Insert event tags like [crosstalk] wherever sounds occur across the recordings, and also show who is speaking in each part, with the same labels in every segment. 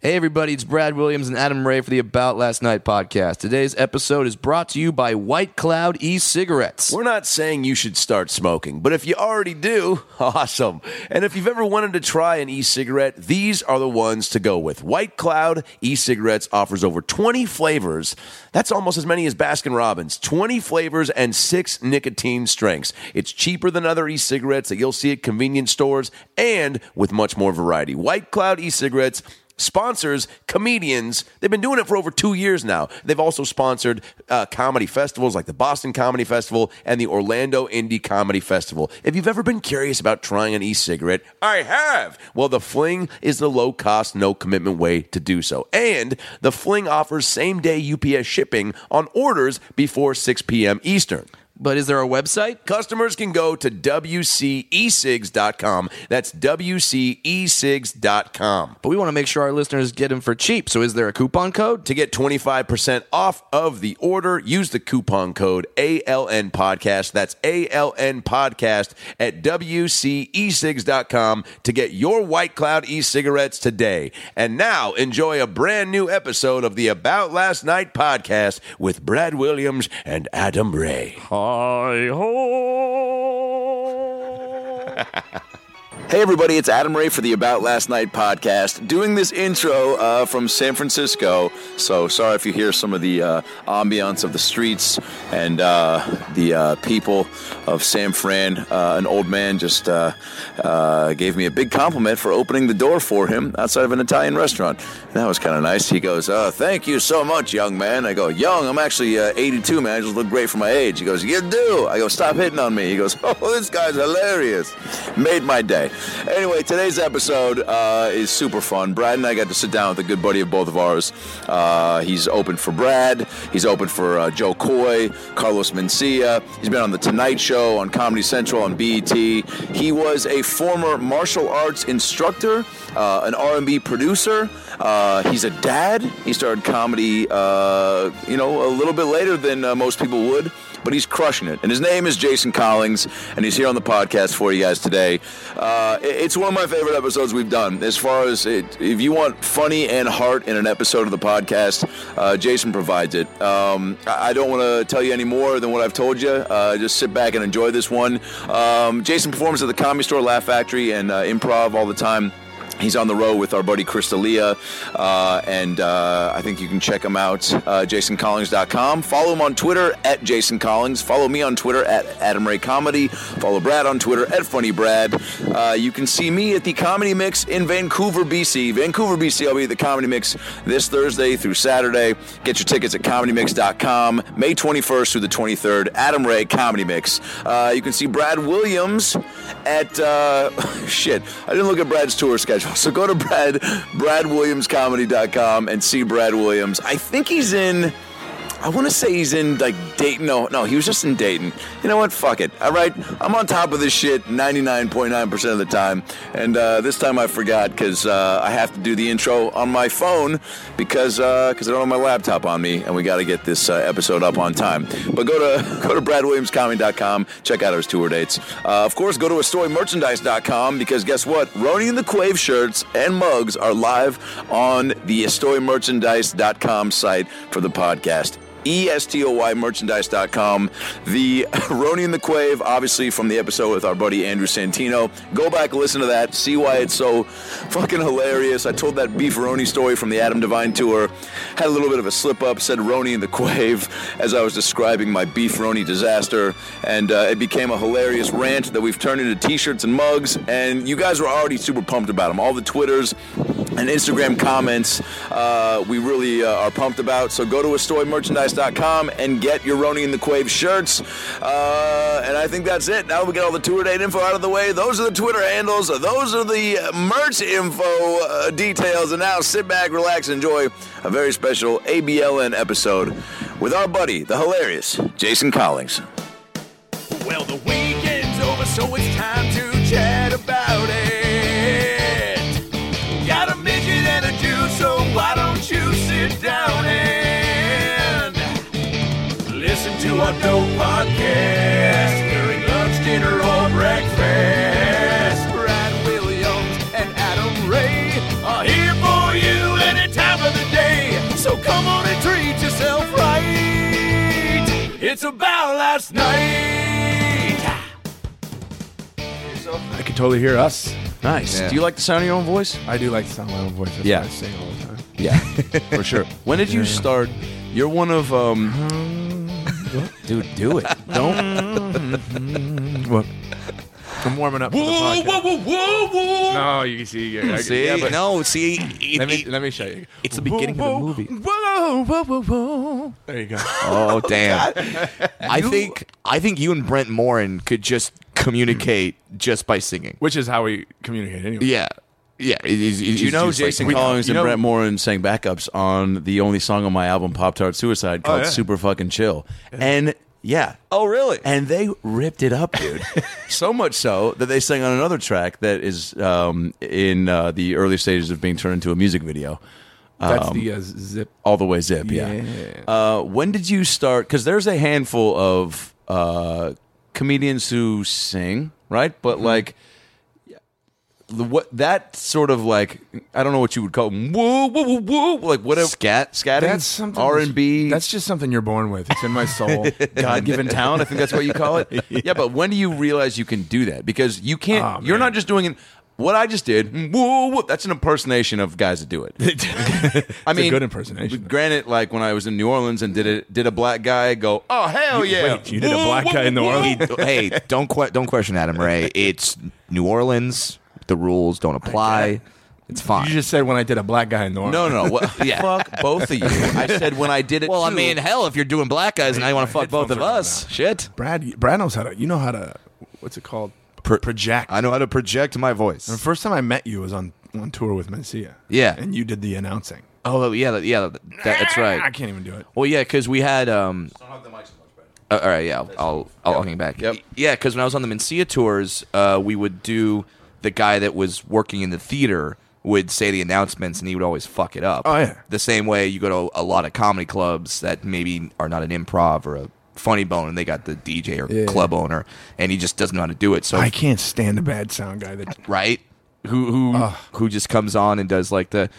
Speaker 1: Hey, everybody, it's Brad Williams and Adam Ray for the About Last Night podcast. Today's episode is brought to you by White Cloud e cigarettes.
Speaker 2: We're not saying you should start smoking, but if you already do, [laughs] awesome. And if you've ever wanted to try an e cigarette, these are the ones to go with. White Cloud e cigarettes offers over 20 flavors. That's almost as many as Baskin Robbins 20 flavors and six nicotine strengths. It's cheaper than other e cigarettes that you'll see at convenience stores and with much more variety. White Cloud e cigarettes sponsors comedians. They've been doing it for over two years now. They've also sponsored uh, comedy festivals like the Boston Comedy Festival and the Orlando Indie Comedy Festival. If you've ever been curious about trying an e cigarette, I have. Well, the Fling is the low cost, no commitment way to do so. And the Fling offers same day UPS shipping on orders before 6 p.m. Eastern.
Speaker 1: But is there a website?
Speaker 2: Customers can go to E WCESIGS.com. That's E WCESIGS.com.
Speaker 1: But we want to make sure our listeners get them for cheap. So is there a coupon code?
Speaker 2: To get 25% off of the order, use the coupon code ALN Podcast. That's ALN Podcast at E WCESIGS.com to get your White Cloud e cigarettes today. And now enjoy a brand new episode of the About Last Night podcast with Brad Williams and Adam Ray.
Speaker 1: Hi
Speaker 3: Hey, everybody, it's Adam Ray for the About Last Night podcast, doing this intro uh, from San Francisco. So sorry if you hear some of the uh, ambiance of the streets and uh, the uh, people of San Fran. Uh, an old man just uh, uh, gave me a big compliment for opening the door for him outside of an Italian restaurant. That was kind of nice. He goes, uh, Thank you so much, young man. I go, Young, I'm actually uh, 82, man. I just look great for my age. He goes, You do. I go, Stop hitting on me. He goes, [laughs] Oh, this guy's hilarious. Made my day. Anyway, today's episode uh, is super fun. Brad and I got to sit down with a good buddy of both of ours. Uh, he's open for Brad. He's open for uh, Joe Coy, Carlos Mencia. He's been on The Tonight Show, on Comedy Central, on BET. He was a former martial arts instructor, uh, an R&B producer. Uh, he's a dad. He started comedy, uh, you know, a little bit later than uh, most people would but he's crushing it. And his name is Jason Collins, and he's here on the podcast for you guys today. Uh, it- it's one of my favorite episodes we've done. As far as it, if you want funny and heart in an episode of the podcast, uh, Jason provides it. Um, I I don't want to tell you any more than what I've told you. Uh, just sit back and enjoy this one. Um, Jason performs at the Comedy Store, Laugh Factory, and uh, improv all the time. He's on the road with our buddy Chris D'Elia, uh, and uh, I think you can check him out, uh, jasoncollins.com. Follow him on Twitter at Jason Collins. Follow me on Twitter at Adam Ray Comedy. Follow Brad on Twitter at Funny Brad. Uh, you can see me at the Comedy Mix in Vancouver, BC. Vancouver, BC, I'll be at the Comedy Mix this Thursday through Saturday. Get your tickets at comedymix.com, May 21st through the 23rd. Adam Ray Comedy Mix. Uh, you can see Brad Williams at uh, [laughs] shit. I didn't look at Brad's tour schedule, [laughs] so go to Brad BradWilliamsComedy.com and see Brad Williams. I think he's in. I want to say he's in like Dayton. No, no, he was just in Dayton. You know what? Fuck it. All right, I'm on top of this shit 99.9% of the time, and uh, this time I forgot because uh, I have to do the intro on my phone because because I don't have my laptop on me, and we got to get this uh, episode up on time. But go to [laughs] go to BradWilliamsComedy.com. Check out his tour dates. Uh, of course, go to AstoyMerchandise.com because guess what? Roni and the Quave shirts and mugs are live on the AstoyMerchandise.com site for the podcast. E E-S-T-O-Y merchandise.com. The [laughs] Roni and the Quave, obviously from the episode with our buddy Andrew Santino. Go back, listen to that, see why it's so fucking hilarious. I told that Beef Roni story from the Adam Divine tour. Had a little bit of a slip up, said Roni and the Quave as I was describing my Beef Roni disaster. And uh, it became a hilarious rant that we've turned into t shirts and mugs. And you guys were already super pumped about them. All the Twitters, and Instagram comments uh, we really uh, are pumped about. So go to astoymerchandise.com and get your Roni and the Quave shirts. Uh, and I think that's it. Now we get all the tour date info out of the way. Those are the Twitter handles. Those are the merch info uh, details. And now sit back, relax, and enjoy a very special ABLN episode with our buddy, the hilarious Jason Collins.
Speaker 2: Well, the weekend's over, so it's time to chat about it. Got a midget and a Jew, so why don't you sit down and listen to our dope podcast during lunch, dinner, or breakfast? Brad Williams and Adam Ray are here for you and It's about last night.
Speaker 4: I can totally hear us.
Speaker 2: Nice.
Speaker 1: Yeah.
Speaker 2: Do you like the sound of your own voice?
Speaker 4: I do like the sound of my own voice. That's
Speaker 2: Yeah.
Speaker 4: what I sing all the time.
Speaker 2: Yeah, for sure. [laughs] When did you start? You're one of um.
Speaker 1: Dude, do it. Don't.
Speaker 4: What? I'm warming up. for the podcast.
Speaker 2: whoa, whoa, whoa!
Speaker 4: No, you can see. Yeah, I can-
Speaker 1: See?
Speaker 4: yeah, but-
Speaker 1: no, see. it-
Speaker 4: Let me
Speaker 1: it-
Speaker 4: let me show you.
Speaker 1: it's the beginning of the movie.
Speaker 4: Whoa, whoa, whoa, whoa! There you go.
Speaker 1: Oh damn! I think I think you and Brent Morin could just communicate just by singing.
Speaker 4: Which is how we communicate anyway.
Speaker 1: Yeah, yeah. it- it- it's
Speaker 2: Do you know
Speaker 1: just like-
Speaker 2: Jason
Speaker 1: we-
Speaker 2: Collins
Speaker 4: you
Speaker 2: and
Speaker 4: know-
Speaker 2: Brett Morin sang backups on the only song on my album Pop Tart Suicide called
Speaker 4: yeah.
Speaker 2: Super Fucking Chill? And yeah.
Speaker 1: Oh really?
Speaker 2: And they ripped it
Speaker 1: [laughs]
Speaker 2: up, dude. so much so that they sang on another track that is um, in uh, the early stages of being turned into a music video.
Speaker 4: That's the uh, zip.
Speaker 2: All the way zip, yeah. Uh, when did you start? Because there's a handful of uh, comedians who sing, right?
Speaker 4: Mm-hmm.
Speaker 2: But like, the, what that sort of like, I don't know what you would call them. Woo, woo, woo, woo, like whatever.
Speaker 1: Scat?
Speaker 2: scatting,
Speaker 4: That's something.
Speaker 2: R and B.
Speaker 4: That's just something you're born with. It's in my soul.
Speaker 2: God given talent. I think that's what you call
Speaker 4: [laughs]
Speaker 2: it. yeah. but when do you realize you can do that? Because you can't.
Speaker 4: Oh,
Speaker 2: you're
Speaker 4: man.
Speaker 2: not just doing it. What I just did, mm, woo, woo, that's an impersonation of guys that do
Speaker 4: [laughs]
Speaker 2: it. I mean,
Speaker 4: good impersonation.
Speaker 2: Granted, like when I was in New Orleans and did it, did a black guy go, "Oh hell yeah!"
Speaker 4: Wait, you did a black guy in New Orleans?
Speaker 1: [laughs] hey, don't que- don't question Adam Ray. It's New Orleans. The rules don't apply. It's fine.
Speaker 4: You just said when I did a black guy in New Orleans.
Speaker 2: No, no,
Speaker 4: [laughs]
Speaker 2: what,
Speaker 1: Yeah.
Speaker 2: fuck both of you. I said when I did it.
Speaker 1: well, I
Speaker 2: too.
Speaker 1: mean, hell, if you're doing black guys and I want to fuck both of
Speaker 4: are going
Speaker 1: us, shit.
Speaker 4: Brad, Brad knows how to. You know how to. What's it called? project.
Speaker 1: I know how to project my voice.
Speaker 4: the first time I met you was on on tour with Mencia.
Speaker 1: Yeah.
Speaker 4: and you did the announcing.
Speaker 1: Oh yeah, that- yeah, that, that's
Speaker 4: I
Speaker 1: right.
Speaker 4: can't even do it.
Speaker 1: Well, yeah, because we had um, Uh, all right, yeah, I'll I'll, I'll hang back.
Speaker 2: Yep.
Speaker 1: Yeah, because when I was on the Mencia tours, uh, we would do the guy that was working in the theater would say the announcements, and he would always fuck it up.
Speaker 4: Oh, yeah.
Speaker 1: The same way you go to a lot of comedy clubs that maybe are not an improv or a funny bone, and they got the DJ or
Speaker 4: Yeah.
Speaker 1: club owner, and he just doesn't know how to do it. So
Speaker 4: I can't stand a bad sound guy. That
Speaker 1: right? Who who who just comes on and does like the.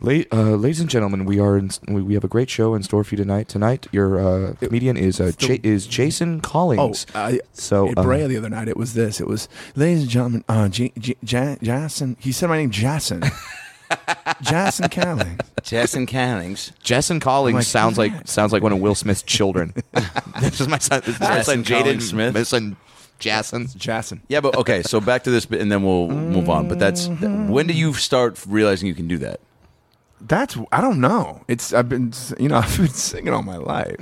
Speaker 1: La- uh, ladies and gentlemen, we are in, we, we have a great show in store for you tonight. Tonight, your uh, comedian is uh, ja- is Jason
Speaker 4: oh,
Speaker 1: Collins.
Speaker 4: I,
Speaker 1: so
Speaker 4: at
Speaker 1: uh,
Speaker 4: Brea the other night, it was this. It was, ladies and gentlemen, uh, J- J- J- Jason. He said my
Speaker 2: [laughs]
Speaker 4: name, Jason. Jason Cowling.
Speaker 2: Jason Cannings.
Speaker 1: Jason Collins
Speaker 4: like,
Speaker 1: sounds
Speaker 4: who's
Speaker 1: like sounds like one of Will Smith's
Speaker 2: [laughs]
Speaker 1: children. this is my son. This is my son,
Speaker 2: Jason
Speaker 1: Jaden
Speaker 2: Collins Smith.
Speaker 1: Smith. My son, Jason.
Speaker 4: Jason.
Speaker 2: Yeah, but okay. So back to this, bit, and then we'll move on. But that's when do you start realizing you can do that?
Speaker 4: That's I don't know. It's I've been s- you know [laughs] I've been singing all
Speaker 2: [laughs]
Speaker 4: my life.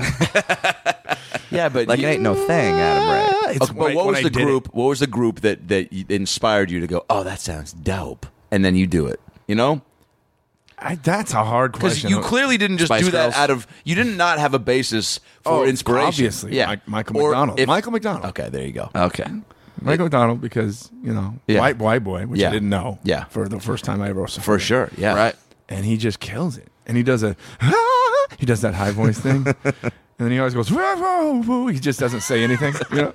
Speaker 2: Yeah, but
Speaker 1: Like it ain't no thing, Adam Ray.
Speaker 4: [laughs] It's
Speaker 2: Okay, Uh, but
Speaker 4: when I-
Speaker 2: what
Speaker 4: when
Speaker 2: was
Speaker 4: I
Speaker 2: the
Speaker 4: did it.
Speaker 2: group? What was the group that that you- inspired you to go? Oh, that sounds dope, and then you do it. You know,
Speaker 4: I, that's a hard
Speaker 2: because
Speaker 4: question.
Speaker 2: you clearly didn't just
Speaker 1: Spice
Speaker 2: do that
Speaker 1: Girls.
Speaker 2: out of you didn't not have a basis for
Speaker 4: Oh,
Speaker 2: inspiration.
Speaker 4: obviously.
Speaker 2: yeah,
Speaker 4: Mike- Michael
Speaker 2: Or
Speaker 4: McDonald.
Speaker 2: if-
Speaker 4: Michael McDonald.
Speaker 2: Okay, there you go.
Speaker 1: Okay.
Speaker 4: Michael McDonald because you know
Speaker 2: Yeah.
Speaker 4: white white boy, which
Speaker 2: Yeah.
Speaker 4: I didn't know.
Speaker 2: Yeah.
Speaker 4: for the first time I ever saw
Speaker 2: for
Speaker 4: him.
Speaker 2: sure. Yeah,
Speaker 1: Right.
Speaker 4: and he just kills it. And he does a [laughs] he does that high voice
Speaker 2: [laughs]
Speaker 4: thing, and then he always goes "Wah, wah, wah." he just doesn't say
Speaker 2: [laughs]
Speaker 4: anything. You know?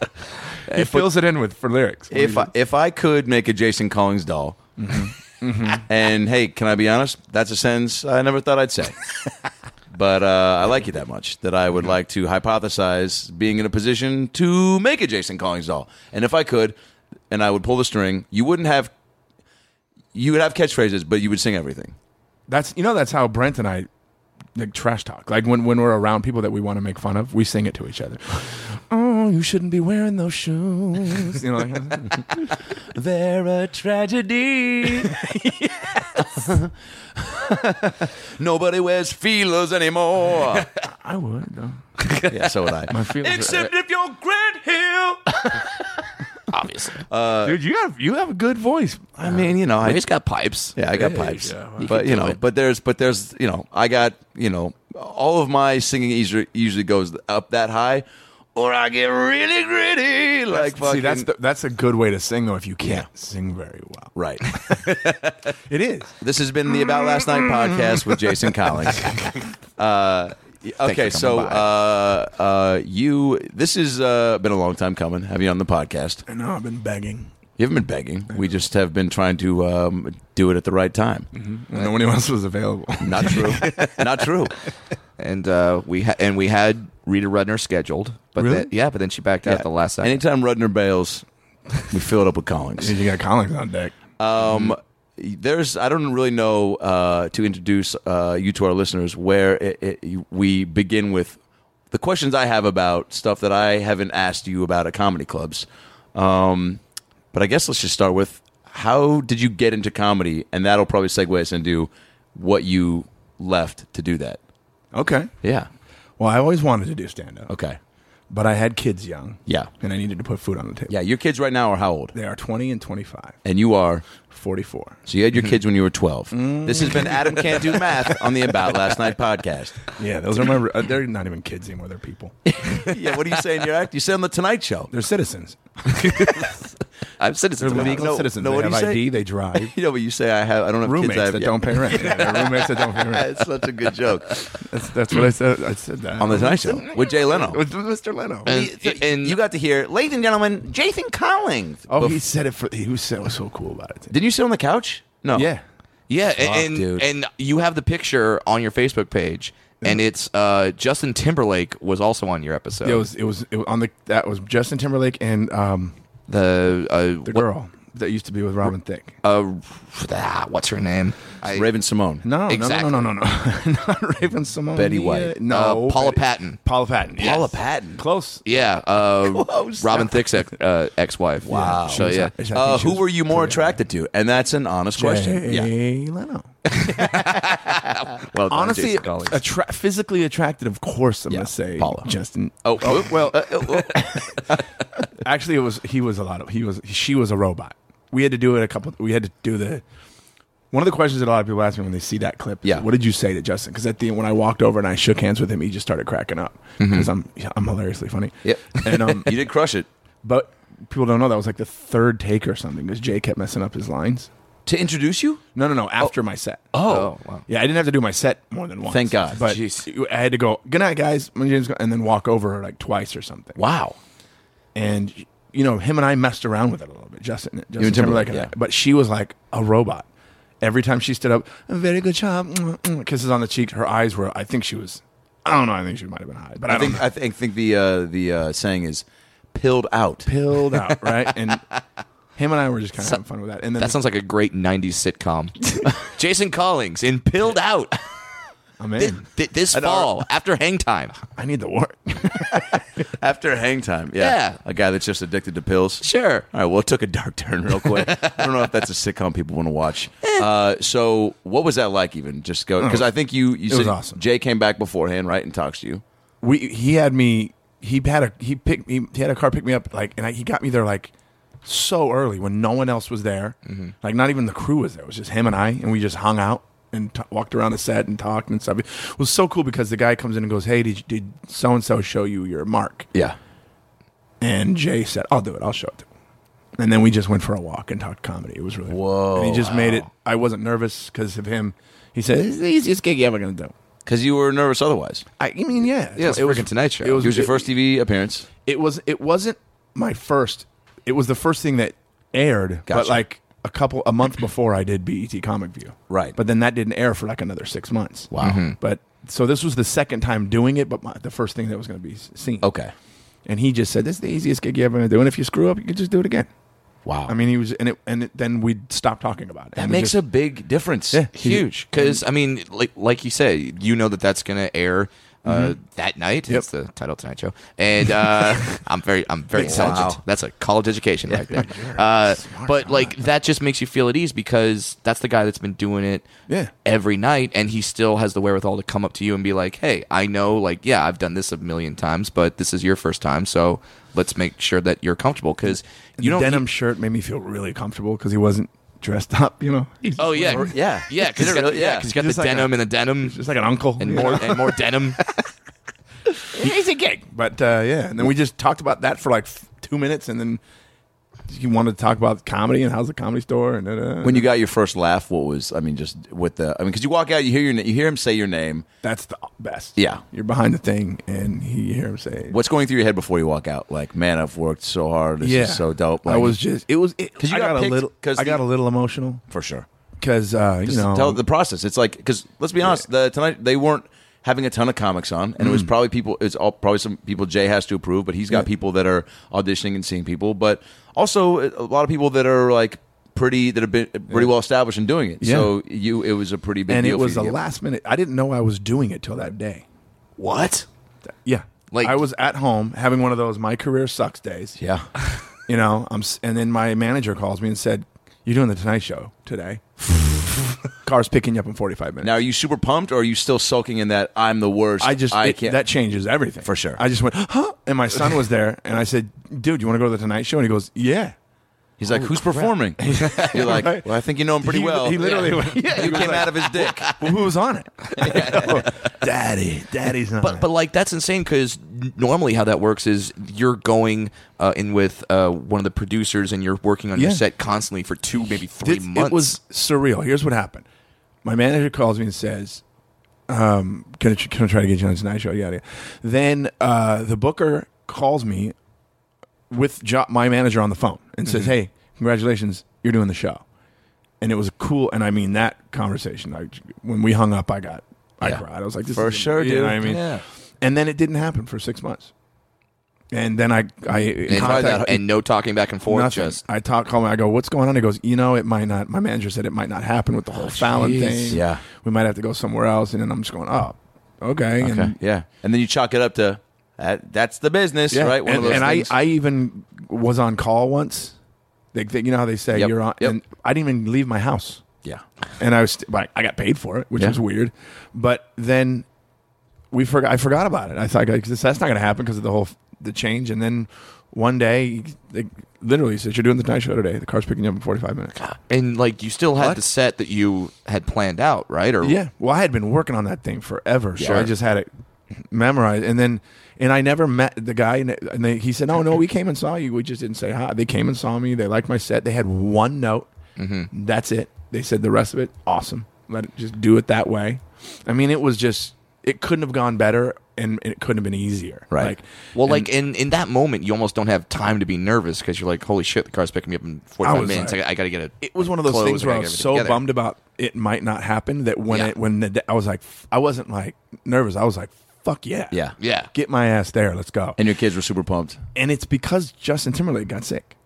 Speaker 4: he fills it in with for lyrics.
Speaker 2: If
Speaker 4: What
Speaker 2: I, if I could make a Jason Collins doll,
Speaker 4: Mm-hmm.
Speaker 2: and hey, can I be honest? That's a sentence I never thought
Speaker 4: [laughs]
Speaker 2: I'd say. But uh, I like you that much that I
Speaker 4: Mm-hmm.
Speaker 2: would like to hypothesize being in a position to make a Jason Collins doll. And if I could, and I would pull the string, you wouldn't have. You would have catchphrases, but you would sing everything.
Speaker 4: that's you know that's how Brent and I like trash talk. Like when when we're around people that we want to make fun of, we sing it to
Speaker 2: [laughs]
Speaker 4: each other. Oh, you shouldn't be wearing those shoes. You know,
Speaker 2: [laughs]
Speaker 4: like,
Speaker 2: They're a tragedy. Nobody wears feelers
Speaker 4: [laughs]
Speaker 2: anymore.
Speaker 4: [laughs] I would. Though.
Speaker 2: yeah, so would I.
Speaker 4: My feelings. are- uh,
Speaker 2: if you're Grant Hill. [laughs]
Speaker 1: Obviously,
Speaker 4: dude, you have you have a good voice.
Speaker 2: I mean, you know,
Speaker 1: I
Speaker 2: I
Speaker 1: just got pipes.
Speaker 2: yeah, I got
Speaker 4: Hey,
Speaker 2: pipes,
Speaker 4: yeah, well.
Speaker 2: but you
Speaker 1: do
Speaker 2: know,
Speaker 1: it.
Speaker 2: but there's, but there's, you know, I got, you know, all of my singing usually usually goes up that high, or I get really gritty, like fucking,
Speaker 4: See, that's the, that's a good way to sing though. If you
Speaker 2: Yeah.
Speaker 4: can't sing very well,
Speaker 2: right.
Speaker 4: it is.
Speaker 2: this has been the About Last Night podcast with Jason
Speaker 4: [laughs]
Speaker 2: Collins. Uh, okay,
Speaker 1: for coming
Speaker 2: so
Speaker 1: by.
Speaker 2: uh, uh, you, this has uh, been a long time coming. Have you on the podcast?
Speaker 4: I know I've been begging.
Speaker 2: You haven't been begging. We just have been trying to um, do it at the right time.
Speaker 4: When [laughs] nobody else was available.
Speaker 2: Not true. Not true.
Speaker 1: and uh, we ha- and we had Rita Rudner scheduled, but
Speaker 4: Really?
Speaker 1: then, yeah, but then she backed out at the last second.
Speaker 2: Anytime Rudner bails, we fill it up
Speaker 1: [laughs]
Speaker 2: with Collings.
Speaker 4: You got Collins on deck.
Speaker 1: Mm-hmm.
Speaker 2: There's, I don't really know uh, to introduce uh, you to our listeners where it, it, you- we begin with the questions I have about stuff that I haven't asked you about at comedy clubs. Um, but I guess let's just start with how did you get into comedy, and that'll probably segue us into what you left to do that.
Speaker 4: Okay.
Speaker 2: Yeah.
Speaker 4: Well, I always wanted to do stand up,
Speaker 2: Okay.
Speaker 4: but I had kids young.
Speaker 2: Yeah.
Speaker 4: And I needed to put food on the table.
Speaker 2: Yeah. Your kids right now are how old?
Speaker 4: They are 20 and 25,
Speaker 2: And you are
Speaker 4: 44.
Speaker 2: So you had your kids when you were 12. This has been Adam Can't Do Math on the About Last Night podcast.
Speaker 4: Yeah, those are my. Uh, they're not even kids anymore. They're people.
Speaker 2: [laughs] yeah, what do you say in your act? You say on The Tonight Show.
Speaker 4: [laughs] They're citizens.
Speaker 1: I've said it's
Speaker 4: They're legal
Speaker 2: no,
Speaker 4: citizens.
Speaker 2: no,
Speaker 4: they
Speaker 2: what do
Speaker 4: have
Speaker 2: you say?
Speaker 4: ID. They drive.
Speaker 2: You know, but you say I have I don't have
Speaker 4: [laughs] roommates
Speaker 2: kids. I have,
Speaker 4: that
Speaker 2: yeah.
Speaker 4: don't pay [laughs] rent. Yeah, they're roommates that don't pay
Speaker 2: [laughs]
Speaker 4: rent.
Speaker 2: That's such a good joke.
Speaker 4: That's, that's what I said. I said
Speaker 2: [laughs]
Speaker 4: that
Speaker 2: on The Tonight Show [laughs] with Jay Leno.
Speaker 4: [laughs] with Mr. Leno.
Speaker 1: And- and-
Speaker 2: you got to hear, ladies and gentlemen, Jason Collins.
Speaker 4: oh,
Speaker 2: Bef-
Speaker 4: he said it. For, he was so, was so cool about it.
Speaker 2: didn't you sit on the couch? No.
Speaker 4: Yeah.
Speaker 1: Yeah,
Speaker 2: Fuck,
Speaker 1: and
Speaker 2: dude.
Speaker 1: and you have the picture on your Facebook page, and it's uh, Justin Timberlake was also on your episode.
Speaker 4: It was, it was it was on the that was Justin Timberlake and um
Speaker 1: the uh,
Speaker 4: the
Speaker 1: what-
Speaker 4: girl that used to be with Robin Thicke.
Speaker 1: uh, ah, what's her name? I,
Speaker 2: Raven Simone.
Speaker 4: No,
Speaker 1: Exactly.
Speaker 4: no, [laughs] no, no, no, no, not Raven Simone.
Speaker 2: Betty
Speaker 4: Yeah,
Speaker 2: White.
Speaker 4: No,
Speaker 1: Uh, Paula
Speaker 4: Betty-
Speaker 1: Patton.
Speaker 4: Paula Patton. yes.
Speaker 2: Paula Patton.
Speaker 4: Close.
Speaker 1: Yeah, uh,
Speaker 2: Close.
Speaker 1: Robin Thicke's ex- uh, ex-wife.
Speaker 2: Wow.
Speaker 1: So
Speaker 4: She was-
Speaker 1: yeah,
Speaker 4: I think
Speaker 2: Uh,
Speaker 4: she
Speaker 2: who
Speaker 4: was
Speaker 2: were you more
Speaker 4: pretty hot.
Speaker 2: attracted to? And that's an honest question. Yeah.
Speaker 4: Jay Leno.
Speaker 1: well, done,
Speaker 4: [laughs] Honestly,
Speaker 1: Jason Collins.
Speaker 4: attra- physically attracted, of course, I'm
Speaker 2: Yeah,
Speaker 4: going to say
Speaker 2: Paula.
Speaker 4: Justin.
Speaker 1: oh, oh,
Speaker 4: Well,
Speaker 1: [laughs] well,
Speaker 4: actually, it was he was a lot of he was she was a robot. We had to do it a couple. We had to do the one of the questions that a lot of people ask me when they see that clip. is,
Speaker 2: Yeah.
Speaker 4: what did you say to Justin? Because at the end, when I walked over and I shook hands with him, he just started cracking up because I'm I'm hilariously funny.
Speaker 2: Yep.
Speaker 4: [laughs] and um,
Speaker 2: You did crush it.
Speaker 4: but people don't know that was like the third take or something because Jay kept messing up his lines.
Speaker 2: To introduce you?
Speaker 4: No, no, no. After my set.
Speaker 1: Oh. wow.
Speaker 4: Yeah, I didn't have to do my set more than once.
Speaker 2: Thank God.
Speaker 4: But
Speaker 1: Jeez.
Speaker 4: I had to go, good night, guys. My name's Go-" and then walk over like twice or something.
Speaker 2: Wow.
Speaker 4: And, you know, him and I messed around with it a little bit, Justin, Justin
Speaker 2: and Timberlake,
Speaker 4: Timberlake. and I.
Speaker 2: yeah.
Speaker 4: But she was like a robot. Every time she stood up, very good job. Kisses on the cheek. Her eyes were, I think she was, I don't know. I think she might have been high, but I,
Speaker 2: I
Speaker 4: don't
Speaker 2: think
Speaker 4: know.
Speaker 2: I think, think the uh, the uh, saying is pilled out.
Speaker 4: pilled out, right? And him and I were just kind of having fun with that. And then
Speaker 1: that sounds like a great '90s sitcom. Jason Collins in Pilled Out
Speaker 4: I'm
Speaker 1: Th-
Speaker 4: in.
Speaker 1: th- this fall after Hang Time.
Speaker 4: I need the work.
Speaker 2: After hang time, yeah.
Speaker 1: Yeah.
Speaker 2: A guy that's just addicted to pills.
Speaker 1: Sure.
Speaker 2: All right, well, it took a dark turn
Speaker 1: [laughs]
Speaker 2: real quick. I don't know if that's a sitcom people want to watch.
Speaker 1: Eh.
Speaker 2: Uh, so, what was that like, even? Just go, because I think you, you
Speaker 4: was
Speaker 2: said
Speaker 4: awesome.
Speaker 2: Jay came back beforehand, right, and talks to you.
Speaker 4: we he had me he had a he picked me he had a car pick me up like and I, he got me there like so early when no one else was there like not even the crew was there it was just him and i and we just hung out and t- walked around the set and talked and stuff it was so cool because the guy comes in and goes hey did, you- did so-and-so show you your mark
Speaker 2: Yeah.
Speaker 4: and jay said i'll do it i'll show it to him and then we just went for a walk and talked comedy it was really
Speaker 2: Whoa,
Speaker 4: and he just made it i wasn't nervous because of him he said it's the easiest gig you're ever gonna do
Speaker 2: Because you were nervous otherwise.
Speaker 4: I, I mean, yeah,
Speaker 1: Yeah, it's freaking Tonight Show.
Speaker 4: It was,
Speaker 2: It was your
Speaker 4: it-
Speaker 2: first TV appearance.
Speaker 4: it was it wasn't my first it was the first thing that aired but
Speaker 2: Gotcha.
Speaker 4: like a couple a month before i did bet comic view
Speaker 2: Right.
Speaker 4: but then that didn't air for like another six months Mm-hmm.
Speaker 2: Wow.
Speaker 4: but so this was the second time doing it but my, the first thing that was going to be s- seen
Speaker 1: Oh.
Speaker 2: Okay.
Speaker 4: and he just said this is the easiest gig you ever going to do and if you screw up you can just do it again
Speaker 2: Wow.
Speaker 4: i mean he was and it and it, then we stopped talking about it
Speaker 2: that makes a big difference.
Speaker 4: Yeah.
Speaker 1: Huge, because I mean, like like you say, you know that that's gonna air. Uh, That night,
Speaker 4: Mm-hmm. Yep.
Speaker 1: that's the title of tonight show, and
Speaker 4: [laughs]
Speaker 1: uh, I'm very, I'm very intelligent. That's a college education right
Speaker 4: [laughs]
Speaker 1: there. Uh, but like that just makes you feel at ease because that's the guy that's been doing it
Speaker 4: Yeah.
Speaker 1: every night, and he still has the wherewithal to come up to you and be like, "Hey, I know, like, yeah, I've done this a million times, but this is your first time, so let's make sure that you're comfortable because you
Speaker 4: you
Speaker 1: don't."
Speaker 4: denim shirt made me feel really comfortable because he wasn't dressed [laughs] up you know He's
Speaker 1: oh yeah,
Speaker 2: yeah.
Speaker 1: yeah, because he's got,
Speaker 2: Really?
Speaker 1: yeah,
Speaker 2: Yeah.
Speaker 1: 'cause he's got the
Speaker 4: Just like a-
Speaker 1: denim and the denim.
Speaker 4: just like an uncle
Speaker 1: and
Speaker 4: you know?
Speaker 1: more and more
Speaker 4: [laughs]
Speaker 1: denim.
Speaker 4: But uh, yeah, and then we just talked about that for like f- two minutes, and then he wanted to talk about comedy and how's the comedy store and da-da.
Speaker 2: When you got your first laugh, what was, I mean, just with the, I mean, because you walk out, you hear, your, na- you hear him say your name.
Speaker 4: that's the best.
Speaker 2: Yeah.
Speaker 4: you're behind the thing, and he you hear him say,
Speaker 2: What's going through your head before you walk out? Like, man, I've worked so hard. This
Speaker 4: yeah,
Speaker 2: is so dope. Like,
Speaker 4: I was just it was because
Speaker 2: 'Cause you
Speaker 4: I
Speaker 2: got
Speaker 4: got, a
Speaker 2: picked
Speaker 4: little
Speaker 2: 'cause
Speaker 4: I got
Speaker 2: the-
Speaker 4: a little emotional
Speaker 2: for sure.
Speaker 4: because uh, you
Speaker 2: Just
Speaker 4: know
Speaker 2: tell the process. It's like because let's be honest, the tonight they weren't having a ton of comics on, and it
Speaker 4: Mm.
Speaker 2: was probably people. It's all probably some people Jay has to approve, but he's got people that are auditioning and seeing people, but also uh, a lot of people that are like pretty that have been uh, pretty well established in doing it.
Speaker 4: Yeah.
Speaker 2: So you, it was a pretty big
Speaker 4: and
Speaker 2: deal
Speaker 4: it was
Speaker 2: for
Speaker 4: the
Speaker 2: you. to get-
Speaker 4: last minute. I didn't know I was doing it till that day.
Speaker 2: What?
Speaker 4: Yeah,
Speaker 2: Like-
Speaker 4: like I was at home having one of those "my career sucks" days.
Speaker 2: Yeah.
Speaker 4: you know. I'm, s- and then my manager calls me and said, "You're doing the Tonight Show
Speaker 2: [laughs]
Speaker 4: today. Car's picking you up in 45 minutes."
Speaker 2: Now, are you super pumped, or are you still sulking in that I'm the worst?
Speaker 4: I just
Speaker 2: I
Speaker 4: it-
Speaker 2: can't.
Speaker 4: that changes everything
Speaker 2: For sure.
Speaker 4: I just went, huh? And my son was there, and I said, "Dude, you want to go to the Tonight Show?" And he goes, "Yeah."
Speaker 2: He's like, who's
Speaker 4: [laughs]
Speaker 2: performing? You're like,
Speaker 4: Oh, Right.
Speaker 2: well, I think you know him pretty
Speaker 4: He-
Speaker 2: well.
Speaker 4: he literally
Speaker 2: Yeah.
Speaker 4: went- [laughs]
Speaker 2: You
Speaker 4: yeah, he
Speaker 2: came
Speaker 4: was like-
Speaker 2: out of his
Speaker 4: [laughs]
Speaker 2: dick.
Speaker 4: Well, who was on it?
Speaker 2: [laughs]
Speaker 4: [laughs] Daddy, Daddy's on
Speaker 1: But but like that's insane because normally how that works is you're going uh, in with uh, one of the producers and you're working on your
Speaker 4: Yeah.
Speaker 1: set constantly for two maybe three
Speaker 4: This-
Speaker 1: months.
Speaker 4: It was surreal. Here's what happened. My manager calls me and says, um, can, I, tr- can I try to get you on Tonight Show? Yada, yada. Then uh, the booker calls me with jo- my manager on the phone and says,
Speaker 2: Mm-hmm.
Speaker 4: hey, congratulations, you're doing the show. And it was cool. And I mean, that conversation, I, when we hung up, I got, I
Speaker 2: Yeah.
Speaker 4: cried. I was like, this
Speaker 2: For
Speaker 4: is-
Speaker 2: sure,
Speaker 4: You know
Speaker 2: dude.
Speaker 4: what I mean?
Speaker 2: Yeah.
Speaker 4: And then it didn't happen for six months. And then I, I
Speaker 1: and,
Speaker 4: contact-
Speaker 1: and no talking back and forth.
Speaker 4: Nothing.
Speaker 1: Just
Speaker 4: I talk, call him. I go, "What's going on?" He goes, "You know, it might not." My manager said it might not happen with the whole Fallon
Speaker 2: Oh, jeez.
Speaker 4: thing.
Speaker 2: Yeah.
Speaker 4: we might have to go somewhere else. And then I'm just going, "Oh, okay."
Speaker 2: Okay.
Speaker 4: And,
Speaker 2: Yeah. And then you chalk it up to that, that's the business,
Speaker 4: yeah.
Speaker 2: right? One
Speaker 4: and,
Speaker 2: of those
Speaker 4: and I,
Speaker 2: things.
Speaker 4: I even was on call once. They, they, you know how they say
Speaker 2: Yep.
Speaker 4: you're on.
Speaker 2: Yep.
Speaker 4: And I didn't even leave my house,
Speaker 2: yeah.
Speaker 4: and I was st- like, I got paid for it, which
Speaker 2: Yeah.
Speaker 4: was weird. But then we forgot. I forgot about it. I thought like, this, that's not going to happen because of the whole f- the change. And then one day, they literally said, "You're doing the night show today. The car's picking you up in 45 minutes."
Speaker 1: and like you still had
Speaker 4: What?
Speaker 1: the set that you had planned out, right? Or
Speaker 4: Yeah. Well, I had been working on that thing forever, so
Speaker 1: Sure.
Speaker 4: I just had it memorized. And then, and I never met the guy, and, and they, he said, "Oh no, we came and saw you. We just didn't say hi. They came and saw me. They liked my set. They had one note.
Speaker 1: Mm-hmm.
Speaker 4: That's it. They said the rest of it, awesome. Let it just do it that way. I mean, it was just it couldn't have gone better, and it couldn't have been easier.
Speaker 2: Right.
Speaker 4: Like,
Speaker 1: Well, like in in that moment, you almost don't have time to be nervous because you're like, "Holy shit, the car's picking me up in
Speaker 4: I
Speaker 1: 45
Speaker 4: was
Speaker 1: minutes.
Speaker 4: like-
Speaker 1: I, I got to get it."
Speaker 4: it was one of those
Speaker 1: clothes,
Speaker 4: things where I
Speaker 1: gotta
Speaker 4: was
Speaker 1: get
Speaker 4: so
Speaker 1: everything together.
Speaker 4: bummed about it might not happen that when
Speaker 1: Yeah.
Speaker 4: it when the, I was like, f- I wasn't like nervous. I was like, fuck yeah,
Speaker 2: Yeah.
Speaker 1: Yeah,
Speaker 4: get my ass there. Let's go.
Speaker 2: And your kids were super pumped.
Speaker 4: and it's because Justin Timberlake got sick.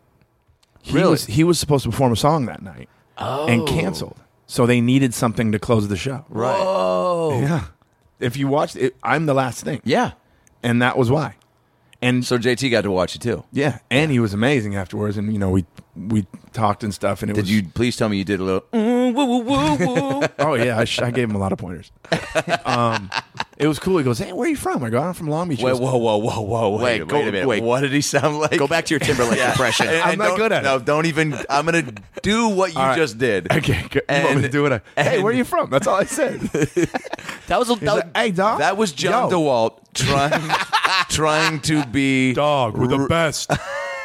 Speaker 4: He
Speaker 1: Really?
Speaker 4: was he was supposed to perform a song that night
Speaker 2: Oh.
Speaker 4: and canceled. So they needed something to close the show.
Speaker 1: right.
Speaker 4: Yeah. If you watched it, I'm the last thing.
Speaker 2: Yeah.
Speaker 4: And that was why. And
Speaker 2: So JT got to watch it too.
Speaker 4: yeah, and he was amazing afterwards and you know we we talked and stuff and it
Speaker 2: Did
Speaker 4: was
Speaker 2: you please tell me you did a little? "Mm."
Speaker 4: [laughs] Oh yeah, I, sh- I gave him a lot
Speaker 2: [laughs]
Speaker 4: of pointers. um it was cool. He goes, "Hey, where are you from?" I go, "I'm from Long Beach." He
Speaker 2: Wait,
Speaker 4: goes,
Speaker 2: whoa, whoa, whoa, whoa, wait,
Speaker 1: Wait,
Speaker 2: a-
Speaker 1: go-
Speaker 2: wait a minute.
Speaker 1: wait.
Speaker 2: What did he sound like?
Speaker 1: Go back to your
Speaker 2: [laughs]
Speaker 1: Timberlake impression.
Speaker 2: And-
Speaker 4: I'm
Speaker 2: and
Speaker 4: not
Speaker 2: don't-
Speaker 4: good at
Speaker 2: no,
Speaker 4: it.
Speaker 2: don't even. I'm gonna do what you
Speaker 4: right.
Speaker 2: just did.
Speaker 4: Okay, good. You want me to
Speaker 2: And-
Speaker 4: do it? I- Hey,
Speaker 2: and-
Speaker 4: where are you from? That's all I
Speaker 2: [laughs]
Speaker 4: said.
Speaker 1: That was a,
Speaker 4: He's like, hey, dog.
Speaker 2: That was John
Speaker 4: Yo."
Speaker 2: DeWalt trying
Speaker 4: [laughs]
Speaker 2: trying to be
Speaker 4: dog. We're
Speaker 2: r-
Speaker 4: the best.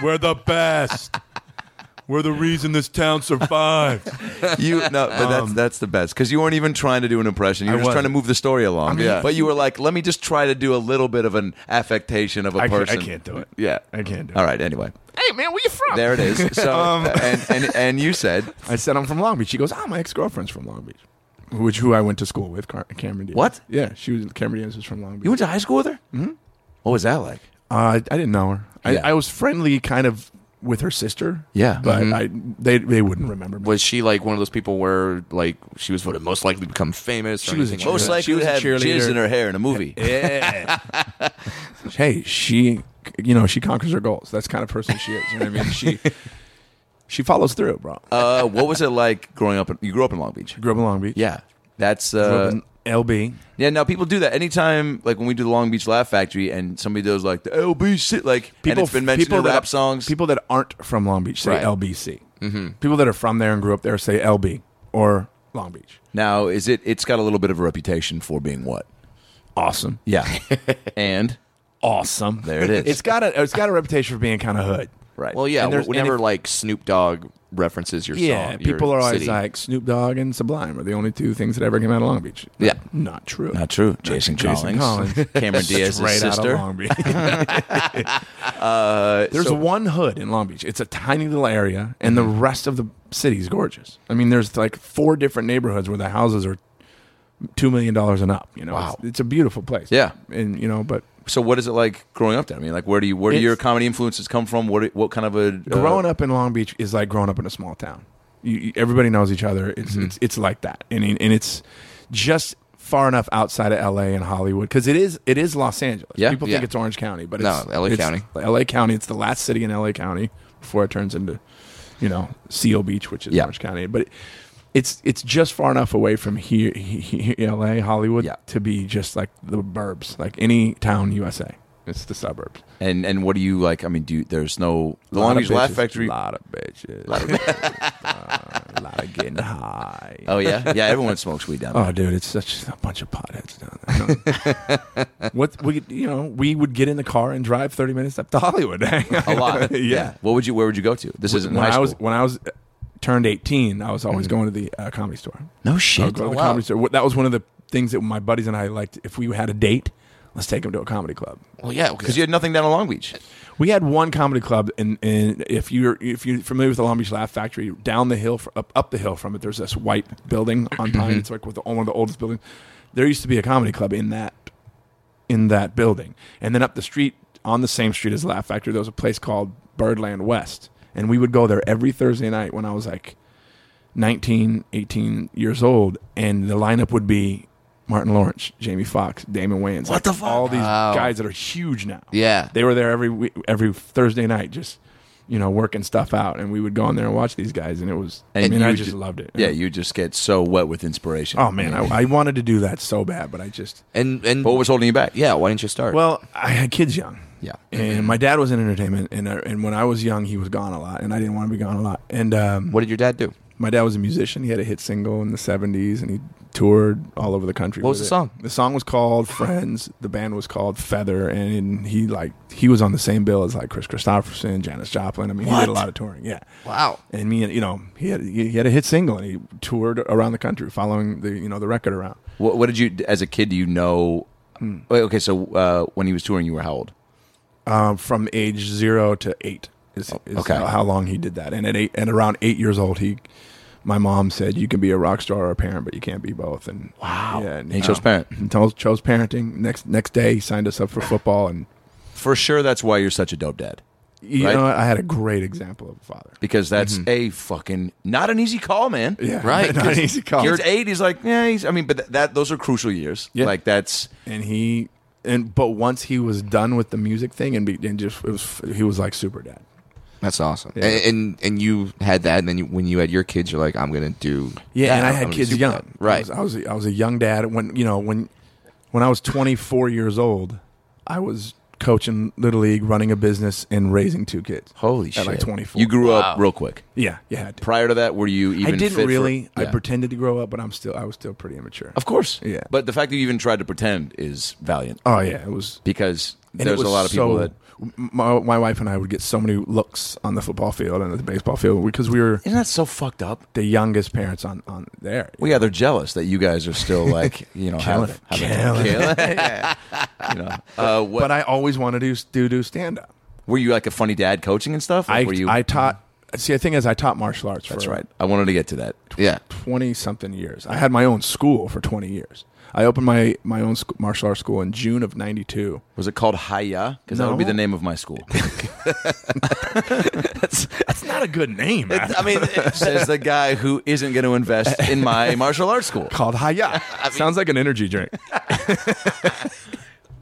Speaker 4: We're the best. We're the reason this town survived.
Speaker 2: You no, but that's that's the best because you weren't even trying to do an impression. You were
Speaker 4: Um, I
Speaker 2: just trying to
Speaker 4: wasn't.
Speaker 2: move the story along.
Speaker 4: mean, Yeah.
Speaker 2: But you were like, let me just try to do a little bit of an affectation of a
Speaker 4: I can't,
Speaker 2: person.
Speaker 4: I can't do it.
Speaker 2: Yeah,
Speaker 4: I can't do
Speaker 2: All
Speaker 4: it. Um,
Speaker 2: right. Anyway,
Speaker 4: Hey, man, where you from?
Speaker 2: there it
Speaker 4: [laughs]
Speaker 2: is. So uh, and, and and you said
Speaker 4: I said I'm from Long Beach. She goes, oh, my ex girlfriend's from Long Beach, which who I went to school with, Car- Cameron Diaz.
Speaker 2: What?
Speaker 4: Yeah, she was Cameron Diaz was from Long Beach.
Speaker 2: you went to high school with her. Mm-hmm. What was that like?
Speaker 4: uh, I, I didn't know her. I,
Speaker 2: Yeah.
Speaker 4: I was friendly, kind of with her sister.
Speaker 2: Yeah.
Speaker 4: but I they they wouldn't remember me.
Speaker 1: was she like one of those people where like she was voted most likely to become famous? She
Speaker 4: was a
Speaker 1: like that?
Speaker 2: [laughs]
Speaker 4: cheerleader.
Speaker 2: Most likely
Speaker 4: She was
Speaker 2: would
Speaker 4: a
Speaker 2: have jizz
Speaker 4: cheerleader.
Speaker 2: in her hair in a movie.
Speaker 4: Yeah. [laughs] hey, she, you know, she conquers her goals. That's the kind of person she is. You know what I mean? She, she follows through, bro.
Speaker 2: Uh, what was it like growing up? In, you grew up in Long Beach.
Speaker 4: Grew up in Long Beach.
Speaker 2: Yeah, that's uh,
Speaker 4: Grew up in LB.
Speaker 2: Yeah, now people do that anytime, like when we do the Long Beach Laugh Factory, and somebody does like the LB shit, like and it's been mentioned in
Speaker 4: that-
Speaker 2: rap songs.
Speaker 4: People that aren't from Long Beach say
Speaker 2: Right. Mm-hmm.
Speaker 4: LBC. People that are from there and grew up there say LB or Long Beach.
Speaker 2: now, is it? It's got a little bit of a reputation for being what?
Speaker 4: Awesome,
Speaker 2: Yeah, [laughs] and
Speaker 4: awesome.
Speaker 2: There it is.
Speaker 4: [laughs] It's got a it's got a reputation for being kind of hood.
Speaker 2: right.
Speaker 1: Well, yeah.
Speaker 4: And there's-
Speaker 1: wh- Whenever
Speaker 4: and if-
Speaker 1: like Snoop Dogg references your
Speaker 4: Yeah,
Speaker 1: song, your
Speaker 4: people are always
Speaker 1: city.
Speaker 4: like Snoop Dogg and Sublime are the only two things that ever came out of Long Beach.
Speaker 1: Yeah.
Speaker 4: not true.
Speaker 2: not true. Jason, Collins, [laughs]
Speaker 4: Collins. [laughs]
Speaker 2: Cameron
Speaker 4: Straight
Speaker 2: Diaz's
Speaker 4: out of
Speaker 2: sister.
Speaker 4: Long Beach.
Speaker 2: Uh,
Speaker 4: there's one hood in Long Beach. It's a tiny little area, and
Speaker 2: Mm-hmm.
Speaker 4: the rest of the city is gorgeous. I mean, there's like four different neighborhoods where the houses are two million dollars and up. You know,
Speaker 2: Wow.
Speaker 4: it's, it's a beautiful place.
Speaker 2: Yeah.
Speaker 4: and you know, but
Speaker 2: So what is it like growing up there? I mean, like where do you where do
Speaker 4: It's-
Speaker 2: your comedy influences come from? What what kind of a uh,
Speaker 4: growing up in Long Beach is like growing up in a small town. You, you- everybody knows each other. It's
Speaker 2: Mm-hmm.
Speaker 4: it's it's like that, and it- and it's just far enough outside of L.A. and Hollywood because it is it is Los Angeles.
Speaker 2: Yeah,
Speaker 4: people
Speaker 2: yeah.
Speaker 4: think it's Orange County, but
Speaker 1: No,
Speaker 4: it's,
Speaker 1: LA
Speaker 4: it's
Speaker 1: County.
Speaker 4: L.A. County. It's the last city in L.A. County before it turns into you know Seal Beach, which is
Speaker 2: Yeah.
Speaker 4: Orange County. But it, it's it's just far enough away from here, he- he- L.A. Hollywood
Speaker 2: Yeah.
Speaker 4: to be just like the burbs, like any town USA. It's the suburbs.
Speaker 2: and and what do you like? I mean, do you, there's no the
Speaker 4: Lot
Speaker 2: Long
Speaker 4: of
Speaker 2: Beach Laugh
Speaker 4: bitches.
Speaker 2: Factory.
Speaker 4: Lot of bitches. Lot of, uh, [laughs] lot of getting high. Oh.
Speaker 2: Oh
Speaker 4: [laughs]
Speaker 2: yeah, yeah. Everyone smokes weed down there.
Speaker 4: dude, it's such a bunch of potheads down there.
Speaker 2: [laughs]
Speaker 4: No. what we, you know, we would get in the car and drive thirty minutes up to Hollywood. [laughs]
Speaker 2: a lot.
Speaker 4: yeah.
Speaker 2: What would you? Where would you go to? This isn't
Speaker 4: When
Speaker 2: high
Speaker 4: I was
Speaker 2: school.
Speaker 4: when I was uh, turned eighteen, I was always going to the uh, comedy store.
Speaker 2: no
Speaker 4: I
Speaker 2: shit.
Speaker 4: would go to
Speaker 2: Oh,
Speaker 4: the
Speaker 2: wow.
Speaker 4: comedy store. Wh- That was one of the things that my buddies and I liked. If we had a date, let's take them to a comedy club.
Speaker 1: Well, yeah,
Speaker 2: Because you had nothing down in Long Beach.
Speaker 4: We had one comedy club, and, and if you're if you're familiar with the Long Beach Laugh Factory, down the hill fr up up the hill from it, there's this white building
Speaker 2: [clears throat]
Speaker 4: on Pine. it's like with the, one of the oldest buildings. There used to be a comedy club in that in that building, and then up the street on the same street as Laugh Factory, there was a place called Birdland West, and we would go there every Thursday night when I was like 19, 18 years old, and the lineup would be. Martin Lawrence, Jamie Foxx, Damon Wayans, what
Speaker 2: the fuck?
Speaker 4: All these
Speaker 1: Wow.
Speaker 4: guys that are huge now.
Speaker 1: Yeah.
Speaker 4: They were there every week, every Thursday night, just you know working stuff out, and we would go in there and watch these guys, and it was. I
Speaker 2: And
Speaker 4: mean,
Speaker 2: you
Speaker 4: I
Speaker 2: would
Speaker 4: just
Speaker 2: ju-
Speaker 4: loved it.
Speaker 2: Yeah, you just get so wet with inspiration.
Speaker 4: Oh man, I, I wanted to do that so bad, but I just
Speaker 1: And and
Speaker 2: what was holding you back?
Speaker 1: yeah? Why didn't you start?
Speaker 4: well, I had kids young.
Speaker 1: Yeah.
Speaker 4: and my dad was in entertainment, and I, and when I was young, he was gone a lot, and I didn't want to be gone a lot. And um,
Speaker 1: what did your dad do?
Speaker 4: my dad was a musician; he had a hit single in the '70s, and he toured all over the country.
Speaker 1: What was
Speaker 4: with
Speaker 1: the
Speaker 4: it.
Speaker 1: song?
Speaker 4: The song was called "Friends." The band was called Feather, and he like he was on the same bill as like Chris Christopherson, Janis Joplin. I mean, he did a lot of touring. Yeah,
Speaker 1: Wow.
Speaker 4: and me and you know he had he had a hit single and he toured around the country following the you know the record around
Speaker 2: What, what did you as a kid? Do you know?
Speaker 4: Hmm.
Speaker 2: Wait, okay, so uh, when he was touring, you were how old?
Speaker 4: um, from age zero to eight is,
Speaker 1: Oh,
Speaker 4: is
Speaker 2: okay.
Speaker 4: how, how long he did that and at eight and around eight years old he my mom said you can be a rock star or a parent but you can't be both and um, wow yeah,
Speaker 2: And he chose parent.
Speaker 4: he chose, chose parenting next next day he signed us up for football and
Speaker 2: For sure, that's why you're such a dope dad.
Speaker 4: you
Speaker 2: Right.
Speaker 4: know I had a great example of a father
Speaker 2: Because that's
Speaker 4: Mm-hmm.
Speaker 2: a fucking not an easy call, man.
Speaker 4: yeah [laughs]
Speaker 1: Right.
Speaker 4: not an easy call.
Speaker 2: You're at eight. He's like, yeah. He's, I mean, but th- that those are crucial years.
Speaker 4: Yeah.
Speaker 2: Like that's
Speaker 4: and he and but once he was done with the music thing and, be, and just it was he was like super dad
Speaker 1: That's awesome.
Speaker 4: Yeah.
Speaker 1: And, and and you had that, and then you, when you had your kids, you're like, I'm gonna do.
Speaker 4: Yeah,
Speaker 1: that.
Speaker 4: and I
Speaker 1: I'm
Speaker 4: had
Speaker 1: gonna
Speaker 4: kids
Speaker 1: do
Speaker 4: young.
Speaker 1: that.
Speaker 4: I
Speaker 1: right?
Speaker 4: was, I was a- I was a young dad when you know when when I was 24 years old, I was coaching little league, running a business, and raising two kids.
Speaker 1: Holy
Speaker 4: at
Speaker 1: shit!
Speaker 4: like 24.
Speaker 2: you grew up real quick.
Speaker 4: yeah, yeah. I, did.
Speaker 2: Prior to that, were you even?
Speaker 4: I
Speaker 2: fit
Speaker 4: didn't
Speaker 2: for-
Speaker 4: really. I
Speaker 2: Yeah.
Speaker 4: pretended to grow up, but I'm still I was still pretty immature.
Speaker 2: Of course.
Speaker 4: Yeah.
Speaker 2: But the fact that you even tried to pretend is valiant
Speaker 4: Oh yeah, it was.
Speaker 2: because
Speaker 4: and it
Speaker 2: there's a
Speaker 4: was
Speaker 2: lot of people
Speaker 4: so-
Speaker 2: that.
Speaker 4: my, my wife and I would get so many looks on the football field and at the baseball field because we were
Speaker 2: Isn't that so fucked up?
Speaker 4: the youngest parents on on there.
Speaker 2: Well, yeah, they're jealous that you guys are
Speaker 4: [laughs]
Speaker 2: still like you know
Speaker 4: Killing
Speaker 2: having,
Speaker 4: it.
Speaker 2: having [laughs]
Speaker 4: Killing [laughs]
Speaker 2: you know, uh, what,
Speaker 4: But I always wanted to do do stand up.
Speaker 2: were you like a funny dad coaching and stuff? Like,
Speaker 4: I
Speaker 2: were you,
Speaker 4: I taught. See, the thing is, I taught martial arts.
Speaker 2: that's
Speaker 4: for
Speaker 2: right. I wanted to get to that.
Speaker 1: yeah.
Speaker 4: 20 something years. I had my own school for 20 years. I opened my, my own sc- martial arts school in June of 92.
Speaker 2: Was it called Haya? Because that would be
Speaker 4: No.
Speaker 2: the name of my
Speaker 4: [laughs]
Speaker 2: school.
Speaker 4: That's not a good name.
Speaker 2: I mean, [laughs] says the guy who isn't going to invest in my martial arts school.
Speaker 4: called Haya. Sounds like an energy drink.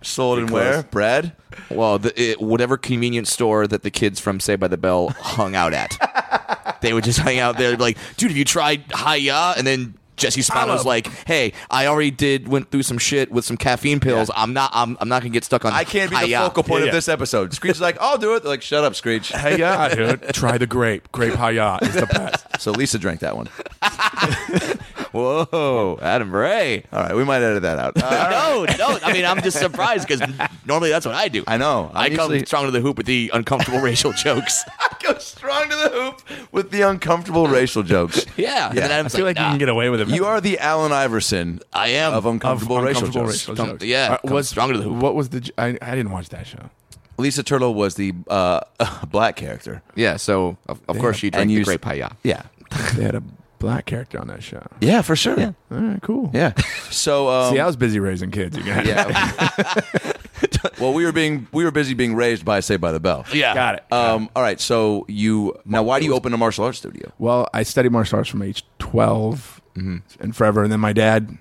Speaker 2: Sold and where? Brad.
Speaker 1: Well, the, it, whatever convenience store that the kids from Say by the Bell hung out at, they would just hang out there. They'd be like, dude, have you tried Hiya? And then Jesse Spino's like, hey, I already did went through some shit with some caffeine pills. I'm not. I'm, I'm not gonna get stuck on.
Speaker 2: I can't be the
Speaker 1: Hiya."
Speaker 2: focal point
Speaker 4: Yeah,
Speaker 2: of
Speaker 4: yeah.
Speaker 2: this episode. Screech is like, I'll do it. They're like, shut up, Screech.
Speaker 4: Haya, dude. Try the grape. Grape Haya is the best.
Speaker 2: So Lisa drank that one.
Speaker 1: Whoa, [laughs] Adam
Speaker 2: [laughs]
Speaker 1: Ray.
Speaker 2: All right, we might edit that out.
Speaker 1: [laughs]
Speaker 2: Uh,
Speaker 1: no, no. I mean, I'm just surprised because normally that's what I do.
Speaker 2: I know.
Speaker 1: i
Speaker 2: I'm
Speaker 1: come
Speaker 2: usually-
Speaker 1: strong to the hoop with the uncomfortable [laughs] racial jokes.
Speaker 2: go strong to the hoop with the uncomfortable racial jokes.
Speaker 1: Yeah. And then
Speaker 2: Yeah.
Speaker 1: Adam's
Speaker 4: [laughs] I feel like
Speaker 1: nah,
Speaker 4: you can get away with it.
Speaker 2: You are the Allen Iverson
Speaker 1: I am.
Speaker 2: of uncomfortable, racial,
Speaker 4: uncomfortable
Speaker 2: jokes.
Speaker 4: racial
Speaker 1: Come-
Speaker 4: jokes.
Speaker 1: yeah,
Speaker 4: Uh,
Speaker 1: come
Speaker 4: was-
Speaker 1: strong to the hoop.
Speaker 4: What was the? j- I, I didn't watch that show.
Speaker 2: Lisa Turtle was the uh, [laughs] black character.
Speaker 1: Yeah. So of, of course she drank
Speaker 2: And
Speaker 1: the
Speaker 2: you-
Speaker 1: grape Hiya.
Speaker 2: Yeah.
Speaker 4: They had a black character on that show.
Speaker 5: Yeah, for sure. Yeah.
Speaker 4: All right, cool.
Speaker 5: So um,
Speaker 4: See, I was busy raising kids, you guys.
Speaker 5: yeah. [laughs] well, we were being we were busy being raised by Saved by the Bell.
Speaker 1: Yeah.
Speaker 4: [laughs] Got it.
Speaker 5: Um, all right. So you now why do you open a martial arts studio?
Speaker 4: Well, I studied martial arts from age 12 and forever. And then my dad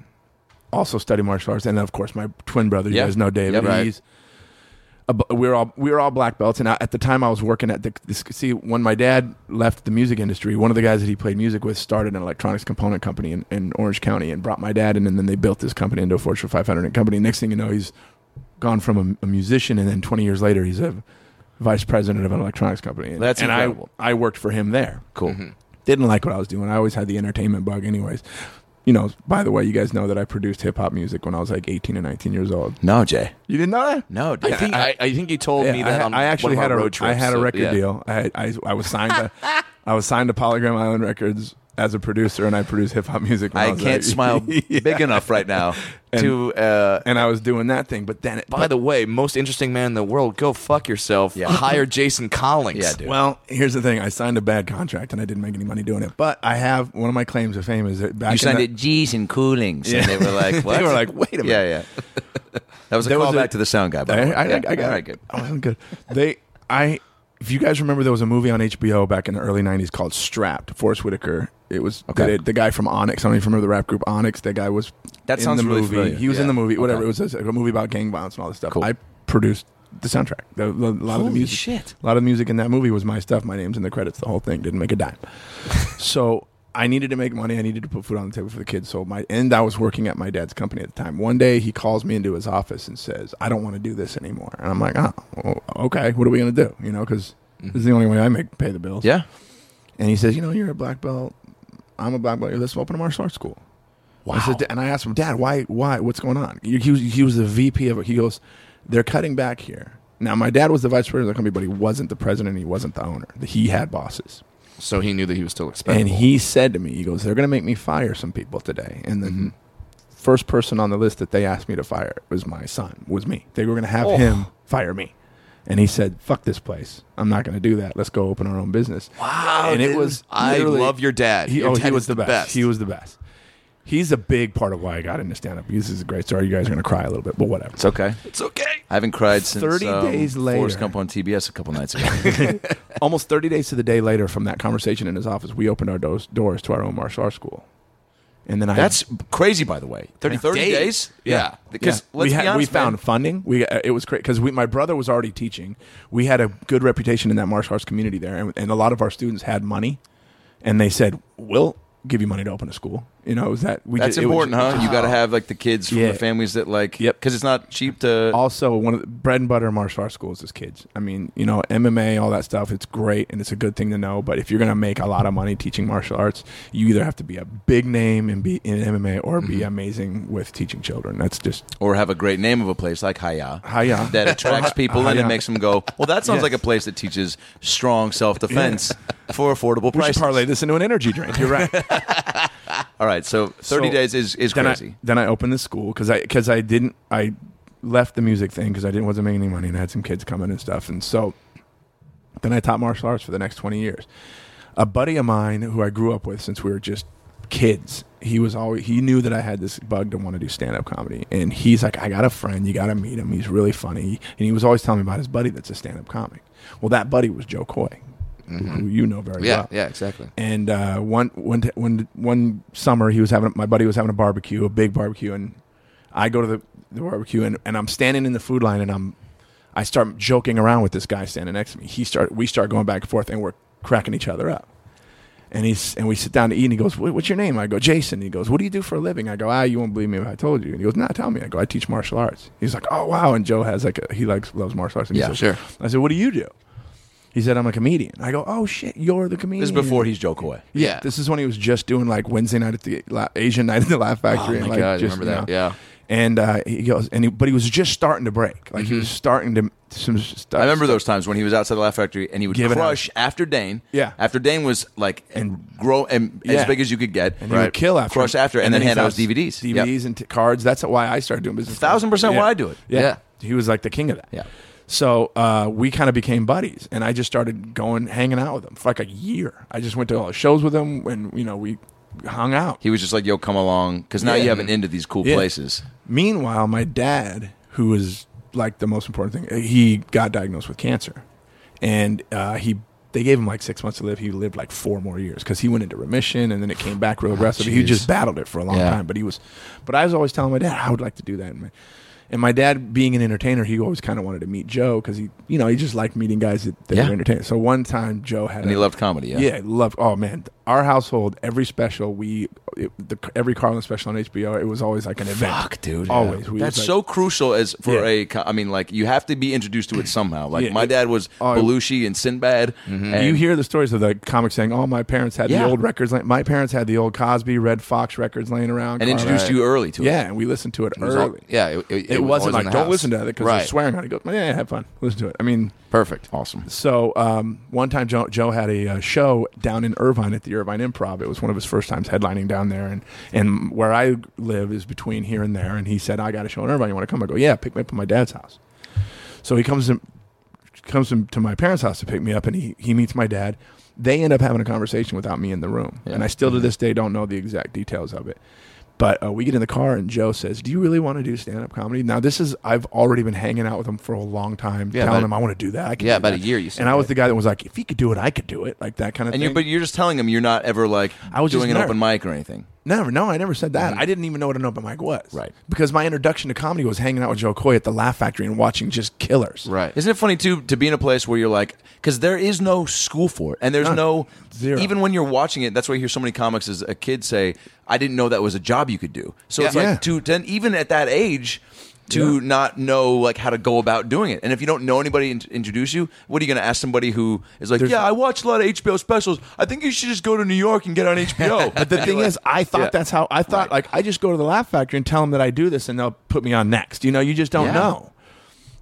Speaker 4: also studied martial arts. And then, of course, my twin brother, you
Speaker 5: Yeah.
Speaker 4: guys know David.
Speaker 5: Yeah, right.
Speaker 4: He's a bu- we were all we were all black belts, and I, at the time I was working at the this, see when my dad left the music industry, one of the guys that he played music with started an electronics component company in, in Orange County and brought my dad in, and then they built this company into a Fortune 500 company. Next thing you know, he's gone from a, a musician, and then 20 years later, he's a vice president of an electronics company. And,
Speaker 5: That's
Speaker 4: and I
Speaker 5: incredible.
Speaker 4: I worked for him there.
Speaker 5: Cool.
Speaker 4: Didn't like what I was doing. I always had the entertainment bug, anyways. You know, by the way, you guys know that I produced hip hop music when I was like 18 and 19 years old.
Speaker 5: No, Jay.
Speaker 4: You didn't know that?
Speaker 5: No,
Speaker 1: I think I, I think you told
Speaker 4: Oh, Yeah,
Speaker 1: me that
Speaker 4: I,
Speaker 1: on
Speaker 4: I
Speaker 1: one
Speaker 4: actually
Speaker 1: of our
Speaker 4: had a
Speaker 1: road trips.
Speaker 4: I had a
Speaker 1: so-
Speaker 4: record
Speaker 1: yeah.
Speaker 4: deal. I, I I was signed
Speaker 1: [laughs]
Speaker 4: to I was signed to Polygram Island Records as a producer, and I produced hip hop music. When I,
Speaker 5: I
Speaker 4: was
Speaker 5: can't
Speaker 4: like- [laughs]
Speaker 5: smile big enough right now
Speaker 4: And-
Speaker 5: to. Uh,
Speaker 4: and I was doing that thing, but then it,
Speaker 1: By the way, most interesting man in the world. Go fuck yourself.
Speaker 5: Yeah.
Speaker 1: Hire Jason Collins.
Speaker 5: yeah, dude.
Speaker 4: well, here's the thing: I signed a bad contract, and I didn't make any money doing it. But I have one of my claims of fame is that back
Speaker 5: you signed
Speaker 4: in
Speaker 5: it G's and Coolings, and they were like, what?
Speaker 4: [laughs] They were like, wait a minute.
Speaker 5: Yeah, yeah. That was a
Speaker 4: There was
Speaker 5: callback
Speaker 4: a-
Speaker 5: to the sound guy. By the way.
Speaker 4: I, I,
Speaker 5: yeah.
Speaker 4: I got
Speaker 5: All right,
Speaker 4: it.
Speaker 5: good.
Speaker 4: I wasn't good. They, I, if you guys remember, there was a movie on HBO back in the early '90s called Strapped. Forrest Whitaker. It was
Speaker 5: Okay.
Speaker 4: the, the guy from Onyx. I don't even remember the rap group Onyx. That guy was
Speaker 5: That
Speaker 4: in
Speaker 5: sounds
Speaker 4: the
Speaker 5: really
Speaker 4: movie.
Speaker 5: familiar.
Speaker 4: He was in
Speaker 5: Yeah.
Speaker 4: the movie. Whatever.
Speaker 5: Okay.
Speaker 4: It was a, a movie about gang violence and all this stuff.
Speaker 5: Cool.
Speaker 4: I produced the soundtrack. The, the, a lot of
Speaker 5: Holy
Speaker 4: the music.
Speaker 5: shit.
Speaker 4: A lot of the music in that movie was my stuff. My name's in the credits. The whole thing didn't make a dime. so I needed to make money. I needed to put food on the table for the kids. So my and I was working at my dad's company at the time. One day he calls me into his office and says, "I don't want to do this anymore." And I'm like, "Oh, well, okay. What are we gonna do? You know, because this is the only way I make pay the bills."
Speaker 5: Yeah.
Speaker 4: And he says, "You know, you're a black belt. I'm a black belt. Let's open a martial arts school." Wow. I said, and I asked him, Dad, why? Why? What's going on? He, he was he was the VP of it. He goes, they're cutting back here. Now, my dad was the vice president of the company, but he wasn't the president. He wasn't the owner. He had bosses.
Speaker 1: So he knew that he was still expected.
Speaker 4: And he said to me, he goes, they're going to make me fire some people today. And the
Speaker 1: Mm-hmm.
Speaker 4: first person on the list that they asked me to fire was my son, was me. They were going to have
Speaker 1: Oh.
Speaker 4: him fire me. And he said, fuck this place. I'm not going to do that. Let's go open our own business.
Speaker 1: Wow,
Speaker 4: And
Speaker 1: dude.
Speaker 4: it was.
Speaker 1: I
Speaker 4: literally-
Speaker 1: love your dad.
Speaker 4: He,
Speaker 1: Your
Speaker 4: oh,
Speaker 1: dad
Speaker 4: he
Speaker 1: is
Speaker 4: was the
Speaker 1: the
Speaker 4: best.
Speaker 1: best.
Speaker 4: He was the best. He's a big part of why I got into stand up. This is a great story. You guys are going to cry a little bit, but whatever.
Speaker 5: It's okay.
Speaker 1: it's okay.
Speaker 5: I haven't cried since
Speaker 4: 30
Speaker 5: um,
Speaker 4: days
Speaker 5: Forrest
Speaker 4: later.
Speaker 5: Gump on TBS a couple nights
Speaker 4: [laughs]
Speaker 5: ago.
Speaker 4: almost 30 days to the day later from that conversation in his office, we opened our doors, doors to our own martial arts school. And then I
Speaker 5: That's crazy, by the way. 30, 30 days?
Speaker 1: Days?
Speaker 5: Yeah.
Speaker 1: Yeah.
Speaker 5: Because
Speaker 4: Yeah.
Speaker 5: let's
Speaker 4: we,
Speaker 5: be
Speaker 4: had- we
Speaker 5: honest,
Speaker 4: found
Speaker 5: man.
Speaker 4: funding. We uh, it was great because my brother was already teaching. We had a good reputation in that martial arts community there, and, and a lot of our students had money, and they said, "We'll give you money to open a school." You know, it was that we
Speaker 5: That's
Speaker 4: ju- it was
Speaker 5: important,
Speaker 4: ju-
Speaker 5: huh? You got to have like the kids from
Speaker 4: Yeah.
Speaker 5: the families that like.
Speaker 4: Yep.
Speaker 5: Because it's not cheap to.
Speaker 4: Also, one of the bread and butter of martial arts schools is kids. I mean, you know, MMA, all that stuff. It's great and it's a good thing to know. But if you're going to make a lot of money teaching martial arts, you either have to be a big name and be in MMA or be amazing with teaching children. That's just
Speaker 5: or have a great name of a place like Haya.
Speaker 4: Haya.
Speaker 5: That
Speaker 4: [laughs]
Speaker 5: attracts people and it
Speaker 4: Haya.
Speaker 5: makes them go, well, that sounds
Speaker 4: Yes.
Speaker 5: like a place that teaches strong self defense for affordable
Speaker 4: we should
Speaker 5: prices.
Speaker 4: parlay this into an energy drink. [laughs] You're right.
Speaker 5: All right. So 30
Speaker 4: So
Speaker 5: days is, is
Speaker 4: then
Speaker 5: crazy.
Speaker 4: I, then I opened the school because I because I didn't I left the music thing because I didn't wasn't making any money and I had some kids coming and stuff and so then I taught martial arts for the next twenty years. A buddy of mine who I grew up with since we were just kids, he was always he knew that I had this bug to want to do stand up comedy and he's like, I got a friend, you got to meet him, he's really funny and he was always telling me about his buddy that's a stand up comic. Well, that buddy was Joe Coy, who-
Speaker 5: Mm-hmm.
Speaker 4: who you know very
Speaker 1: Yeah,
Speaker 4: well.
Speaker 1: yeah, exactly.
Speaker 4: And uh, one one t- one one summer, he was having my buddy was having a barbecue, a big barbecue, and I go to the, the barbecue and, and I'm standing in the food line and I'm I start joking around with this guy standing next to me. He start we start going back and forth and we're cracking each other up. And he's and we sit down to eat and he goes, "What- "What's your name?" I go, "Jason." He goes, "What do you do for a living?" I go, "Ah, you won't believe me if I told you." And he goes, "Nah, tell me." I go, "I teach martial arts." He's like, "Oh wow!" And Joe has like a, he likes loves martial arts. And he
Speaker 5: Yeah,
Speaker 4: says-
Speaker 1: sure.
Speaker 4: I said, "What do you do?" He said, "I'm a comedian." I go, "Oh shit, you're the comedian."
Speaker 5: This is before he's Joe Coy.
Speaker 1: Yeah.
Speaker 4: This is when he was just doing like Wednesday night at the La- Asian night at the Laugh Factory.
Speaker 1: Oh, my
Speaker 4: and, like,
Speaker 1: God, I
Speaker 4: just,
Speaker 1: remember that,
Speaker 4: you know.
Speaker 1: yeah.
Speaker 4: And uh, he goes, and he, but he was just starting to break. Like he was starting to some stuff.
Speaker 5: Mm-hmm. I remember those times when he was outside the Laugh Factory and he would
Speaker 4: Give it
Speaker 5: crush after Dane.
Speaker 4: Yeah.
Speaker 5: After Dane was like and
Speaker 4: And-
Speaker 5: grow and as
Speaker 4: Yeah.
Speaker 5: big as you could get.
Speaker 4: And he would kill after
Speaker 5: Crush
Speaker 4: him.
Speaker 5: after and, then,
Speaker 4: he's
Speaker 5: hand out
Speaker 4: out
Speaker 5: his DVDs. Yeah.
Speaker 4: DVDs and t- cards. That's why I started doing business.
Speaker 5: 1000% why I do it.
Speaker 4: Yeah.
Speaker 1: Yeah.
Speaker 4: He was like the king of that.
Speaker 5: Yeah.
Speaker 4: So uh, we kind of became buddies, and I just started going hanging out with him for like a year. I just went to all the shows with him, and you know we hung out.
Speaker 2: He was just like, "Yo, come along," because now you have an end to these cool
Speaker 4: Yeah.
Speaker 2: places.
Speaker 4: Meanwhile, my dad, who was like the most important thing, he got diagnosed with cancer, and uh, he they gave him like six months to live. He lived like four more years because he went into remission and then it came back real aggressive. he
Speaker 2: Oh, jeez.
Speaker 4: just battled it for a long
Speaker 2: Yeah.
Speaker 4: time, but he was. But I was always telling my dad I would like to do that. And my, and my dad, being an entertainer, he always kind of wanted to meet Joe because he, you know, he just liked meeting guys that, that
Speaker 2: Yeah.
Speaker 4: were entertainers. So one time Joe had
Speaker 2: And he
Speaker 4: a-
Speaker 2: loved comedy. Yeah.
Speaker 4: yeah, loved. Oh man, our household, every special, we it, the, every Carlin special on HBO, it was always like an event.
Speaker 2: Fuck, dude.
Speaker 4: Always. We
Speaker 2: Oh, That's
Speaker 4: was
Speaker 2: so
Speaker 4: like-
Speaker 2: crucial as for
Speaker 4: Yeah.
Speaker 2: a co- I mean, like you have to be introduced to it somehow. Like
Speaker 4: Yeah.
Speaker 2: my dad was
Speaker 4: Oh, Mm-hmm.
Speaker 2: Belushi and Sinbad. and-
Speaker 4: you hear the stories of the comics saying, "Oh, my parents had
Speaker 2: Yeah.
Speaker 4: the old records. Laying, my parents had the old Cosby, Red Fox records laying around."
Speaker 2: and
Speaker 4: Carlin-
Speaker 2: introduced you early to it.
Speaker 4: Yeah, and we listened to it,
Speaker 1: It was
Speaker 4: early.
Speaker 1: all- yeah, it,
Speaker 4: It, wasn't like don't listen to that because
Speaker 1: right.
Speaker 4: they're swearing on it. He goes, "Yeah, yeah, have fun. Listen to it." I mean,
Speaker 1: Perfect.
Speaker 2: Awesome.
Speaker 4: so um, one time Joe, Joe had a uh, show down in Irvine at the Irvine Improv. It was one of his first times headlining down there, and and where I live is between here and there. And he said, "I got a show in Irvine. You want to come?" I go, "Yeah, pick me up at my dad's house." So he comes in, comes in to my parents' house to pick me up, and he he meets my dad. They end up having a conversation without me in the room, and I
Speaker 1: Mm-hmm.
Speaker 4: still to this day don't know the exact details of it. But uh, we get in the car, and Joe says, "Do you really want to do stand-up comedy?" Now, this is—I've already been hanging out with him for a long time,
Speaker 1: Yeah,
Speaker 4: telling
Speaker 1: but-
Speaker 4: him I want to do that. I can
Speaker 1: Yeah,
Speaker 4: do
Speaker 1: about
Speaker 4: that.
Speaker 1: a year, you said,
Speaker 4: And I was
Speaker 1: right?
Speaker 4: the guy that was like, if he could do it, I could do it, like that kind of
Speaker 2: And
Speaker 4: thing.
Speaker 2: you, but you're just telling him you're not ever like
Speaker 4: I was just
Speaker 2: doing an
Speaker 4: nervous.
Speaker 2: open mic or anything.
Speaker 4: never, no, I never said that.
Speaker 1: Mm-hmm.
Speaker 4: I didn't even know what an open mic was,
Speaker 2: Right.
Speaker 4: Because my introduction to comedy was hanging out with Joe Coy at the Laugh Factory and watching just killers,
Speaker 1: Right.
Speaker 2: Isn't it funny too to be in a place where you're like, because there is no school for it, and there's
Speaker 4: None.
Speaker 2: no
Speaker 4: Zero.
Speaker 2: Even when you're watching it, that's why you hear so many comics as a kid say, "I didn't know that was a job you could do." So it's
Speaker 4: Yeah.
Speaker 2: like
Speaker 4: Yeah.
Speaker 2: to then even at that age. To not know like how to go about doing it, and if you don't know anybody in- introduce you, what are you going to ask somebody who is like,
Speaker 4: There's-
Speaker 2: "Yeah, I watch a lot of HBO specials. I think you should just go to New York and get on HBO."
Speaker 4: [laughs] Oh,
Speaker 2: [laughs]
Speaker 4: But the thing is, I thought that's how I thought. Like, I just go to the Laugh Factory and tell them that I do this, and they'll put me on next. You know, you just don't
Speaker 2: Yeah.
Speaker 4: know.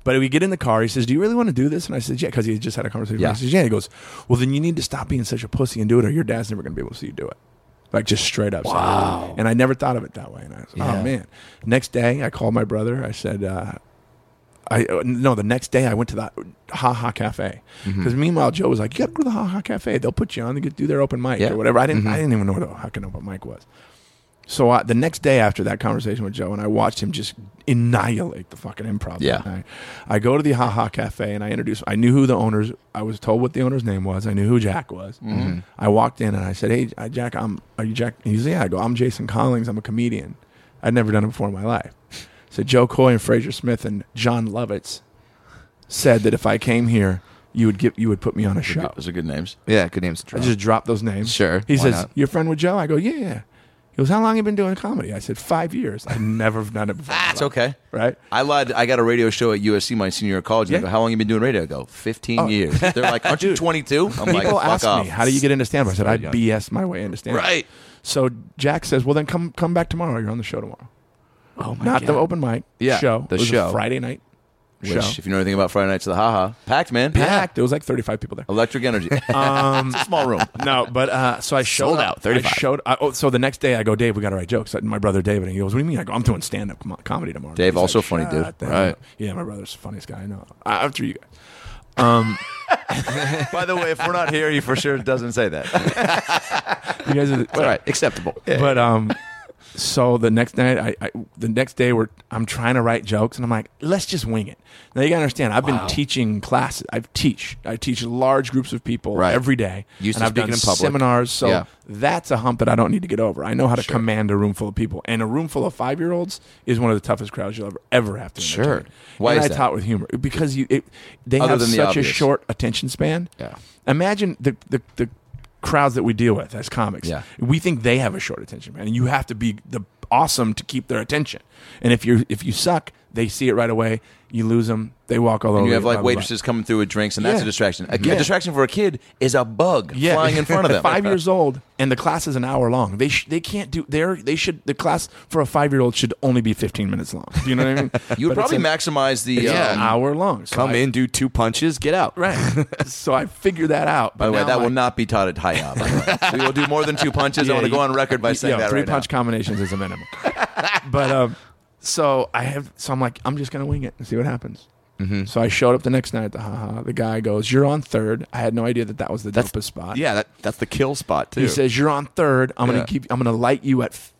Speaker 4: But we get in the car. He says, "Do you really want to do this?" And I said, "Yeah," because he had just had a conversation.
Speaker 2: Yeah.
Speaker 4: I says, "Yeah." He goes, "Well, then you need to stop being such a pussy and do it, or your dad's never going to be able to see you do it." Like just straight up. Wow. And I never thought of it that way. And I was, oh man. Next day, I called my brother. I said, uh, I uh, no. The next day, I went to the Ha Ha Cafe
Speaker 2: Mm-hmm.
Speaker 4: because meanwhile Joe was like, "You got to go to the Ha Ha Cafe. They'll put you on. They get do their open mic
Speaker 2: Yeah. Mm-hmm.
Speaker 4: or whatever." I didn't. I didn't even know what a fucking open mic was. So I, the next day after that conversation with Joe, and I watched him just annihilate the fucking improv.
Speaker 2: Yeah.
Speaker 4: that night. I go to the Ha Ha Cafe and I introduce. I knew who the owners. I was told what the owner's name was. I knew who Jack was.
Speaker 2: Mm-hmm.
Speaker 4: I walked in and I said, "Hey, uh, Jack, I'm. Are you Jack?" He's yeah. I go, "I'm Jason Collins. I'm a comedian. I'd never done it before in my life." So Joe Coy and Fraser Smith and John Lovitz said that if I came here, you would give you would put me on a show.
Speaker 2: those are good names.
Speaker 1: Yeah, good names.
Speaker 4: I just dropped those names.
Speaker 1: Sure,
Speaker 4: He
Speaker 1: why
Speaker 4: says,
Speaker 1: not?
Speaker 4: "Your friend with Joe?" I go, "Yeah." yeah." He goes, "How long you been doing comedy?" I said, five years. I never have done it before."
Speaker 2: That's okay.
Speaker 4: Right?
Speaker 2: I lied. I got a radio show at USC my senior year of college. And
Speaker 4: Yeah. Oh.
Speaker 2: I go, how long you been doing radio? I go, 15 years. They're like,
Speaker 4: [laughs]
Speaker 2: aren't you 22? I'm like,
Speaker 4: People
Speaker 2: fuck
Speaker 4: ask
Speaker 2: off.
Speaker 4: me, "How do you get into stand-up?" I said, "I BS my way into stand-up."
Speaker 1: Right.
Speaker 4: So Jack says, "Well, then come come back tomorrow. You're on the show tomorrow." Oh my Not the open mic.
Speaker 1: Yeah,
Speaker 4: Show.
Speaker 1: the
Speaker 4: It was a
Speaker 1: show.
Speaker 4: Friday night.
Speaker 2: Which,
Speaker 4: show.
Speaker 2: if you know anything about Friday Nights of the Haha, packed, man.
Speaker 4: Packed. There was like 35 people there.
Speaker 2: Electric
Speaker 4: [laughs]
Speaker 2: energy. it's a small room.
Speaker 4: Um, No, but uh, so I showed
Speaker 1: Sold
Speaker 4: up.
Speaker 1: out, 35.
Speaker 4: I showed. I, oh, so the next day I go, Dave, we got to write jokes. And my brother David, and he goes, "What do you mean?" I go, "I'm doing stand up comedy tomorrow."
Speaker 2: Dave,
Speaker 4: He's
Speaker 2: also funny dude.
Speaker 4: "Shut the
Speaker 1: Right.
Speaker 4: hell up." Yeah, my brother's the funniest guy I know. I, after you guys.
Speaker 2: By the way, if we're not here, he for sure doesn't say that.
Speaker 4: You
Speaker 2: [laughs]
Speaker 4: guys are
Speaker 1: All right, acceptable.
Speaker 4: But um, so the next night, I, I the next day we're I'm trying to write jokes, and I'm like, let's just wing it. Now you gotta understand, I've been teaching classes. I teach. I teach large groups of people
Speaker 1: Right.
Speaker 4: every day.
Speaker 1: Used
Speaker 4: and
Speaker 1: to
Speaker 4: I've done
Speaker 1: speaking in public.
Speaker 4: seminars, so
Speaker 1: Yeah.
Speaker 4: that's a hump that I don't need to get over. I know how to command a room full of people, and a room full of five year olds is one of the toughest crowds you'll ever ever have to
Speaker 1: Sure.
Speaker 4: entertain.
Speaker 2: Why
Speaker 4: and
Speaker 2: is
Speaker 4: I
Speaker 2: that?
Speaker 4: taught with humor because you it, they
Speaker 2: Other
Speaker 4: have
Speaker 2: than the
Speaker 4: such a
Speaker 2: obvious.
Speaker 4: short attention span.
Speaker 1: Yeah.
Speaker 4: Imagine the the, the crowds that we deal with as comics.
Speaker 2: Yeah.
Speaker 4: We think they have a short attention span, and you have to be the awesome to keep their attention. And if you are if you suck, they see it right away. You lose them. They walk all over.
Speaker 2: And you have
Speaker 4: blah,
Speaker 2: like
Speaker 4: blah, blah.
Speaker 2: waitresses coming through with drinks, and that's
Speaker 4: Yeah.
Speaker 2: a distraction. A, a
Speaker 4: Yeah.
Speaker 2: distraction for a kid is a bug
Speaker 4: Yeah.
Speaker 2: flying in
Speaker 4: [laughs]
Speaker 2: front of them.
Speaker 4: five years old, and the class is an hour long. They sh- they can't do. They're they should the class for a five year old should only be fifteen minutes long. Do you know what I mean?
Speaker 2: [laughs] You would
Speaker 4: But it's
Speaker 2: probably
Speaker 4: an-
Speaker 2: maximize the.
Speaker 4: it's
Speaker 1: Yeah.
Speaker 4: an
Speaker 2: um,
Speaker 4: hour long. So
Speaker 1: Come
Speaker 4: I-
Speaker 1: in, do two punches, get out.
Speaker 4: [laughs] Right. so I figured that out.
Speaker 2: By the way, that
Speaker 4: will
Speaker 2: will
Speaker 4: not.
Speaker 2: not be taught at high
Speaker 4: [laughs]
Speaker 2: up. we will do more than two punches. I
Speaker 4: Yeah,
Speaker 2: want to go
Speaker 4: you-
Speaker 2: on record by
Speaker 4: you-
Speaker 2: saying
Speaker 4: yeah,
Speaker 2: that
Speaker 4: three
Speaker 2: right now.
Speaker 4: punch combinations is a [laughs] minimum. but um, so I have, so I'm like, I'm just gonna wing it and see what happens.
Speaker 2: Mm-hmm.
Speaker 4: So I showed up the next night at the haha. The guy goes, "You're on third. I had no idea that that was the dopest spot.
Speaker 1: Yeah, that, that's the kill spot too.
Speaker 4: He says, "You're on third. I'm
Speaker 2: Yeah.
Speaker 4: gonna keep. I'm gonna light you at f-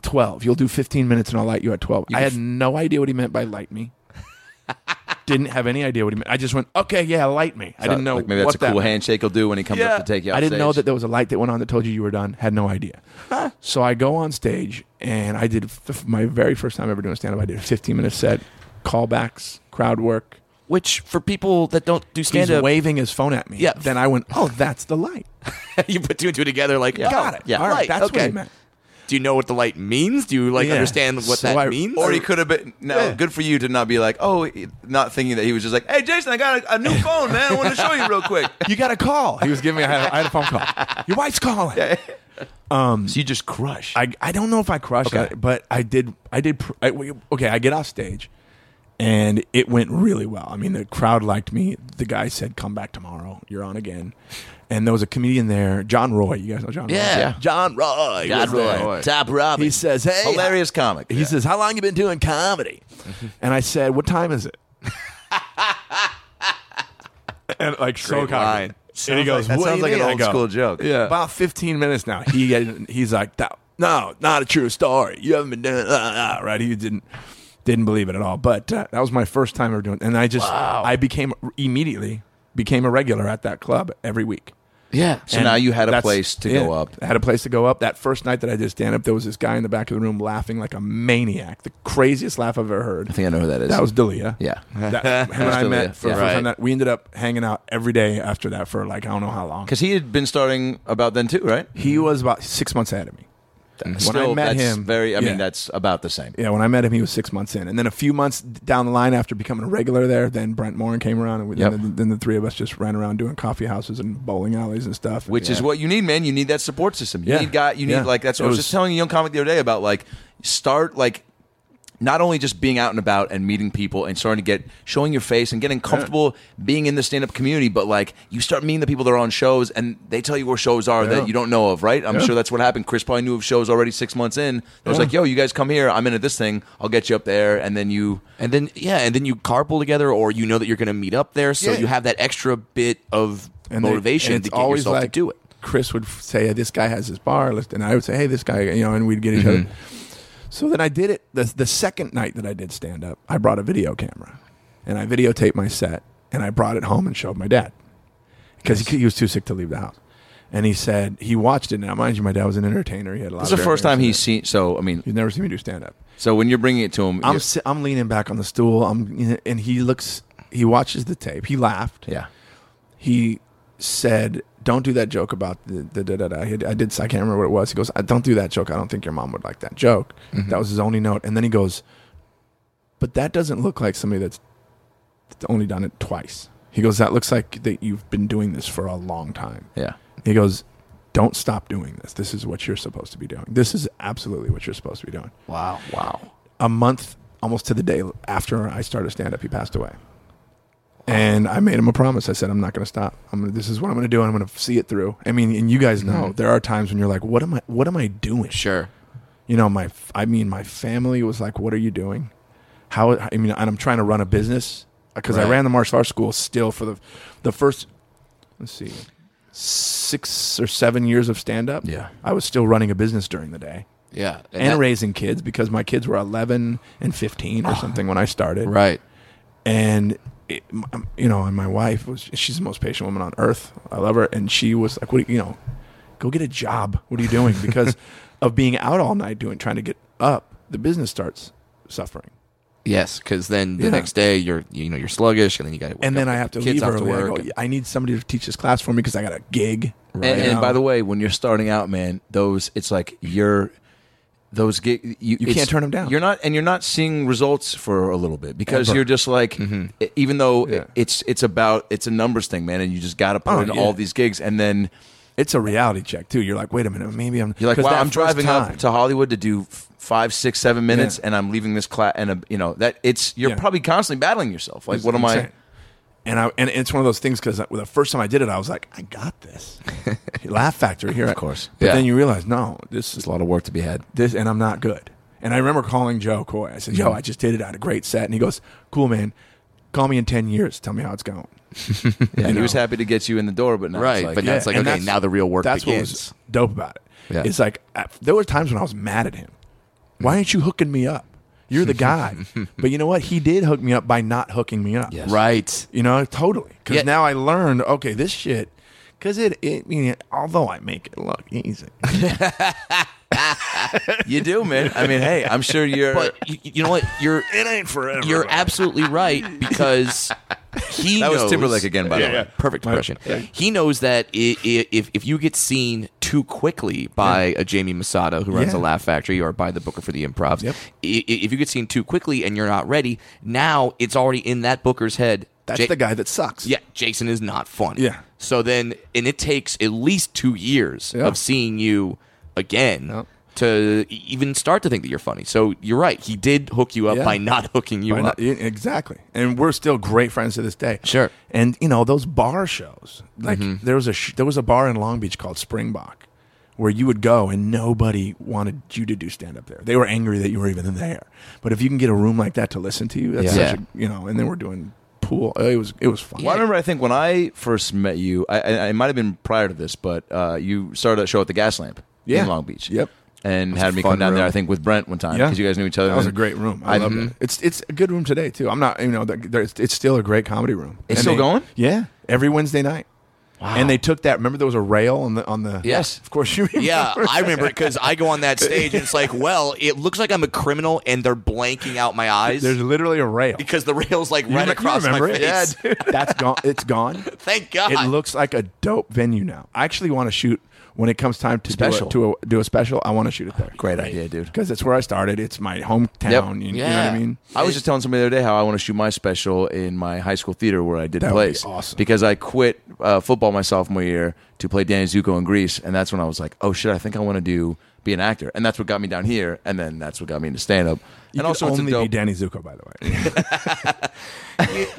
Speaker 4: twelve. You'll do fifteen minutes, and I'll light you at 12. I had no idea what he meant by
Speaker 2: [laughs]
Speaker 4: light me. Didn't have any idea what he meant. I just went, okay, yeah, light me. I didn't know
Speaker 2: Like maybe
Speaker 4: what
Speaker 2: that's a
Speaker 4: that
Speaker 2: cool
Speaker 4: meant.
Speaker 2: handshake he'll do when he comes
Speaker 5: Yeah.
Speaker 2: up to take you out.
Speaker 4: I didn't know that there was a light that went on that told you you were done. Had no idea. so I go on stage and I did f- my very first time ever doing stand up. I did a 15 minute set, callbacks, crowd work.
Speaker 1: Which for people that don't do
Speaker 4: He's
Speaker 1: stand up,
Speaker 4: waving his phone at me.
Speaker 1: uh, Yeah.
Speaker 4: Then I went, oh, that's the light.
Speaker 1: [laughs] you put two and two together. Like,
Speaker 4: Got it.
Speaker 1: Yeah,
Speaker 4: All right.
Speaker 1: light,
Speaker 4: That's what
Speaker 1: okay.
Speaker 4: he meant.
Speaker 1: Do you know what the light means? Do you like
Speaker 4: Yeah.
Speaker 1: understand what
Speaker 4: So
Speaker 1: that
Speaker 4: I-
Speaker 1: means?
Speaker 2: Or he could have been. No,
Speaker 4: Yeah.
Speaker 2: good for you to not be like, oh, not thinking that he was just like, hey, Jason, I got a, a
Speaker 4: [laughs]
Speaker 2: new phone, man. I want to show you real quick.
Speaker 4: You got a call. He was giving me, I had, I had a phone call. Your wife's calling.
Speaker 2: [laughs] So you just crush.
Speaker 4: I, I don't know if I crushed
Speaker 2: Okay.
Speaker 4: it, but I did. I did. pr- I, we- okay, I get off stage, and it went really well. I mean, the crowd liked me. The guy said, "Come back tomorrow. You're on again." And there was a comedian there, John Roy. You guys know John
Speaker 1: Yeah.
Speaker 4: Roy?
Speaker 1: Yeah.
Speaker 4: John Roy. was there.
Speaker 1: top Robin.
Speaker 4: He says, "Hey,
Speaker 2: Hilarious comic.
Speaker 4: He says, "How long you been
Speaker 2: [laughs]
Speaker 4: doing comedy?" and I said, "What time is it?" [laughs] and like so cocky.
Speaker 1: line.
Speaker 4: And he goes,
Speaker 2: that
Speaker 4: "What do
Speaker 2: sounds
Speaker 4: you
Speaker 2: like an
Speaker 4: mean?" I
Speaker 2: old
Speaker 4: go,
Speaker 2: school joke.
Speaker 4: Yeah, about fifteen minutes now. He he's like, "That- "No, not a true story. You haven't been doing uh, uh, right." He didn't didn't believe it at all. But uh, that was my first time ever doing, and I just I became immediately became a regular at that club every week.
Speaker 1: yeah.
Speaker 2: So now you had a
Speaker 4: That's-
Speaker 2: place to
Speaker 4: yeah,
Speaker 2: go up.
Speaker 4: I had a place to go up. That first night that I did stand up, there was this guy in the back of the room laughing like a maniac. The craziest laugh I've ever heard.
Speaker 2: I think I know who that is.
Speaker 4: That was Dalia.
Speaker 2: Yeah. [laughs]
Speaker 4: That, him and I
Speaker 2: Dalia,
Speaker 4: met for
Speaker 2: yeah.
Speaker 4: the first
Speaker 1: Right.
Speaker 4: time. That, we ended up hanging out every day after that for like, I don't know how long.
Speaker 2: Because he had been starting about then too, right?
Speaker 4: He was about six months ahead of me. When
Speaker 2: Still,
Speaker 4: I met
Speaker 2: that's
Speaker 4: him.
Speaker 2: very. I
Speaker 4: yeah.
Speaker 2: mean, that's about the same.
Speaker 4: Yeah, when I met him, he was six months in. And then a few months down the line after becoming a regular there, then Brent Morin came around. And we,
Speaker 2: Yep.
Speaker 4: then, the, then the three of us just ran around doing coffee houses and bowling alleys and stuff.
Speaker 2: which is what you need, man. You need that support system. You
Speaker 4: Yeah.
Speaker 2: need guy. You need
Speaker 4: Yeah.
Speaker 2: like that's. What
Speaker 4: It
Speaker 2: I was
Speaker 4: was-
Speaker 2: just telling a young comic the other day about like start like not only just being out and about and meeting people and starting to get showing your face and getting comfortable being in the stand up community, but like you start meeting the people that are on shows and they tell you where shows are
Speaker 4: Yeah.
Speaker 2: that you don't know of, right? I'm
Speaker 4: Yeah.
Speaker 2: sure that's what happened. Chris probably knew of shows already six months in. It was like, yo, you guys come here. I'm in at this thing. I'll get you up there, and then you.
Speaker 1: And then yeah, and then you carpool together, or you know that you're going to meet up there, so
Speaker 4: Yeah.
Speaker 1: you have that extra bit of
Speaker 4: they-
Speaker 1: motivation
Speaker 4: and
Speaker 1: to
Speaker 4: it's
Speaker 1: get yourself to do it.
Speaker 4: Chris would f- say, "This guy has his bar list," and I would say, "Hey, this guy," you know, and we'd get each other. So then I did it the the second night that I did stand up. I brought a video camera, and I videotaped my set, and I brought it home and showed my dad because he, he was too sick to leave the house. And he said he watched it. Now, mind you, my dad was an entertainer. He had a lot.
Speaker 2: This
Speaker 4: of
Speaker 2: is the first time he's
Speaker 4: experience in
Speaker 2: seen. So I mean,
Speaker 4: it. He's never seen me do stand up.
Speaker 2: so when you're bringing it to him,
Speaker 4: I'm
Speaker 2: you-
Speaker 4: si- I'm leaning back on the stool. I'm and he looks. He watches the tape. He laughed
Speaker 2: yeah.
Speaker 4: he said, "Don't do that joke about the, the da da da." He- I did. I can't remember what it was. He goes, "I- "Don't do that joke. I don't think your mom would like that joke." That was his only note. And then he goes, "But that doesn't look like somebody that's that's only done it twice." He goes, "That looks like that you've been doing this for a long time."
Speaker 2: Yeah.
Speaker 4: He goes, "Don't stop doing this. This is what you're supposed to be doing. This is absolutely what you're supposed to be doing."
Speaker 1: Wow, wow.
Speaker 4: a month almost to the day after I started stand up, he passed away. And I made him a promise. I said, I'm not going to stop. I'm gonna, this is what I'm going to do. and I'm going to see it through. I mean, and you guys know there are times when you're like, what am I, what am I doing?
Speaker 1: Sure.
Speaker 4: You know, my, I mean, my family was like, what are you doing? How, I mean, and I'm trying to run a business because
Speaker 1: Right.
Speaker 4: I ran the martial arts school still for the, the first, let's see, six or seven years of stand up.
Speaker 2: Yeah.
Speaker 4: I was still running a business during the day
Speaker 1: Yeah.
Speaker 4: and
Speaker 1: that- Ah,
Speaker 4: raising kids because my kids were 11 and 15 or something when I started.
Speaker 1: Right.
Speaker 4: And, it, m- you know, and my wife was, she's the most patient woman on earth. I love her. And she was like, what, do you you know, go get a job. What are you doing?
Speaker 2: [laughs]
Speaker 4: Because of being out all night doing, trying to get up, the business starts suffering.
Speaker 1: Yes, because then the
Speaker 4: Yeah.
Speaker 1: next day you're you know you're sluggish, and then you got
Speaker 4: And then I have to
Speaker 1: kids
Speaker 4: leave
Speaker 1: off to
Speaker 4: early. I,
Speaker 1: work.
Speaker 4: go, "Yeah, I need somebody to teach this class for me because I got a gig.
Speaker 2: And,
Speaker 4: You
Speaker 2: and
Speaker 4: know?
Speaker 2: by the way, when you're starting out, man, those it's like you're those get you, it's-
Speaker 4: can't turn 'em down.
Speaker 2: You're not and you're not seeing results for a little bit because
Speaker 4: Ever.
Speaker 2: you're just like e- even though
Speaker 4: Yeah.
Speaker 2: it's it's about it's a numbers thing, man, and you just got to put
Speaker 4: Oh,
Speaker 2: in
Speaker 4: yeah.
Speaker 2: all these gigs and then
Speaker 4: it's a reality check too. You're like, wait a minute, maybe I'm.
Speaker 2: you're like,
Speaker 4: 'cause
Speaker 2: wow,
Speaker 4: that
Speaker 2: I'm
Speaker 4: first
Speaker 2: driving
Speaker 4: time-
Speaker 2: up to Hollywood to do f- five, six, seven minutes,
Speaker 4: Yeah.
Speaker 2: and I'm leaving this class, and a, you know that it's you're
Speaker 4: Yeah.
Speaker 2: probably constantly battling yourself. Like, what am I?
Speaker 4: Insane. And I and it's one of those things because the first time I did it, I was like, I got this.
Speaker 2: [laughs]
Speaker 4: Laugh Factory here, of
Speaker 2: course.
Speaker 4: But
Speaker 1: Yeah.
Speaker 4: then you realize, no, this is
Speaker 2: There's a lot of work to be had.
Speaker 4: this, and I'm
Speaker 1: Mm-hmm.
Speaker 4: not good. And I remember calling Joe Coy. I said, Yo, I just did it. I had a great set, and he goes, Cool, man. Call me in ten years. Tell me how it's
Speaker 1: [laughs]
Speaker 4: going.
Speaker 2: Yeah, he was happy to get you in the door, but now
Speaker 1: Right,
Speaker 2: It's like,
Speaker 1: but now it's like
Speaker 4: and
Speaker 1: okay,
Speaker 4: that's-
Speaker 1: now the real work
Speaker 4: That's what
Speaker 1: begins.
Speaker 4: was dope about it.
Speaker 1: Yeah.
Speaker 4: It's like I, there were times when I was mad at him. Why aren't you hooking me up? You're
Speaker 1: [laughs]
Speaker 4: the guy. but you know what? He did hook me up by not hooking me up.
Speaker 1: right.
Speaker 4: You know, totally. Because
Speaker 1: Yeah.
Speaker 4: now I learned, okay, this shit. Because it, it, I mean, although I make it look easy, [laughs]
Speaker 2: you do, man. I mean, hey, I'm [laughs] sure you're.
Speaker 1: But [laughs] you, you know what? You're
Speaker 4: it ain't
Speaker 1: [laughs]
Speaker 4: forever.
Speaker 1: you're absolutely right [laughs] because he
Speaker 2: that
Speaker 1: knows
Speaker 2: was Timberlake again, by the way.
Speaker 1: Perfect impression. He knows that i- i- if if you get seen too quickly by a Jamie Masada who runs
Speaker 4: Yeah.
Speaker 1: a Laugh Factory or by the Booker for the Improvs,
Speaker 4: Yep.
Speaker 1: i- i- if you get seen too quickly and you're not ready, now it's already in that Booker's head.
Speaker 4: That's
Speaker 1: Ja-
Speaker 4: the guy that sucks.
Speaker 1: Yeah, Jason is not funny.
Speaker 4: Yeah.
Speaker 1: So then, and it takes at least two years
Speaker 4: Yeah.
Speaker 1: of seeing you again
Speaker 4: Yep.
Speaker 1: to e- even start to think that you're funny. So you're right. He did hook you up
Speaker 4: Yeah.
Speaker 1: by not [laughs] hooking you
Speaker 4: Why
Speaker 1: up.
Speaker 4: not? Yeah, exactly. And we're still great friends to this day.
Speaker 1: Sure. Mm-hmm.
Speaker 4: And you know those bar shows. Like there was a sh- there was a bar in Long Beach called Springbok, where you would go and nobody wanted you to do stand up there. They were angry that you were even there. But if you can get a room like that to listen to you, that's
Speaker 1: Yeah.
Speaker 4: such a you know. And then we're doing pool. It was it was fun.
Speaker 2: Well, I remember. I think when I first met you, I, I it might have been prior to this, but uh, you started a show at the Gas Lamp
Speaker 4: Yeah.
Speaker 2: in Long Beach.
Speaker 4: Yep.
Speaker 2: and had me
Speaker 1: fun
Speaker 2: come down there.
Speaker 1: room.
Speaker 2: I think with Brent one time
Speaker 4: Yeah.
Speaker 2: because Uh, you guys knew each other.
Speaker 4: That was a
Speaker 2: and- Mm-hmm.
Speaker 4: great room. I, love it. It's it's a good room today too. I'm not you know th- there- it's, it's still a great comedy room.
Speaker 2: It's
Speaker 4: And
Speaker 2: still
Speaker 4: they-
Speaker 2: going?
Speaker 4: Yeah, every Wednesday night. Wow. And they took that. Remember, there was a rail on the on the.
Speaker 1: Yes.
Speaker 4: of course you. Remember.
Speaker 1: Yeah, I remember it because I go on that stage and it's like, well, it looks like I'm a criminal and they're blanking out my eyes
Speaker 4: [laughs] There's literally a rail.
Speaker 1: because the rail's like
Speaker 4: You
Speaker 1: right
Speaker 4: rem- you
Speaker 1: across my
Speaker 4: remember
Speaker 1: face.
Speaker 4: it?
Speaker 2: [laughs]
Speaker 4: That's gone. It's gone.
Speaker 1: Thank God.
Speaker 4: It looks like a dope venue now. I actually want to shoot when it comes time to
Speaker 2: Special.
Speaker 4: do a, to a, do a special. I want to shoot it there.
Speaker 2: Great idea, dude.
Speaker 4: Because it's where I started. It's my hometown. You, you know what
Speaker 1: Yeah.
Speaker 4: I mean?
Speaker 2: I was just telling somebody the other day how I want to shoot my special in my high school theater where I did
Speaker 4: That would be
Speaker 2: plays.
Speaker 4: awesome.
Speaker 2: Because I quit uh, football my sophomore year to play Danny Zuko in Greece, and that's when I was like, oh shit, I think I want to do be an actor, and that's what got me down here, and then that's what got me into stand up. And
Speaker 4: You could
Speaker 2: also, it's a
Speaker 4: only be
Speaker 2: dope.
Speaker 4: Danny Zuko, by the way.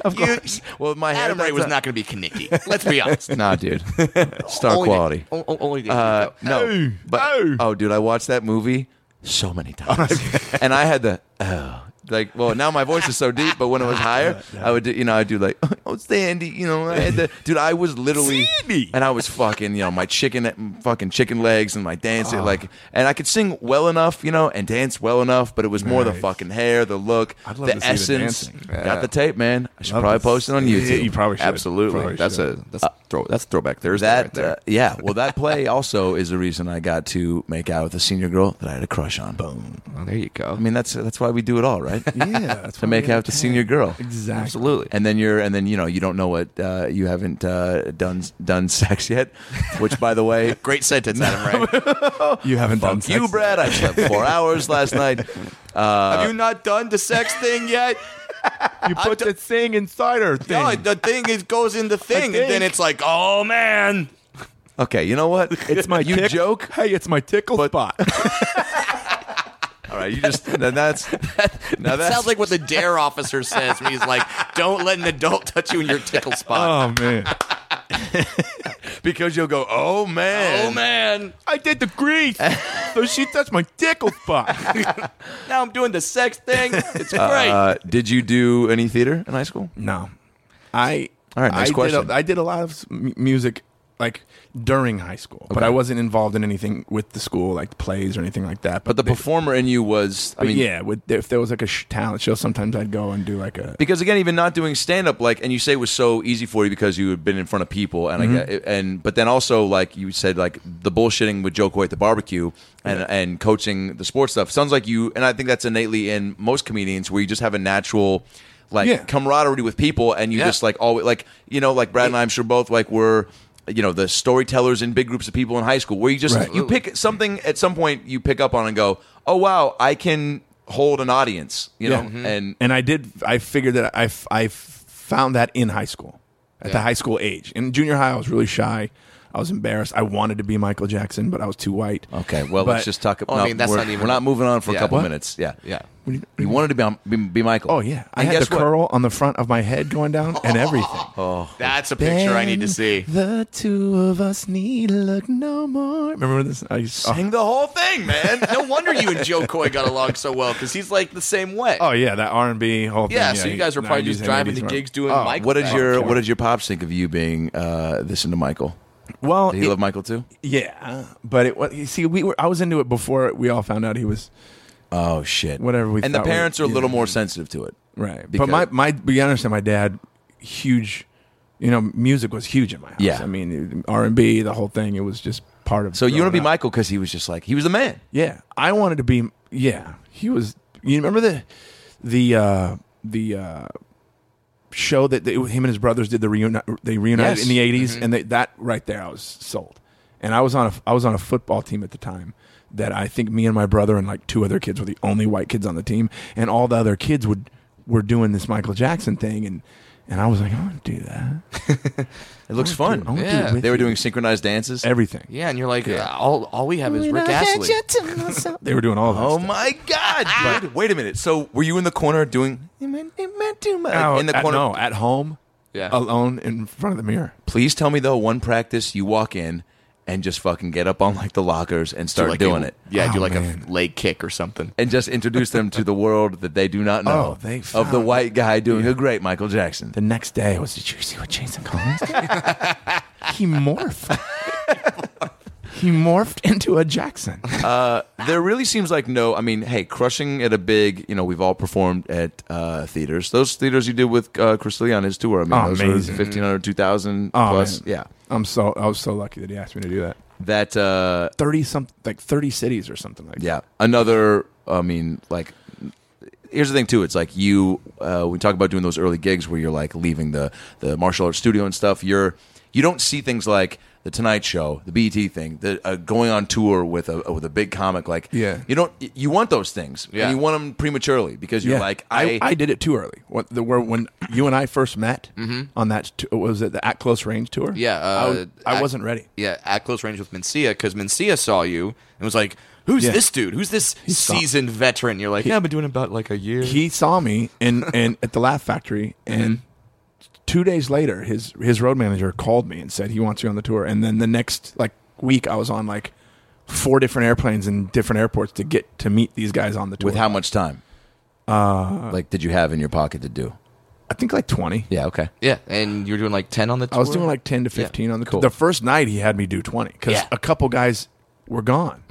Speaker 1: of course.
Speaker 2: [laughs] well, my hair,
Speaker 1: Adam Ray
Speaker 2: that's
Speaker 1: was
Speaker 2: a-
Speaker 1: not going to be Kanicki. Let's be honest.
Speaker 4: [laughs]
Speaker 2: Nah, dude. Star
Speaker 1: Only-
Speaker 2: quality.
Speaker 1: o- o- only
Speaker 2: Uh,
Speaker 1: the-
Speaker 2: no,
Speaker 4: Hey,
Speaker 2: but
Speaker 4: hey.
Speaker 2: oh, dude, I watched that movie so many times, [laughs] and I had the oh, like, well, now my voice is so deep, but
Speaker 4: [laughs]
Speaker 2: when it was higher, I would do, you know, I would do like, [laughs] oh, Sandy, you know, I had the, dude, I was literally,
Speaker 4: Sandy.
Speaker 2: and I was fucking, you know, my chicken, fucking chicken legs, and my dancing,
Speaker 4: Ah.
Speaker 2: like, and I could sing well enough, you know, and dance well enough, but it was more the
Speaker 4: Nice.
Speaker 2: fucking hair, the look,
Speaker 4: I'd love
Speaker 2: the
Speaker 4: to see the
Speaker 2: essence.
Speaker 4: dancing.
Speaker 2: Got the tape, man. I should
Speaker 4: Love
Speaker 2: probably
Speaker 4: to
Speaker 2: post it on
Speaker 4: see-
Speaker 2: YouTube.
Speaker 4: Yeah, you probably should.
Speaker 1: Absolutely.
Speaker 4: Probably
Speaker 1: that's
Speaker 4: should.
Speaker 1: a that's throw that's throwback Thursday
Speaker 2: That
Speaker 1: right there.
Speaker 2: uh, yeah, well,
Speaker 1: [laughs]
Speaker 2: that play also is the reason I got to make out with a senior girl that I had a crush on. Boom.
Speaker 1: Well, there you go.
Speaker 2: I mean, that's that's why we do it
Speaker 1: [laughs]
Speaker 2: all, right? [laughs]
Speaker 4: Yeah, that's
Speaker 2: to
Speaker 4: why
Speaker 2: make
Speaker 4: we
Speaker 2: out with a senior girl.
Speaker 4: Exactly.
Speaker 1: Absolutely.
Speaker 2: And then you're, and then you know, you don't know what uh, you haven't uh, done done sex yet, which, by the way,
Speaker 1: [laughs] Great sentence, Adam Ray.
Speaker 4: You haven't done
Speaker 2: fuck [laughs]
Speaker 4: sex
Speaker 2: you, Brad. I slept
Speaker 1: [laughs]
Speaker 2: four hours last night. Uh,
Speaker 1: Have you not done the sex thing
Speaker 2: [laughs]
Speaker 1: yet?
Speaker 4: You put the thing inside her thing.
Speaker 1: No, the thing is goes in the thing, and then
Speaker 4: think-
Speaker 1: it's like, oh man.
Speaker 2: okay, you
Speaker 1: [laughs]
Speaker 2: know what?
Speaker 4: it's my
Speaker 2: you
Speaker 4: tick-
Speaker 2: joke.
Speaker 4: Hey, it's my tickle spot.
Speaker 2: All right, you just
Speaker 1: [laughs]
Speaker 2: now that's now
Speaker 1: That
Speaker 2: that's
Speaker 1: sounds like what the dare officer says when he's like, "Don't let an adult touch you in your tickle spot."
Speaker 4: oh man,
Speaker 2: because you'll go, oh man,
Speaker 1: oh man!
Speaker 4: I did the [laughs] grease, so she touched my tickle spot.
Speaker 1: Now I'm doing the sex thing. It's great.
Speaker 2: Uh, did you do any theater in high school?
Speaker 4: [laughs] No, I.
Speaker 2: All right, next
Speaker 4: I
Speaker 2: question.
Speaker 4: Did a, I did a lot of m- music like during high school, but I wasn't involved in anything with the school, like plays or anything like that.
Speaker 2: But the
Speaker 4: they-
Speaker 2: performer in you was, I
Speaker 4: but
Speaker 2: mean,
Speaker 4: yeah, with, if there was like a sh- talent show, sometimes I'd go and do like a.
Speaker 2: because again, even not doing stand up, like, and you say it was so easy for you because you had been in front of people, and
Speaker 4: Mm-hmm.
Speaker 2: I get, and but then also like you said, like the bullshitting with Joe Coy at the barbecue and and coaching the sports stuff sounds like you, and I think that's innately in most comedians where you just have a natural. Like
Speaker 4: Yeah.
Speaker 2: camaraderie with people, and you
Speaker 1: Yeah.
Speaker 2: just like always, like you know, like Brad and I, I'm sure both like were, you know, the storytellers in big groups of people in high school, where you just
Speaker 4: Right.
Speaker 2: you pick something at some point you pick up on and go, oh wow, I can hold an audience, you
Speaker 4: Yeah. Mm-hmm.
Speaker 2: know, and
Speaker 4: And I did. I figured that I, f- I f- found that in high school, at the high school age. In junior high, I was really shy. I was embarrassed. I wanted to be Michael Jackson, but I was too white.
Speaker 2: Okay, well,
Speaker 4: But-
Speaker 2: let's just talk about.
Speaker 1: Oh, I mean, that's
Speaker 2: we're,
Speaker 1: not even-
Speaker 2: we're not moving on for
Speaker 1: Yeah.
Speaker 2: a couple
Speaker 1: What?
Speaker 2: minutes. Yeah,
Speaker 1: Yeah.
Speaker 2: You, wanted to be, on, be, be Michael.
Speaker 4: Oh yeah, I
Speaker 2: And
Speaker 4: had
Speaker 2: guess
Speaker 4: the
Speaker 2: what?
Speaker 4: curl on the front of my head going down
Speaker 1: [laughs]
Speaker 4: and everything.
Speaker 1: That's a Oh, picture I need to
Speaker 4: Then
Speaker 1: see.
Speaker 4: The two of us need look no more. Remember when this? I used, oh,
Speaker 1: Sing the whole thing, man. No wonder you and Joe Coy got along so well because he's like the same way.
Speaker 4: oh yeah, that R and B whole thing.
Speaker 1: yeah, so you guys were probably
Speaker 4: 90s
Speaker 1: just
Speaker 4: and
Speaker 1: driving
Speaker 4: 80s
Speaker 1: the
Speaker 4: rock.
Speaker 1: gigs doing
Speaker 4: Oh,
Speaker 1: Michael.
Speaker 2: What did
Speaker 1: back
Speaker 2: your
Speaker 1: then.
Speaker 2: What did your pops think of you being uh, this into Michael?
Speaker 4: Well,
Speaker 2: Did he
Speaker 4: it-
Speaker 2: love Michael too?
Speaker 4: yeah, but it was. You see, we were. I was into it before we all found out he was
Speaker 2: Oh shit!
Speaker 4: Whatever we
Speaker 2: and the
Speaker 4: thought we-
Speaker 2: parents are a little
Speaker 4: yeah.
Speaker 2: more sensitive to it,
Speaker 4: Right.
Speaker 2: Because-
Speaker 4: but my my be honest, my dad huge, you know, music was huge in my house.
Speaker 2: Yeah.
Speaker 4: I mean, R and B, the whole thing. It was just part of.
Speaker 2: So you want to
Speaker 4: growing
Speaker 2: be
Speaker 4: up.
Speaker 2: Michael because he was just like he was the man.
Speaker 4: Yeah, I wanted to be. Yeah, he was. You remember the the uh, the uh, show that they, him and his brothers did the reuni- they reunited
Speaker 2: Yes.
Speaker 4: in the 80s and they, that right there I was sold. And I was on a I was on a football team at the time that I think me and my brother and like two other kids were the only white kids on the team, and all the other kids would were doing this Michael Jackson thing and. And I was like, I want to do that.
Speaker 2: It looks fun.
Speaker 4: I wanna do
Speaker 1: Yeah.
Speaker 4: it with
Speaker 2: They were
Speaker 4: you.
Speaker 2: doing synchronized dances.
Speaker 4: everything.
Speaker 1: Yeah, and you're like, uh, all all we have is Rick Astley.
Speaker 4: They were doing all of that.
Speaker 2: Oh
Speaker 4: stuff.
Speaker 2: my god! dude. Wait a minute. So were you in the corner doing
Speaker 4: Out
Speaker 2: in the
Speaker 4: at,
Speaker 2: corner?
Speaker 4: Oh, uh, no, at home,
Speaker 1: Yeah.
Speaker 4: alone in front of the mirror.
Speaker 2: Please tell me though, one practice you walk in and just fucking get up on like the lockers and
Speaker 1: Do
Speaker 2: start
Speaker 1: like
Speaker 2: doing
Speaker 1: a-
Speaker 2: it.
Speaker 1: Yeah, do
Speaker 4: Oh,
Speaker 1: like
Speaker 4: man.
Speaker 1: a leg kick or something.
Speaker 2: And just introduce them to the world that they do not know
Speaker 4: Oh, they
Speaker 2: of the
Speaker 4: found-
Speaker 2: white guy doing a great Michael Jackson.
Speaker 4: The next day was, did you see what Jason Collins [laughs] did? he morphed. he morphed into a Jackson.
Speaker 2: Uh, There really seems like no. I mean, hey, crushing at a big. You know, we've all performed at uh, theaters. Those theaters you did with uh, Chris Lee on his tour. I mean,
Speaker 4: Oh,
Speaker 2: those
Speaker 4: amazing.
Speaker 2: were 1,500, 2,000
Speaker 4: Oh,
Speaker 2: plus.
Speaker 4: man.
Speaker 2: Yeah,
Speaker 4: I'm so I was so lucky that he asked me to do that.
Speaker 2: that. Uh,
Speaker 4: Thirty something, like thirty cities or something like.
Speaker 2: yeah, another. I mean, like. Here's the thing too. It's like you. Uh, we talk about doing those early gigs where you're like leaving the the martial arts studio and stuff. You're you don't see things like the Tonight Show, the BET thing, the uh, going on tour with a with a big comic. Like
Speaker 4: Yeah.
Speaker 2: you don't you want those things
Speaker 1: Yeah.
Speaker 2: and you want them prematurely because
Speaker 4: that.
Speaker 2: you're
Speaker 4: Yeah.
Speaker 2: like
Speaker 4: I, I did it too early. What the where when you and I first met on that t- was it the at close range tour?
Speaker 1: Mm-hmm. Yeah,
Speaker 4: I, was,
Speaker 1: uh,
Speaker 4: I
Speaker 1: at-
Speaker 4: wasn't ready.
Speaker 1: Yeah, at close range with Mencia because Mencia saw you and was like, "Who's
Speaker 4: Yeah.
Speaker 1: this dude? Who's this
Speaker 4: saw-
Speaker 1: seasoned veteran?" You're like, "Yeah, I've been doing about like a year."
Speaker 4: he saw me in, in at the Laugh Factory, and two days later, his his road manager called me and said he wants you on the tour. And then the next like week, I was on like four different airplanes in different airports to get to meet these guys on the tour.
Speaker 2: With how much time? Uh, like, did you have in your pocket to do?
Speaker 4: I think like twenty.
Speaker 2: Yeah. Okay.
Speaker 1: yeah, and you're doing like ten on the tour.
Speaker 4: I was doing like ten to fifteen on the tour. The first night, he had me do twenty because
Speaker 1: Yeah.
Speaker 4: a couple guys were gone.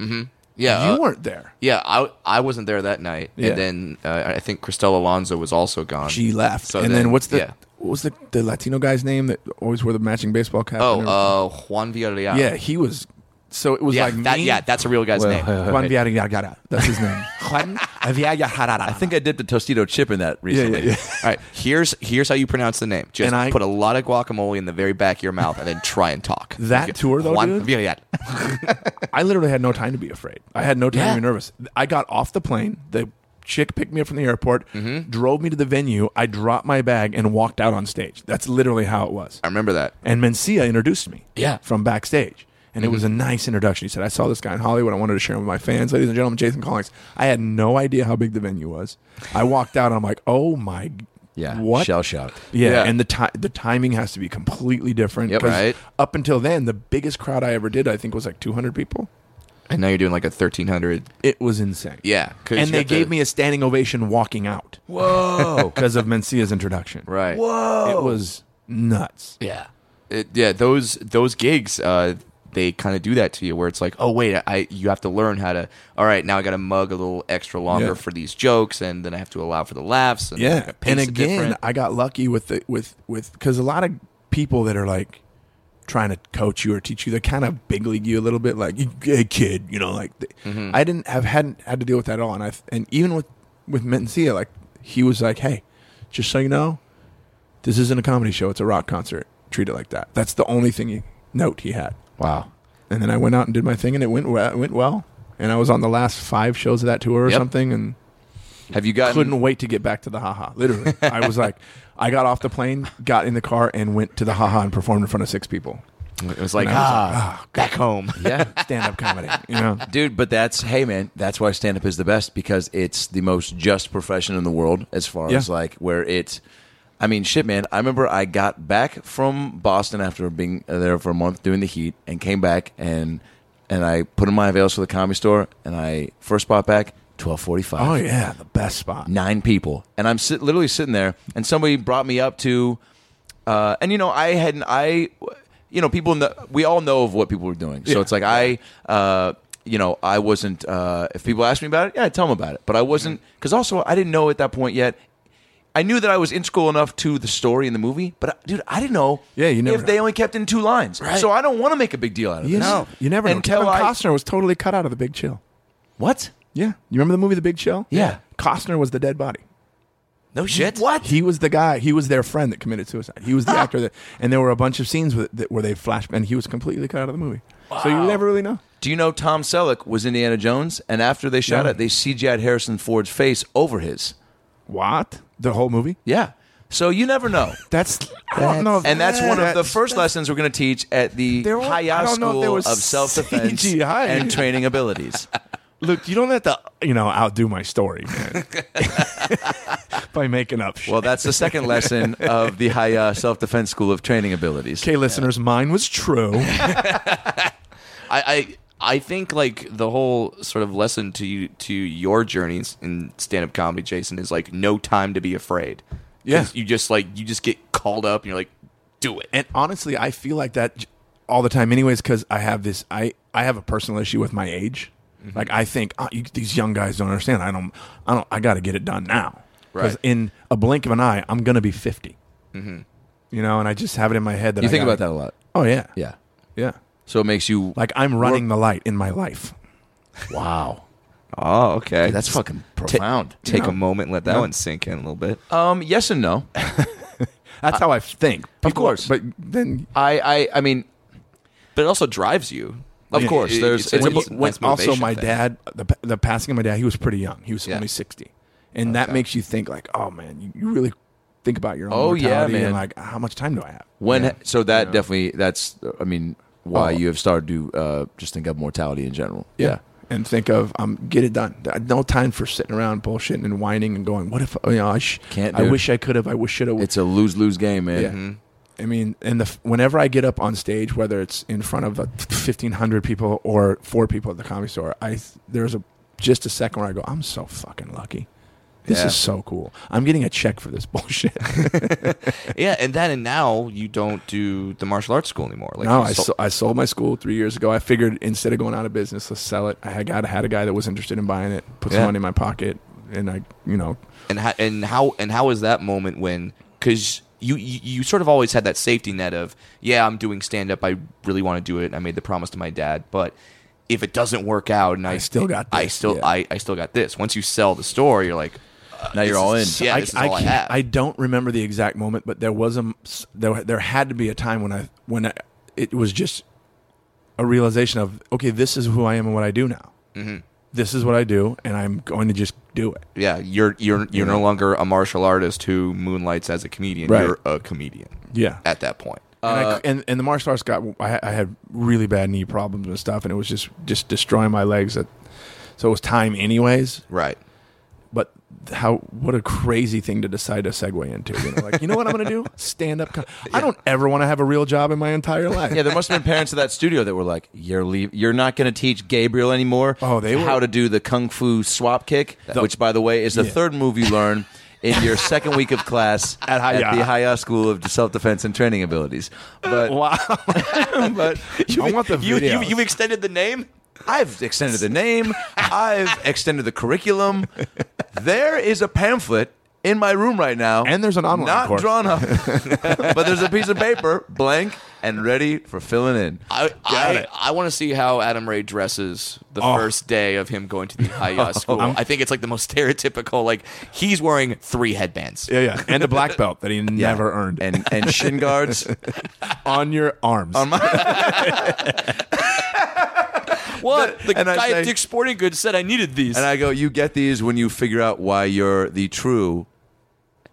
Speaker 1: yeah,
Speaker 4: you
Speaker 1: uh,
Speaker 4: weren't there.
Speaker 1: Yeah, I I wasn't there that night,
Speaker 4: Yeah.
Speaker 1: and then uh, I think Christelle Alonso was also gone.
Speaker 4: She left,
Speaker 1: So
Speaker 4: and then, what's the
Speaker 1: yeah.
Speaker 4: what was the, the Latino guy's name that always wore the matching baseball cap? and everything?
Speaker 1: Oh, uh, Juan Villarreal.
Speaker 4: yeah, he was. So it was
Speaker 1: yeah,
Speaker 4: like
Speaker 1: that,
Speaker 4: me,
Speaker 1: yeah, that's a real guy's name.
Speaker 4: Juan Villarreal. That's his name. [laughs] Juan Villarreal.
Speaker 2: I think I did the Tostito chip in that
Speaker 4: Yeah,
Speaker 2: recently.
Speaker 4: yeah, yeah.
Speaker 1: All right, here's here's how you pronounce the name. Just
Speaker 4: And I-
Speaker 1: put a lot of guacamole in the very back of your mouth, and then try and talk.
Speaker 4: [laughs] That
Speaker 1: Okay.
Speaker 4: tour, though,
Speaker 1: Juan
Speaker 4: dude?
Speaker 1: Villarreal.
Speaker 4: I literally had no time to be afraid. I had no time
Speaker 1: Yeah.
Speaker 4: to be nervous. I got off the plane. The chick picked me up from the airport, drove me to the venue. I dropped my bag and walked out on stage. That's literally how it was.
Speaker 1: I remember that.
Speaker 4: And Mencia introduced me.
Speaker 1: Yeah.
Speaker 4: From backstage. And it was a nice introduction. He said, I saw this guy in Hollywood. I wanted to share him with my fans. Ladies and gentlemen, Jason Collins. I had no idea how big the venue was. I walked out and I'm like, oh my
Speaker 2: Yeah,
Speaker 4: What
Speaker 2: Shell shocked.
Speaker 4: Yeah,
Speaker 1: Yeah.
Speaker 4: and the ti- the timing has to be completely different.
Speaker 1: Yep.
Speaker 4: 'cause
Speaker 1: Right.
Speaker 4: Up until then, the biggest crowd I ever did, I think, was like 200 people.
Speaker 1: And now you're doing like a 1300.
Speaker 4: It was insane.
Speaker 1: Yeah, 'cause
Speaker 4: and
Speaker 1: you
Speaker 4: they
Speaker 1: have to-
Speaker 4: gave me a standing ovation walking out. [laughs] Whoa! Because of Mencia's introduction.
Speaker 1: Right.
Speaker 4: It was nuts.
Speaker 1: Yeah. It, yeah, those those gigs, uh, they kind of do that to you, where it's like, oh wait, I you have to learn how to. All right, now I got to mug a little extra longer
Speaker 4: Yeah.
Speaker 1: for these jokes, and then I have to allow for the laughs. And I
Speaker 4: Yeah,
Speaker 1: gotta pace
Speaker 4: and
Speaker 1: it
Speaker 4: again,
Speaker 1: different.
Speaker 4: I got lucky with the with with because a lot of people that are like trying to coach you or teach you, they kind of big league you a little bit, like you hey kid, you know, like th-
Speaker 1: Mm-hmm.
Speaker 4: I didn't have hadn't had to deal with that at all, and I and even with with Mencia, like he was like, hey, just so you know, this isn't a comedy show; it's a rock concert. Treat it like that. That's the only thing he, note he had.
Speaker 2: Wow.
Speaker 4: And then I went out and did my thing, and it went well, it went well. And I was on the last five shows of that tour or
Speaker 1: Yep.
Speaker 4: something, and
Speaker 2: Have you gotten?
Speaker 4: couldn't wait to get back to the haha. Literally, I was like, I got off the plane, got in the car, and went to the haha and performed in front of six people.
Speaker 1: It was like, ah, back home.
Speaker 4: [laughs]
Speaker 2: Yeah.
Speaker 4: Stand up comedy. You know?
Speaker 2: Dude, but that's hey man, that's why stand up is the best because it's the most just profession in the world as far
Speaker 4: Yeah.
Speaker 2: as like where it's I mean shit man, I remember I got back from Boston after being there for a month doing the heat and came back and and I put in my avails for the comedy store and I first bought back 12:45
Speaker 4: Oh yeah, the best spot.
Speaker 2: nine people, and I'm sit- literally sitting there, and somebody brought me up to, uh, and you know, I hadn't, I, you know, people in the, we all know of what people were doing, so
Speaker 4: Yeah.
Speaker 2: it's like I, uh, you know, I wasn't. Uh, if people asked me about it, yeah, I tell them about it, but I wasn't
Speaker 4: Mm-hmm.
Speaker 2: because also I didn't know at that point yet. I knew that I was integral enough to the story in the movie, but dude, I didn't know.
Speaker 4: Yeah, you never
Speaker 2: if they
Speaker 4: know.
Speaker 2: only kept in two lines, so I don't want to make a big deal out of
Speaker 4: You
Speaker 2: this.
Speaker 4: know, you never know.
Speaker 2: until
Speaker 4: Kevin
Speaker 2: I
Speaker 4: Costner was totally cut out of The Big Chill.
Speaker 2: what?
Speaker 4: Yeah, you remember the movie The Big Chill?
Speaker 2: Yeah.
Speaker 4: Costner was the dead body.
Speaker 1: No shit.
Speaker 2: What?
Speaker 4: He was the guy. He was their friend that committed suicide. He was the actor that, and there were a bunch of scenes with, that, where they flashed, and he was completely cut out of the movie. So you never really know.
Speaker 2: Do you know Tom Selleck was Indiana Jones, and after they shot
Speaker 4: Yeah.
Speaker 2: it, they CGI'd Harrison Ford's face over his.
Speaker 4: What the whole movie?
Speaker 2: Yeah. So you never know.
Speaker 4: That's I don't know. if-
Speaker 2: And that's one of the
Speaker 4: that's-
Speaker 2: first lessons we're going to teach at the
Speaker 4: There was- I
Speaker 2: Hayat
Speaker 4: don't know if there
Speaker 2: School of
Speaker 4: was
Speaker 2: Self Defense
Speaker 4: CGI.
Speaker 2: and Training Abilities.
Speaker 4: Look, you don't have to, you know, outdo my story man. [laughs] by making up shit.
Speaker 2: Well, that's the second lesson of the Hayat Self Defense School of Training Abilities.
Speaker 4: okay, listeners, mine
Speaker 2: [laughs]
Speaker 4: was true.
Speaker 1: I, I I think like the whole sort of lesson to you, to your journeys in stand up comedy, Jason, is like no time to be afraid. 'Cause
Speaker 4: Yeah.
Speaker 1: you just like you just get called up and you're like, do it.
Speaker 4: And honestly, I feel like that j- all the time, anyways, because I have this. I I have a personal issue with my age.
Speaker 2: Mm-hmm.
Speaker 4: Like I think oh, you, these young guys don't understand. I don't. I don't. I got to get it done now. Because
Speaker 1: Right.
Speaker 4: in a blink of an eye, I'm gonna be 50 You know, and I just have it in my head that
Speaker 2: Mm-hmm. You
Speaker 4: I
Speaker 2: think
Speaker 4: gotta-
Speaker 2: about that a lot.
Speaker 4: Oh yeah,
Speaker 2: Yeah.
Speaker 4: yeah.
Speaker 2: So it makes you
Speaker 4: Like I'm running the light in my life.
Speaker 2: wow.
Speaker 1: Oh, okay.
Speaker 2: That's fucking profound.
Speaker 1: Take a moment, and let that one sink in a little bit.
Speaker 2: Um, yes and no.
Speaker 4: That's how I think. People-
Speaker 2: course.
Speaker 4: but then
Speaker 2: I, I, I mean,
Speaker 1: But it also drives you.
Speaker 2: Of
Speaker 1: It-
Speaker 2: course,
Speaker 1: it-
Speaker 2: there's-
Speaker 1: a
Speaker 2: it's
Speaker 4: when,
Speaker 1: mo-
Speaker 2: about-
Speaker 4: he-
Speaker 1: nice
Speaker 4: when also
Speaker 1: motivation
Speaker 4: my
Speaker 1: thing.
Speaker 4: dad the, pa- the passing of my dad he was pretty young he was
Speaker 1: Yeah.
Speaker 4: only 60 and that makes you think like oh man you, you really think about your own
Speaker 2: Oh, yeah,
Speaker 4: mortality
Speaker 2: man.
Speaker 4: and like how much time do i have
Speaker 2: When so that definitely that's I mean why you have started to uh, just think of mortality in general.
Speaker 4: and think of um get it done Th- no time for sitting around bullshitting and whining and going what if you know i sh-
Speaker 2: Can't,
Speaker 4: i
Speaker 2: dude.
Speaker 4: wish i could have i wish should have
Speaker 2: it's a lose lose game, man.
Speaker 4: yeah I mean, and the f- whenever I get up on stage, whether it's in front of like fifteen hundred people or four people at the comedy store, I th- there's a just a second where I go, I'm so fucking lucky. This
Speaker 1: Yeah.
Speaker 4: is so cool. I'm getting a check for this [laughs] bullshit.
Speaker 1: Yeah, and then and now you don't do the martial arts school anymore. [laughs] Like
Speaker 4: no,
Speaker 1: you
Speaker 4: I,
Speaker 1: sol-
Speaker 4: so- I sold my school three years ago. I figured instead of going out of business, let's sell it. I had got had a guy that was interested in buying it, put
Speaker 1: Yeah.
Speaker 4: some money in my pocket, and I, you know,
Speaker 1: and how and how and how is that moment when because you, you you sort of always had that safety net of yeah I'm doing stand up I really want to do it I made the promise to my dad but if it doesn't work out and I,
Speaker 4: still got
Speaker 1: I
Speaker 4: this,
Speaker 1: still
Speaker 4: yeah.
Speaker 1: I, I still got this once you sell the store you're like
Speaker 2: Now you're all in.
Speaker 1: is- yeah
Speaker 4: I,
Speaker 1: this is
Speaker 4: I
Speaker 1: all I
Speaker 4: can't-
Speaker 1: have
Speaker 4: I don't remember the exact moment, but there was a m- s- there there had to be a time when I when I, it was just a realization of okay, this is who I am and what I do now. Mm-hmm. This is what I do, and I'm going to just do it.
Speaker 1: yeah you're you're you're no longer a martial artist who moonlights as a comedian
Speaker 4: Right.
Speaker 1: you're a comedian
Speaker 4: Yeah.
Speaker 1: at that point
Speaker 4: and, I, and and the martial arts got I, had- I had really bad knee problems and stuff, and it was just just destroying my legs. At, so it was time, anyways.
Speaker 1: right
Speaker 4: but how what a crazy thing to decide to segue into you know like you know what i'm
Speaker 1: [laughs]
Speaker 4: gonna do stand up com- i don't ever want to have a real job in my entire life
Speaker 2: Yeah, there must have been parents at that studio that were like, "You're leave. You're not going to teach Gabriel anymore.
Speaker 4: Oh, they were-
Speaker 2: how to do the kung fu swap kick, which, by the way, is the
Speaker 4: Yeah.
Speaker 2: third move you learn in your second week of
Speaker 4: [laughs]
Speaker 2: class at,
Speaker 4: Haya.
Speaker 2: the Haya School of Self Defense and Training Abilities." But
Speaker 4: wow
Speaker 2: [laughs]
Speaker 4: but i want the
Speaker 1: you,
Speaker 4: video
Speaker 1: you you've extended the name
Speaker 2: I've extended the name. I've extended the curriculum. There is a pamphlet in my room right now,
Speaker 4: And there's an online
Speaker 2: not
Speaker 4: course.
Speaker 2: drawn
Speaker 4: [laughs]
Speaker 2: up, but there's a piece of paper, blank and ready for filling in.
Speaker 1: I I,
Speaker 4: it.
Speaker 1: I want to see how Adam Ray dresses the first day of him going to [laughs] the Haya school. I think it's like the most stereotypical. Like he's wearing three headbands.
Speaker 4: yeah yeah and a black belt that he
Speaker 2: Yeah.
Speaker 4: never earned
Speaker 2: and and shin [laughs] guards.
Speaker 4: on your arms
Speaker 1: What the
Speaker 2: And I
Speaker 1: guy
Speaker 2: say-
Speaker 1: at Dick's Sporting Goods said I needed these.
Speaker 2: And I go, you get these when you figure out why you're the true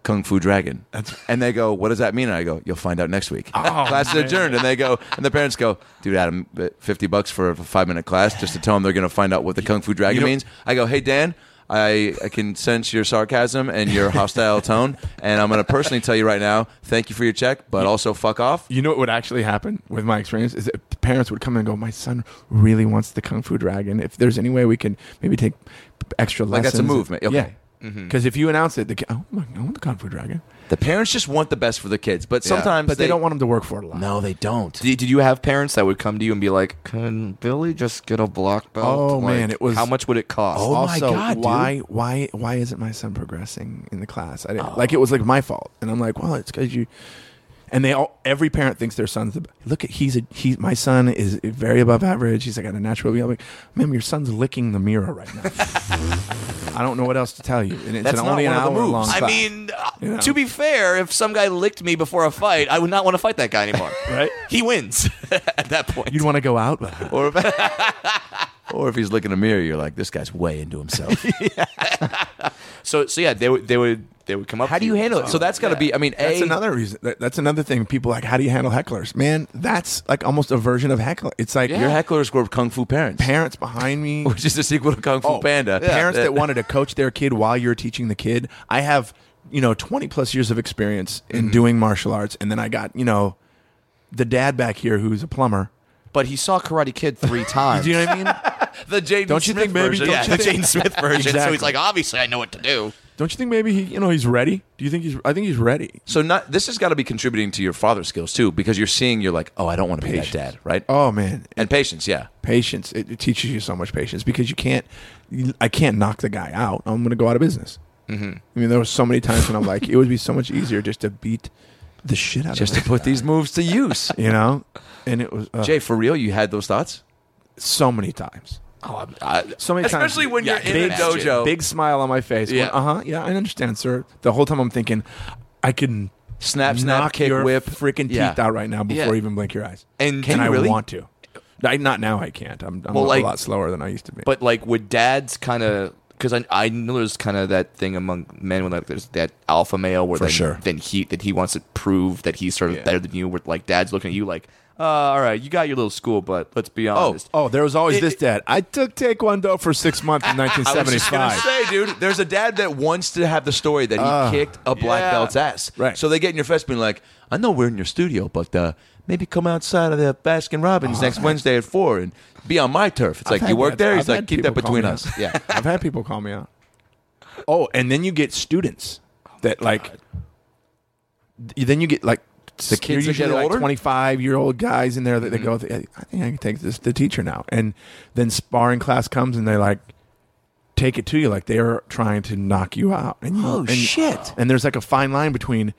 Speaker 2: Kung Fu Dragon. and they go, What does that mean? And I go, You'll find out next week. Class is
Speaker 4: man.
Speaker 2: adjourned. And they go, And the parents go, Dude, Adam, but 50 bucks for a five minute class just to tell them they're going to find out what the Kung Fu Dragon means. I go, Hey, Dan. I, I can sense your sarcasm and your hostile tone, and I'm going to personally tell you right now, thank you for your check, but also fuck off.
Speaker 4: You know what would actually happen with my experience is that the parents would come in and go, "My son really wants the Kung Fu Dragon. If there's any way we can maybe take extra
Speaker 2: Like that's
Speaker 4: lessons."
Speaker 2: a movement, okay.
Speaker 4: Yeah. Because if you announce it, the kid, oh my, I want the Kung Fu Dragon,
Speaker 2: The parents just want the best for the kids, but sometimes
Speaker 4: but they, don't want him to work for it a lot.
Speaker 2: No, they don't.
Speaker 1: Did, did you have parents that would come to you and be like, "Can Billy just get a block belt?"
Speaker 4: Oh,
Speaker 1: Like,
Speaker 4: man, it was-
Speaker 1: How much would it cost?
Speaker 2: Oh, my
Speaker 4: also,
Speaker 2: God, dude.
Speaker 4: why why why isn't my son progressing in the class? I didn't like it was like my fault, and I'm like, well, it's because you. And they all every parent thinks their son's the look. At, he's a he. My son is very above average. He's like got a natural. ability." I'm like, ma'am, your son's licking the mirror right [laughs] now. I don't know what else to tell you. And it's
Speaker 2: That's
Speaker 4: an
Speaker 2: not
Speaker 4: only an
Speaker 2: one of the
Speaker 4: hour
Speaker 2: moves.
Speaker 4: long.
Speaker 1: I
Speaker 4: class.
Speaker 1: mean, uh,
Speaker 4: You know.
Speaker 1: to be fair, if some guy licked me before a fight, I would not want to fight that guy [laughs] anymore.
Speaker 4: Right.
Speaker 1: He wins [laughs] at that point.
Speaker 4: you'd want to go out. But
Speaker 2: Or if, or if he's looking in a mirror, you're like, this guy's way into himself.
Speaker 1: So, so yeah, they would, they would, they would come up.
Speaker 2: [laughs] How
Speaker 1: to
Speaker 2: do you handle it? So that's got to be. I mean, a
Speaker 4: That's another reason. That, that's another thing. People are like, how do you handle hecklers? Man, that's like almost a version of heckler. It's like
Speaker 2: your
Speaker 4: your
Speaker 2: hecklers were kung fu parents,
Speaker 4: parents behind [laughs] me.
Speaker 2: which is a sequel to Kung Fu Panda.
Speaker 4: Oh, uh, Parents that wanted to coach their kid while you're teaching the kid. I have, you know, 20 plus years of experience in
Speaker 2: Mm-hmm.
Speaker 4: doing martial arts. And then I got, you know, the dad back here who's a plumber.
Speaker 1: But he saw Karate Kid three times.
Speaker 4: Do you know what I
Speaker 2: [laughs]
Speaker 4: mean?
Speaker 2: the Jaden
Speaker 4: Don't you
Speaker 2: Smith
Speaker 4: think maybe-
Speaker 2: version.
Speaker 4: don't
Speaker 1: yeah, [laughs]
Speaker 4: you
Speaker 1: the Jane Smith version. So
Speaker 4: Exactly.
Speaker 1: he's like, obviously, I know what to do.
Speaker 4: Don't you think maybe he, you know, he's ready? Do you think he's, I think he's ready.
Speaker 2: So not this has got to be contributing to your father skills too, because you're seeing you're like, oh, I don't want to be that dad, right?
Speaker 4: Oh, man.
Speaker 2: and patience, yeah.
Speaker 4: Patience. It, it teaches you so much patience because you can't, you- I can't knock the guy out. I'm going to go out of business.
Speaker 2: Mm-hmm.
Speaker 4: I mean, there were so many times when I'm like, it would be so much easier just to beat the shit out
Speaker 2: Just
Speaker 4: of
Speaker 2: to
Speaker 4: him,
Speaker 2: put these moves to
Speaker 4: [laughs]
Speaker 2: use.
Speaker 4: you know? And it was uh,
Speaker 2: Jay, for real, you had those thoughts.
Speaker 4: so many times.
Speaker 1: Oh, I, I,
Speaker 4: So many times.
Speaker 2: Especially when
Speaker 1: Yeah,
Speaker 2: you're in a
Speaker 1: big-
Speaker 2: dojo.
Speaker 4: big smile on my face.
Speaker 1: Yeah.
Speaker 4: Uh huh. Yeah, I understand, sir. The whole time I'm thinking, I can
Speaker 2: snap, snap,
Speaker 4: knock
Speaker 2: kick,
Speaker 4: your
Speaker 2: whip,
Speaker 4: freaking teeth
Speaker 2: Yeah.
Speaker 4: out right now before
Speaker 1: Yeah.
Speaker 4: you even blink your eyes.
Speaker 1: And can
Speaker 4: I
Speaker 1: you really?
Speaker 4: want to. I, not now. I can't. I'm, I'm
Speaker 1: Well,
Speaker 4: a
Speaker 1: like-
Speaker 4: lot slower than I used to be.
Speaker 1: but like, would dads kind of? Because I, I know there's kind of that thing among men when like there's that alpha male where
Speaker 2: For
Speaker 1: then,
Speaker 2: sure.
Speaker 1: then he that he wants to prove that he's sort of
Speaker 4: Yeah.
Speaker 1: better than you. Where like dad's looking at you like, uh, all right, you got your little school, but let's be honest.
Speaker 4: oh, there was always
Speaker 1: It-
Speaker 4: this dad. I took Taekwondo for six months in
Speaker 2: [laughs] I was just gonna
Speaker 4: 1975.
Speaker 2: say, dude, there's a dad that wants to have the story that he kicked a black
Speaker 1: yeah.
Speaker 2: belt's ass.
Speaker 4: Uh, Right.
Speaker 2: So they get in your face being like, I know we're in your studio, but uh, maybe come outside of the Baskin Robbins next
Speaker 4: [laughs]
Speaker 2: Wednesday at four and be on my turf. It's like
Speaker 4: I've
Speaker 2: you
Speaker 4: had
Speaker 2: work
Speaker 4: that-
Speaker 2: there.
Speaker 4: I've
Speaker 2: He's like,
Speaker 4: had
Speaker 2: keep that
Speaker 4: people call
Speaker 2: between
Speaker 4: me
Speaker 2: us.
Speaker 4: out.
Speaker 2: Yeah.
Speaker 4: I've had people call me out. Oh, and then you get students that like. th- Then you get like the
Speaker 2: kids that get older? Mm-hmm.
Speaker 4: twenty-five year old guys in there that they go. "I I think I can take this to the teacher now. And then sparring class comes and they like take it to you like they are trying to knock you out. And you,
Speaker 2: Oh,
Speaker 4: and,
Speaker 2: shit.
Speaker 4: And there's like a fine line between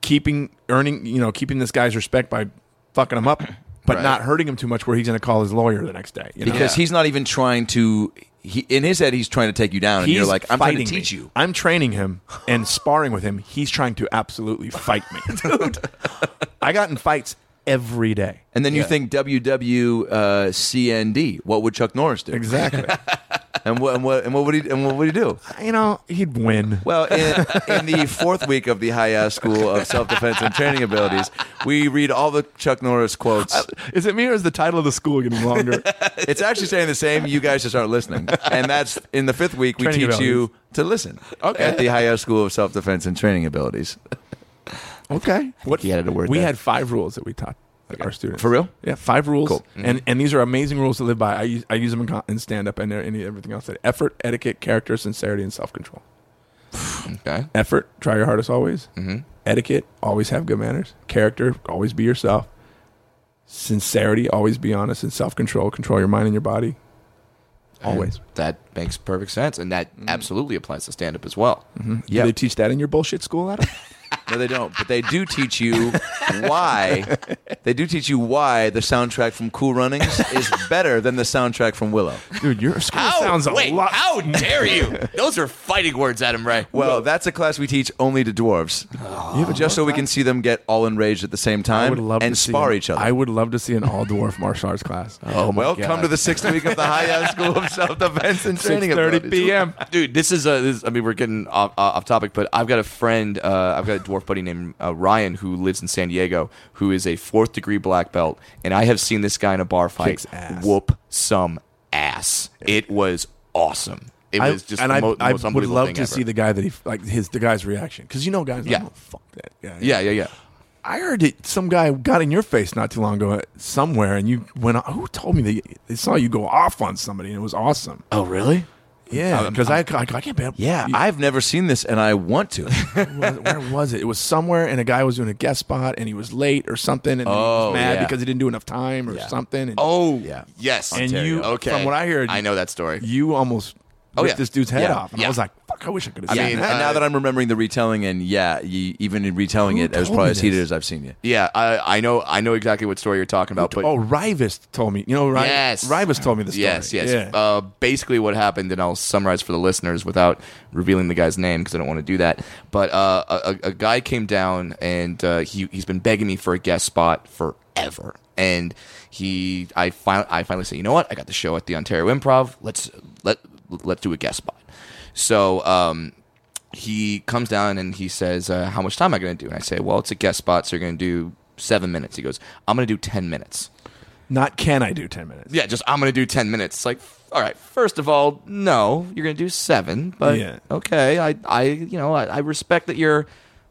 Speaker 4: keeping earning you know keeping this guy's respect by fucking him up, but
Speaker 1: Right.
Speaker 4: not hurting him too much where he's going to call his lawyer the next day. You
Speaker 2: [laughs]
Speaker 4: know?
Speaker 1: Yeah.
Speaker 2: Because he's not even trying to. He, in his head, he's trying to take you down, and you're
Speaker 4: He's
Speaker 2: like, "I'm trying to
Speaker 4: fighting me.
Speaker 2: teach you."
Speaker 4: I'm training him [laughs] and sparring with him. He's trying to absolutely fight me. [laughs] Dude. I got in fights every day.
Speaker 2: And then you think uh, WWCND. what would Chuck Norris do?
Speaker 4: Exactly.
Speaker 2: And what and what and what would he and what would he do?
Speaker 4: [laughs] you know, he'd win.
Speaker 2: Well, in, in the fourth week of the Haya School of Self Defense and Training Abilities, we read all the Chuck Norris quotes.
Speaker 4: Is it me or is the title of the school getting longer?
Speaker 2: It's actually saying the same. You guys just aren't listening. And that's in the fifth week, we
Speaker 4: Training
Speaker 2: teach you
Speaker 4: abilities.
Speaker 2: to listen at the Haya School of Self Defense and Training Abilities.
Speaker 4: [laughs] okay. What
Speaker 1: he added a word
Speaker 4: We
Speaker 1: there.
Speaker 4: had five rules that we taught our students.
Speaker 2: For real?
Speaker 4: Yeah, five rules.
Speaker 2: Cool.
Speaker 4: And and these are amazing rules to live by. I use I use them in, con- in stand up and they're- and everything else. That effort, etiquette, character, sincerity, and self control.
Speaker 1: Okay.
Speaker 4: effort try your hardest always etiquette always have good manners character always be yourself sincerity always be honest and self-control control your mind and your body always
Speaker 1: That makes perfect sense, and Mm-hmm. that absolutely applies to stand up as well.
Speaker 4: do they teach that in your bullshit school adam
Speaker 2: No, they don't. But they do teach you why. They do teach you why the soundtrack from Cool Runnings is better than the soundtrack from Willow.
Speaker 4: Dude, your school
Speaker 1: How,
Speaker 4: sounds a
Speaker 1: wait,
Speaker 4: lot.
Speaker 1: how dare you? Those are fighting words, Adam Ray.
Speaker 2: Well, that's a class we teach only to dwarves, just so we can see them get all enraged at the same
Speaker 4: Oh, I
Speaker 2: time
Speaker 4: would love
Speaker 2: and
Speaker 4: to see
Speaker 2: spar
Speaker 4: an-
Speaker 2: each other.
Speaker 4: I would love to see an all dwarf martial arts class. Oh my
Speaker 2: Welcome
Speaker 4: God.
Speaker 2: to the sixth week of the High School of Self Defense and Training.
Speaker 4: 6:30 p.m.
Speaker 1: dude this is a this, i mean we're getting off, uh, off topic but i've got a friend uh, i've got a dwarf buddy named uh, ryan who lives in san diego who is a fourth degree black belt and i have seen this guy in a bar fight
Speaker 4: Kicks ass.
Speaker 1: whoop some ass it was awesome it
Speaker 4: I-
Speaker 1: was just
Speaker 4: and
Speaker 1: the
Speaker 4: I,
Speaker 1: mo-
Speaker 4: I
Speaker 1: most
Speaker 4: would
Speaker 1: unbelievable
Speaker 4: love
Speaker 1: thing
Speaker 4: to
Speaker 1: ever.
Speaker 4: see the guy that he like his the guy's reaction because you know guys like,
Speaker 1: Yeah.
Speaker 4: oh, fuck that guy.
Speaker 1: yeah yeah yeah
Speaker 4: I heard it. Some guy got in your face not too long ago uh, somewhere, and you went. o- Who told me that you- they saw you go off on somebody, and it was awesome.
Speaker 1: oh really Um,
Speaker 4: Yeah, because I, I, I can't. Be,
Speaker 2: Yeah,
Speaker 4: you-
Speaker 2: I've never seen this, and I want [laughs] to.
Speaker 4: was- where was it? It was somewhere, and a guy was doing a guest spot, and he was late or something, and then he
Speaker 2: Oh,
Speaker 4: was mad
Speaker 2: yeah.
Speaker 4: because he didn't do enough time or something. And
Speaker 1: oh
Speaker 2: Yeah.
Speaker 1: yes
Speaker 4: And you-
Speaker 1: okay
Speaker 4: from what I heard-
Speaker 1: i know that story
Speaker 4: you almost
Speaker 1: Oh,
Speaker 4: ripped
Speaker 1: yeah.
Speaker 4: this dude's head
Speaker 2: Yeah.
Speaker 4: off, and
Speaker 1: Yeah.
Speaker 4: I was like, "Fuck! I wish I could have."
Speaker 1: I
Speaker 4: seen
Speaker 1: mean,
Speaker 2: and
Speaker 4: that.
Speaker 2: now
Speaker 1: uh,
Speaker 2: that I'm remembering the retelling, and yeah, you, even in retelling
Speaker 4: Who
Speaker 2: it, I was
Speaker 4: told
Speaker 2: probably
Speaker 4: me
Speaker 2: as heated
Speaker 4: this?
Speaker 2: as I've seen you.
Speaker 1: yeah i i know i know exactly what story you're talking about but
Speaker 4: oh, Rivas told me. You know, Rivas,
Speaker 1: Yes.
Speaker 4: Rivas told me the story.
Speaker 1: Yes, yes.
Speaker 4: Yeah.
Speaker 1: Uh, basically, what happened, and I'll summarize for the listeners without revealing the guy's name because I don't want to do that. But uh, a, a a guy came down, and uh, he he's been begging me for a guest spot forever. And he, I finally, I finally said, you know what? I got the show at the Ontario Improv. Let's let let's do a guest spot. So um, he comes down and he says, uh, "How much time am I going to do?" And I say, "Well, it's a guest spot, so you're going to do seven minutes." He goes, "I'm going to do ten minutes."
Speaker 4: Not can I do ten minutes?
Speaker 1: yeah, just I'm gonna do ten minutes. It's like, all right, first of all, no, you're gonna do seven, but
Speaker 4: Yeah.
Speaker 1: okay, I, I, you know, I, I respect that you're,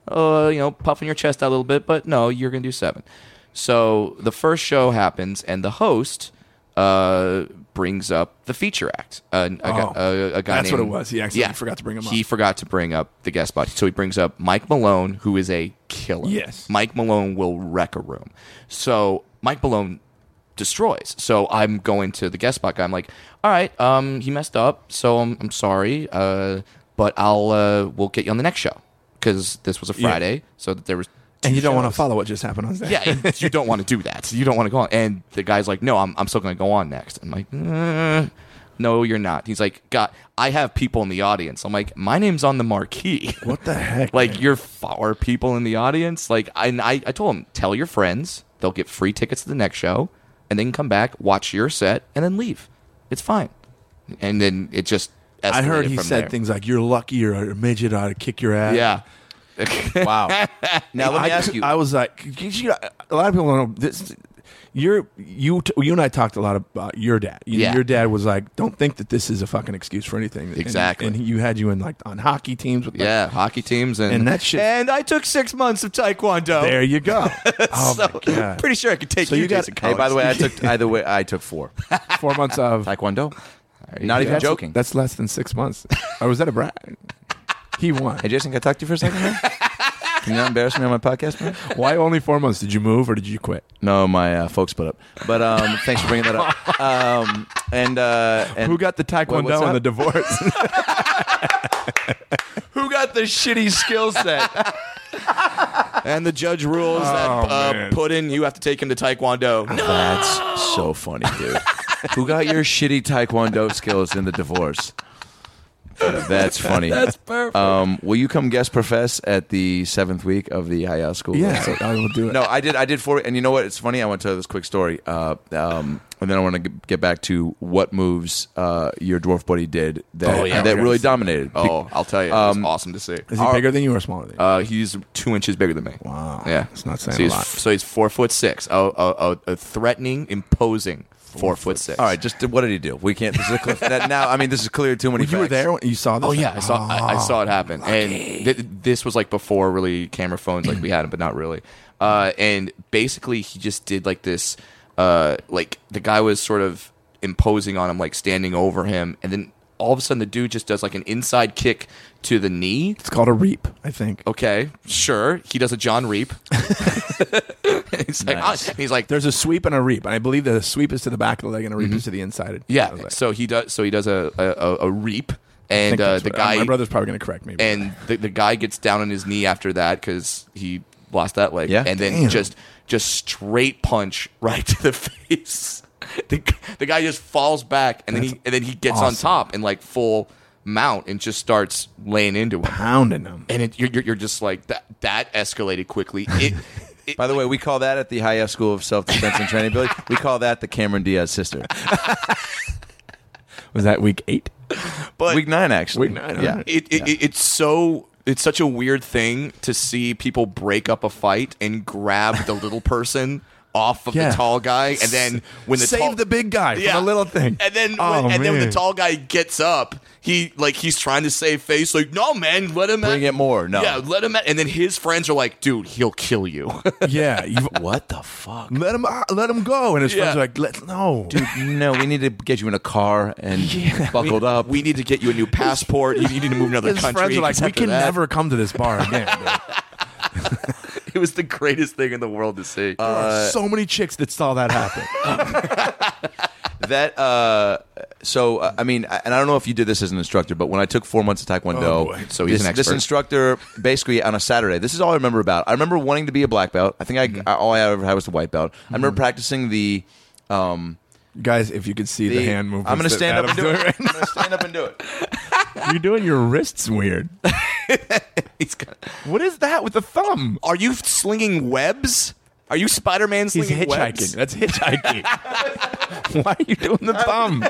Speaker 1: uh, you know, puffing your chest out a little bit, but no, you're gonna do seven. So the first show happens, and the host uh brings up the feature act. Uh, a, guy-
Speaker 4: Oh,
Speaker 1: a- a guy
Speaker 4: that's what
Speaker 1: named-
Speaker 4: it was. He accidentally forgot to bring him
Speaker 1: He
Speaker 4: up.
Speaker 1: forgot to bring up the guest spot, so he brings up Mike Malone, who is a killer.
Speaker 4: Yes.
Speaker 1: Mike Malone will wreck a room. So Mike Malone destroys. So I'm going to the guest spot guy. I'm like, all right, um, he messed up, so I'm, I'm sorry, uh, but I'll uh, we'll get you on the next show because this was a Friday, so that there was. two
Speaker 4: And you don't want to
Speaker 1: shows.
Speaker 4: follow what just happened on stage.
Speaker 1: Yeah, and you don't want to do that. You don't want to go on. And the guy's like, no, I'm, I'm still going to go on next. I'm like, "Mm, no, you're not. He's like, God, I have people in the audience. I'm like, my name's on the marquee. [laughs]
Speaker 4: What the heck?
Speaker 1: Like
Speaker 4: man?
Speaker 1: you're four people in the audience. Like I, I, I told him, tell your friends, they'll get free tickets to the next show, and then come back, watch your set, and then leave. It's fine. And then it just.
Speaker 4: I heard
Speaker 1: escalated
Speaker 4: he
Speaker 1: from
Speaker 4: said
Speaker 1: there.
Speaker 4: things like, "You're lucky, you're a midget. I'd kick your ass."
Speaker 1: Yeah.
Speaker 2: [laughs] Wow. Now [laughs] let me
Speaker 4: I,
Speaker 2: ask you.
Speaker 4: I was like, 'cause you- a lot of people don't know this. You're, you, t- you and I talked a lot about your dad. You know,
Speaker 1: Yeah.
Speaker 4: Your dad was like, "Don't think that this is a fucking excuse for anything." And-
Speaker 1: Exactly.
Speaker 4: And, he- you had you in like on hockey teams with
Speaker 1: [laughs]
Speaker 4: like,
Speaker 1: Yeah, hockey teams and
Speaker 4: And that
Speaker 1: [laughs]
Speaker 4: shit-
Speaker 1: And I took six months of taekwondo.
Speaker 4: There
Speaker 1: [laughs]
Speaker 4: you go. oh
Speaker 1: so
Speaker 4: my god!
Speaker 1: pretty sure I could take
Speaker 4: So
Speaker 1: you,
Speaker 4: you got-
Speaker 1: Jason
Speaker 2: hey,
Speaker 1: Collins.
Speaker 2: by the way, I took either way. I took four
Speaker 4: Four months of
Speaker 2: [laughs] taekwondo. Not even
Speaker 4: that's,
Speaker 2: joking.
Speaker 4: That's less than six months. or was that a brag?
Speaker 1: [laughs]
Speaker 4: He won.
Speaker 2: hey, Jason, can I talk to you for a second? [laughs] man? can you not embarrass me on my podcast? Man?
Speaker 4: Why only four months? Did you move or did you quit?
Speaker 2: No, my uh, folks put up. But um, thanks for bringing that [laughs] up. Um, and, uh, and
Speaker 4: Who got the taekwondo
Speaker 2: what's
Speaker 4: and
Speaker 2: that?
Speaker 4: the divorce? [laughs]
Speaker 1: [laughs]
Speaker 2: who got the shitty skill set?
Speaker 1: and the judge rules that
Speaker 4: Oh,
Speaker 1: uh,
Speaker 4: man.
Speaker 1: Puddin, you have to take him to taekwondo. [laughs]
Speaker 2: That's so funny, dude. who got your shitty taekwondo skills in the divorce? That's funny. That's perfect. Um, will you come guest profess at the seventh week of the high school?
Speaker 4: yeah, I will do it.
Speaker 2: No, I did. I did four. And you know what? It's funny. I want to tell this quick story, uh, um, and then I want to g- get back to what moves uh, your dwarf buddy did that
Speaker 1: Oh, yeah.
Speaker 2: that really dominated.
Speaker 1: Oh, I'll tell you, it was awesome to see.
Speaker 4: Is he bigger than you or smaller than you?
Speaker 1: Uh, he's two inches bigger than me.
Speaker 4: Wow.
Speaker 1: Yeah,
Speaker 4: It's not saying
Speaker 1: so
Speaker 4: a
Speaker 1: he's,
Speaker 4: lot.
Speaker 1: So he's four foot six. A, a, a, a threatening, imposing four, foot six.
Speaker 2: All right, just what did he do? We can't. This is a cliff. [laughs] that, now, I mean, this is clear too many.
Speaker 4: you were
Speaker 2: facts.
Speaker 4: there when you saw this. Ah.
Speaker 1: Oh yeah, I saw I, I
Speaker 4: "Oh,
Speaker 1: saw it happen, and th- this was like before really camera phones, like we had them, but not really. Uh, and basically, he just did like this, uh, like the guy was sort of imposing on him, like standing over him, and then all of a sudden, the dude just does like an inside kick to the knee.
Speaker 4: It's called a reap, I think.
Speaker 1: Okay, sure, he does a John Reap. [laughs] he's like,
Speaker 2: Nice.
Speaker 1: "Ah," he's like,
Speaker 4: There's a sweep and a reap, and I believe
Speaker 1: Mm-hmm.
Speaker 4: the sweep is to the back of the leg and a reap is to the inside. I
Speaker 1: Yeah.
Speaker 4: was like,
Speaker 1: so he does. So he does a a, a, a reap, and
Speaker 4: think
Speaker 1: uh,
Speaker 4: that's
Speaker 1: the
Speaker 4: what- I-
Speaker 1: guy
Speaker 4: my brother's probably going to correct me. but-
Speaker 1: and the, the guy gets down on his knee after that because he lost that leg.
Speaker 2: Yeah.
Speaker 1: and then
Speaker 4: Damn.
Speaker 1: just just straight punch right to the [laughs] face. The, g- the guy just falls back, and then he and then he gets on
Speaker 4: awesome.
Speaker 1: top in like full mount and just starts laying into him.
Speaker 4: pounding them.
Speaker 1: And it, you're, you're you're just like that. That escalated
Speaker 4: [laughs]
Speaker 1: quickly. It, it,
Speaker 2: By the way, we call that at the High F School of Self Defense and Training Billy. We call that the Cameron Diaz sister.
Speaker 4: Was that week eight?
Speaker 1: but
Speaker 2: Week nine, actually.
Speaker 4: Week nine,
Speaker 2: Yeah.
Speaker 4: alright.
Speaker 1: it, it, it it's so it's such a weird thing to see people break up a fight and grab the little person off of
Speaker 4: Yeah.
Speaker 1: the tall guy and
Speaker 4: [laughs]
Speaker 1: then when the
Speaker 4: Save
Speaker 1: tall,
Speaker 4: the
Speaker 1: [laughs]
Speaker 4: big guy from the little thing.
Speaker 1: and then when,
Speaker 4: Oh,
Speaker 1: and then when the
Speaker 4: man.
Speaker 1: tall guy gets up he like he's trying to save face like no man let him
Speaker 2: Bring
Speaker 1: at-
Speaker 2: it more. No.
Speaker 1: yeah let him at, and then his friends are like dude he'll kill you
Speaker 4: [laughs]
Speaker 1: [laughs]
Speaker 4: Yeah, you've,
Speaker 2: What the fuck?
Speaker 4: let him uh, let him go, and his
Speaker 1: Yeah.
Speaker 4: friends are like, "Let no,
Speaker 2: Dude, no, we need to get you in a car
Speaker 1: [laughs]
Speaker 2: and buckled up.
Speaker 1: we need to get you a new passport you, you need to move to another
Speaker 4: His
Speaker 1: country
Speaker 4: friends are like,
Speaker 1: because
Speaker 4: "We
Speaker 1: after
Speaker 4: can
Speaker 1: that-
Speaker 4: never come to this [laughs] bar again." dude."
Speaker 1: [laughs] it was the greatest thing in the world to see Uh,
Speaker 4: so many chicks that saw that happen.
Speaker 2: that uh so uh, i mean I- and i don't know if you did this as an instructor but when i took four months of
Speaker 4: Oh,
Speaker 2: taekwondo
Speaker 4: boy.
Speaker 1: So he's
Speaker 2: this,
Speaker 1: an
Speaker 2: this
Speaker 1: expert.
Speaker 2: instructor basically on a saturday this is all i remember about i remember wanting to be a black belt i think i,
Speaker 1: Mm-hmm.
Speaker 2: I- all i ever had was the white belt i remember practicing the um
Speaker 4: [laughs] Guys, if you could see the,
Speaker 2: the-
Speaker 4: hand movements,
Speaker 2: i'm gonna
Speaker 4: that
Speaker 2: stand up
Speaker 1: [laughs]
Speaker 2: and
Speaker 4: Adam's
Speaker 2: do it
Speaker 4: doing right
Speaker 2: i'm gonna stand up and do it
Speaker 4: now. You're doing your wrists weird.
Speaker 1: He's got-
Speaker 4: [laughs] What is that with the thumb?
Speaker 1: Are you slinging webs? Are you Spider Man
Speaker 4: He's
Speaker 1: slinging
Speaker 4: hitchhiking.
Speaker 1: webs?
Speaker 4: That's hitchhiking. [laughs] why are you doing the thumb?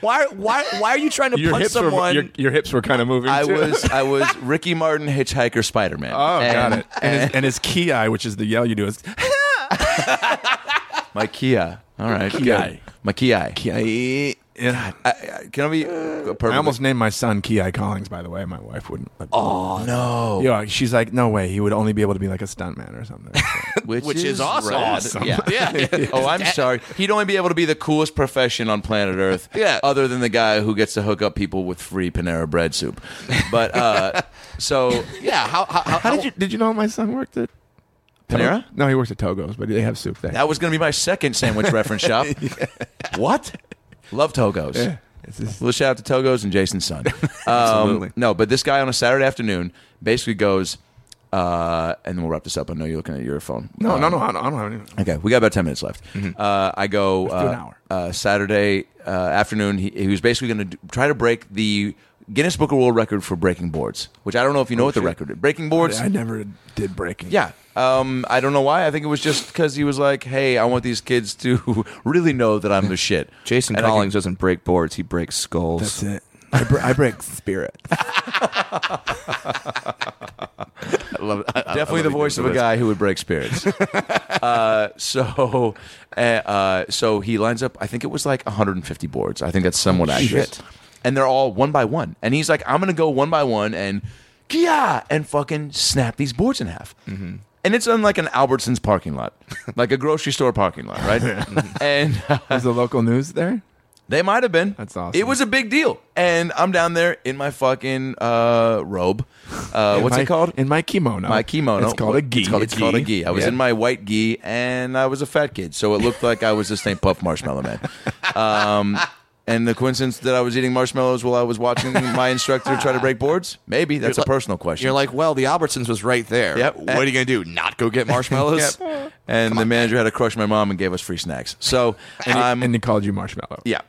Speaker 1: Why, why, why are you trying to
Speaker 4: [laughs] Your
Speaker 1: punch
Speaker 4: hips, were,
Speaker 1: someone?
Speaker 4: your, your hips were kind of moving.
Speaker 2: i
Speaker 4: [laughs] too.
Speaker 2: was i was ricky martin hitchhiker spider-man
Speaker 4: Oh, got
Speaker 2: And-
Speaker 4: it. And, his, and his key eye, which is the yell you do, is
Speaker 2: my kia all right
Speaker 4: Ki.
Speaker 2: good. my kia
Speaker 4: ki. Yeah.
Speaker 2: I, I, can i be perfect
Speaker 4: I almost named my son Ki Collings, by the way. My wife wouldn't.
Speaker 2: oh no
Speaker 4: Yeah, she's like, no way. He would only be able to be like a stuntman or [laughs] something.
Speaker 1: Which is awesome.
Speaker 2: rad.
Speaker 1: Awesome. [laughs]
Speaker 2: Yeah.
Speaker 4: [laughs]
Speaker 1: yeah.
Speaker 2: Oh, I'm sorry. He'd only be able to be the coolest profession on planet Earth.
Speaker 1: Yeah.
Speaker 2: Other than the guy who gets to hook up people with free Panera bread soup. But uh, so
Speaker 1: yeah. How, how, how,
Speaker 4: How did you did you know my son worked at
Speaker 2: Panera.
Speaker 4: No, he works at Togo's, but they have soup there.
Speaker 2: That was going to be my second sandwich reference shop. What? Love Togo's.
Speaker 4: Yeah.
Speaker 2: [laughs]
Speaker 4: It's just-
Speaker 2: Little shout out to Togo's and Jason's
Speaker 4: [laughs]
Speaker 2: son. Absolutely. No, but this guy on a Saturday afternoon basically goes, uh, and then we'll wrap this up. I know you're looking at your phone.
Speaker 4: no, no,
Speaker 2: Um,
Speaker 4: no, I don't, I don't have any.
Speaker 2: Okay, we got about ten minutes left. Uh, I go
Speaker 4: do an
Speaker 2: uh,
Speaker 4: hour.
Speaker 2: Uh, Saturday uh, afternoon. He, he was basically going to try to break the Guinness Book of World Record for breaking boards, which I don't know if you know what the record is. breaking boards.
Speaker 4: Oh, I never did breaking.
Speaker 2: yeah, um, I don't know why. I think it was just because he was like, "Hey, I want these kids to [laughs] really know that I'm the shit."
Speaker 1: Jason
Speaker 2: And I
Speaker 1: Collins doesn't break boards, he breaks skulls.
Speaker 4: That's it. I, bre- I break spirit.
Speaker 2: definitely the voice of a guy who would break
Speaker 4: [laughs]
Speaker 2: spirits. uh, so, [laughs] uh, uh, so he lines up. I think it was like 150 boards. I think that's somewhat accurate.
Speaker 1: shit.
Speaker 2: And they're all one by one. And he's like, "I'm gonna go one by one and kia and fucking snap these boards in half."
Speaker 4: Mm-hmm.
Speaker 2: And it's on like an Albertsons parking
Speaker 4: [laughs]
Speaker 2: lot, like a grocery store parking lot, right? [laughs] and uh,
Speaker 4: Was the local news there?
Speaker 2: they might have been.
Speaker 4: That's awesome.
Speaker 2: It was a big deal. And I'm down there in my fucking uh, robe. Uh, what's
Speaker 4: my,
Speaker 2: it called?
Speaker 4: In my kimono.
Speaker 2: my kimono.
Speaker 4: It's called a
Speaker 2: Uh,
Speaker 4: gi.
Speaker 2: It's called, it's called a gi. I was
Speaker 4: Yeah.
Speaker 2: in my white gi, and I was a fat kid, so it looked like I was the St. Puff Marshmallow Man. Um, and the coincidence that I was eating marshmallows while I was watching my instructor try to break boards? Maybe that's a personal question.
Speaker 1: You're like, well, the Albertsons was right there.
Speaker 2: Yep.
Speaker 1: What are you going to do? Not go get [laughs] marshmallows?
Speaker 2: Yep. and the manager had to crush my mom and gave us free snacks. So
Speaker 4: And,
Speaker 2: I'm
Speaker 4: he, and he called you marshmallow.
Speaker 2: Yeah.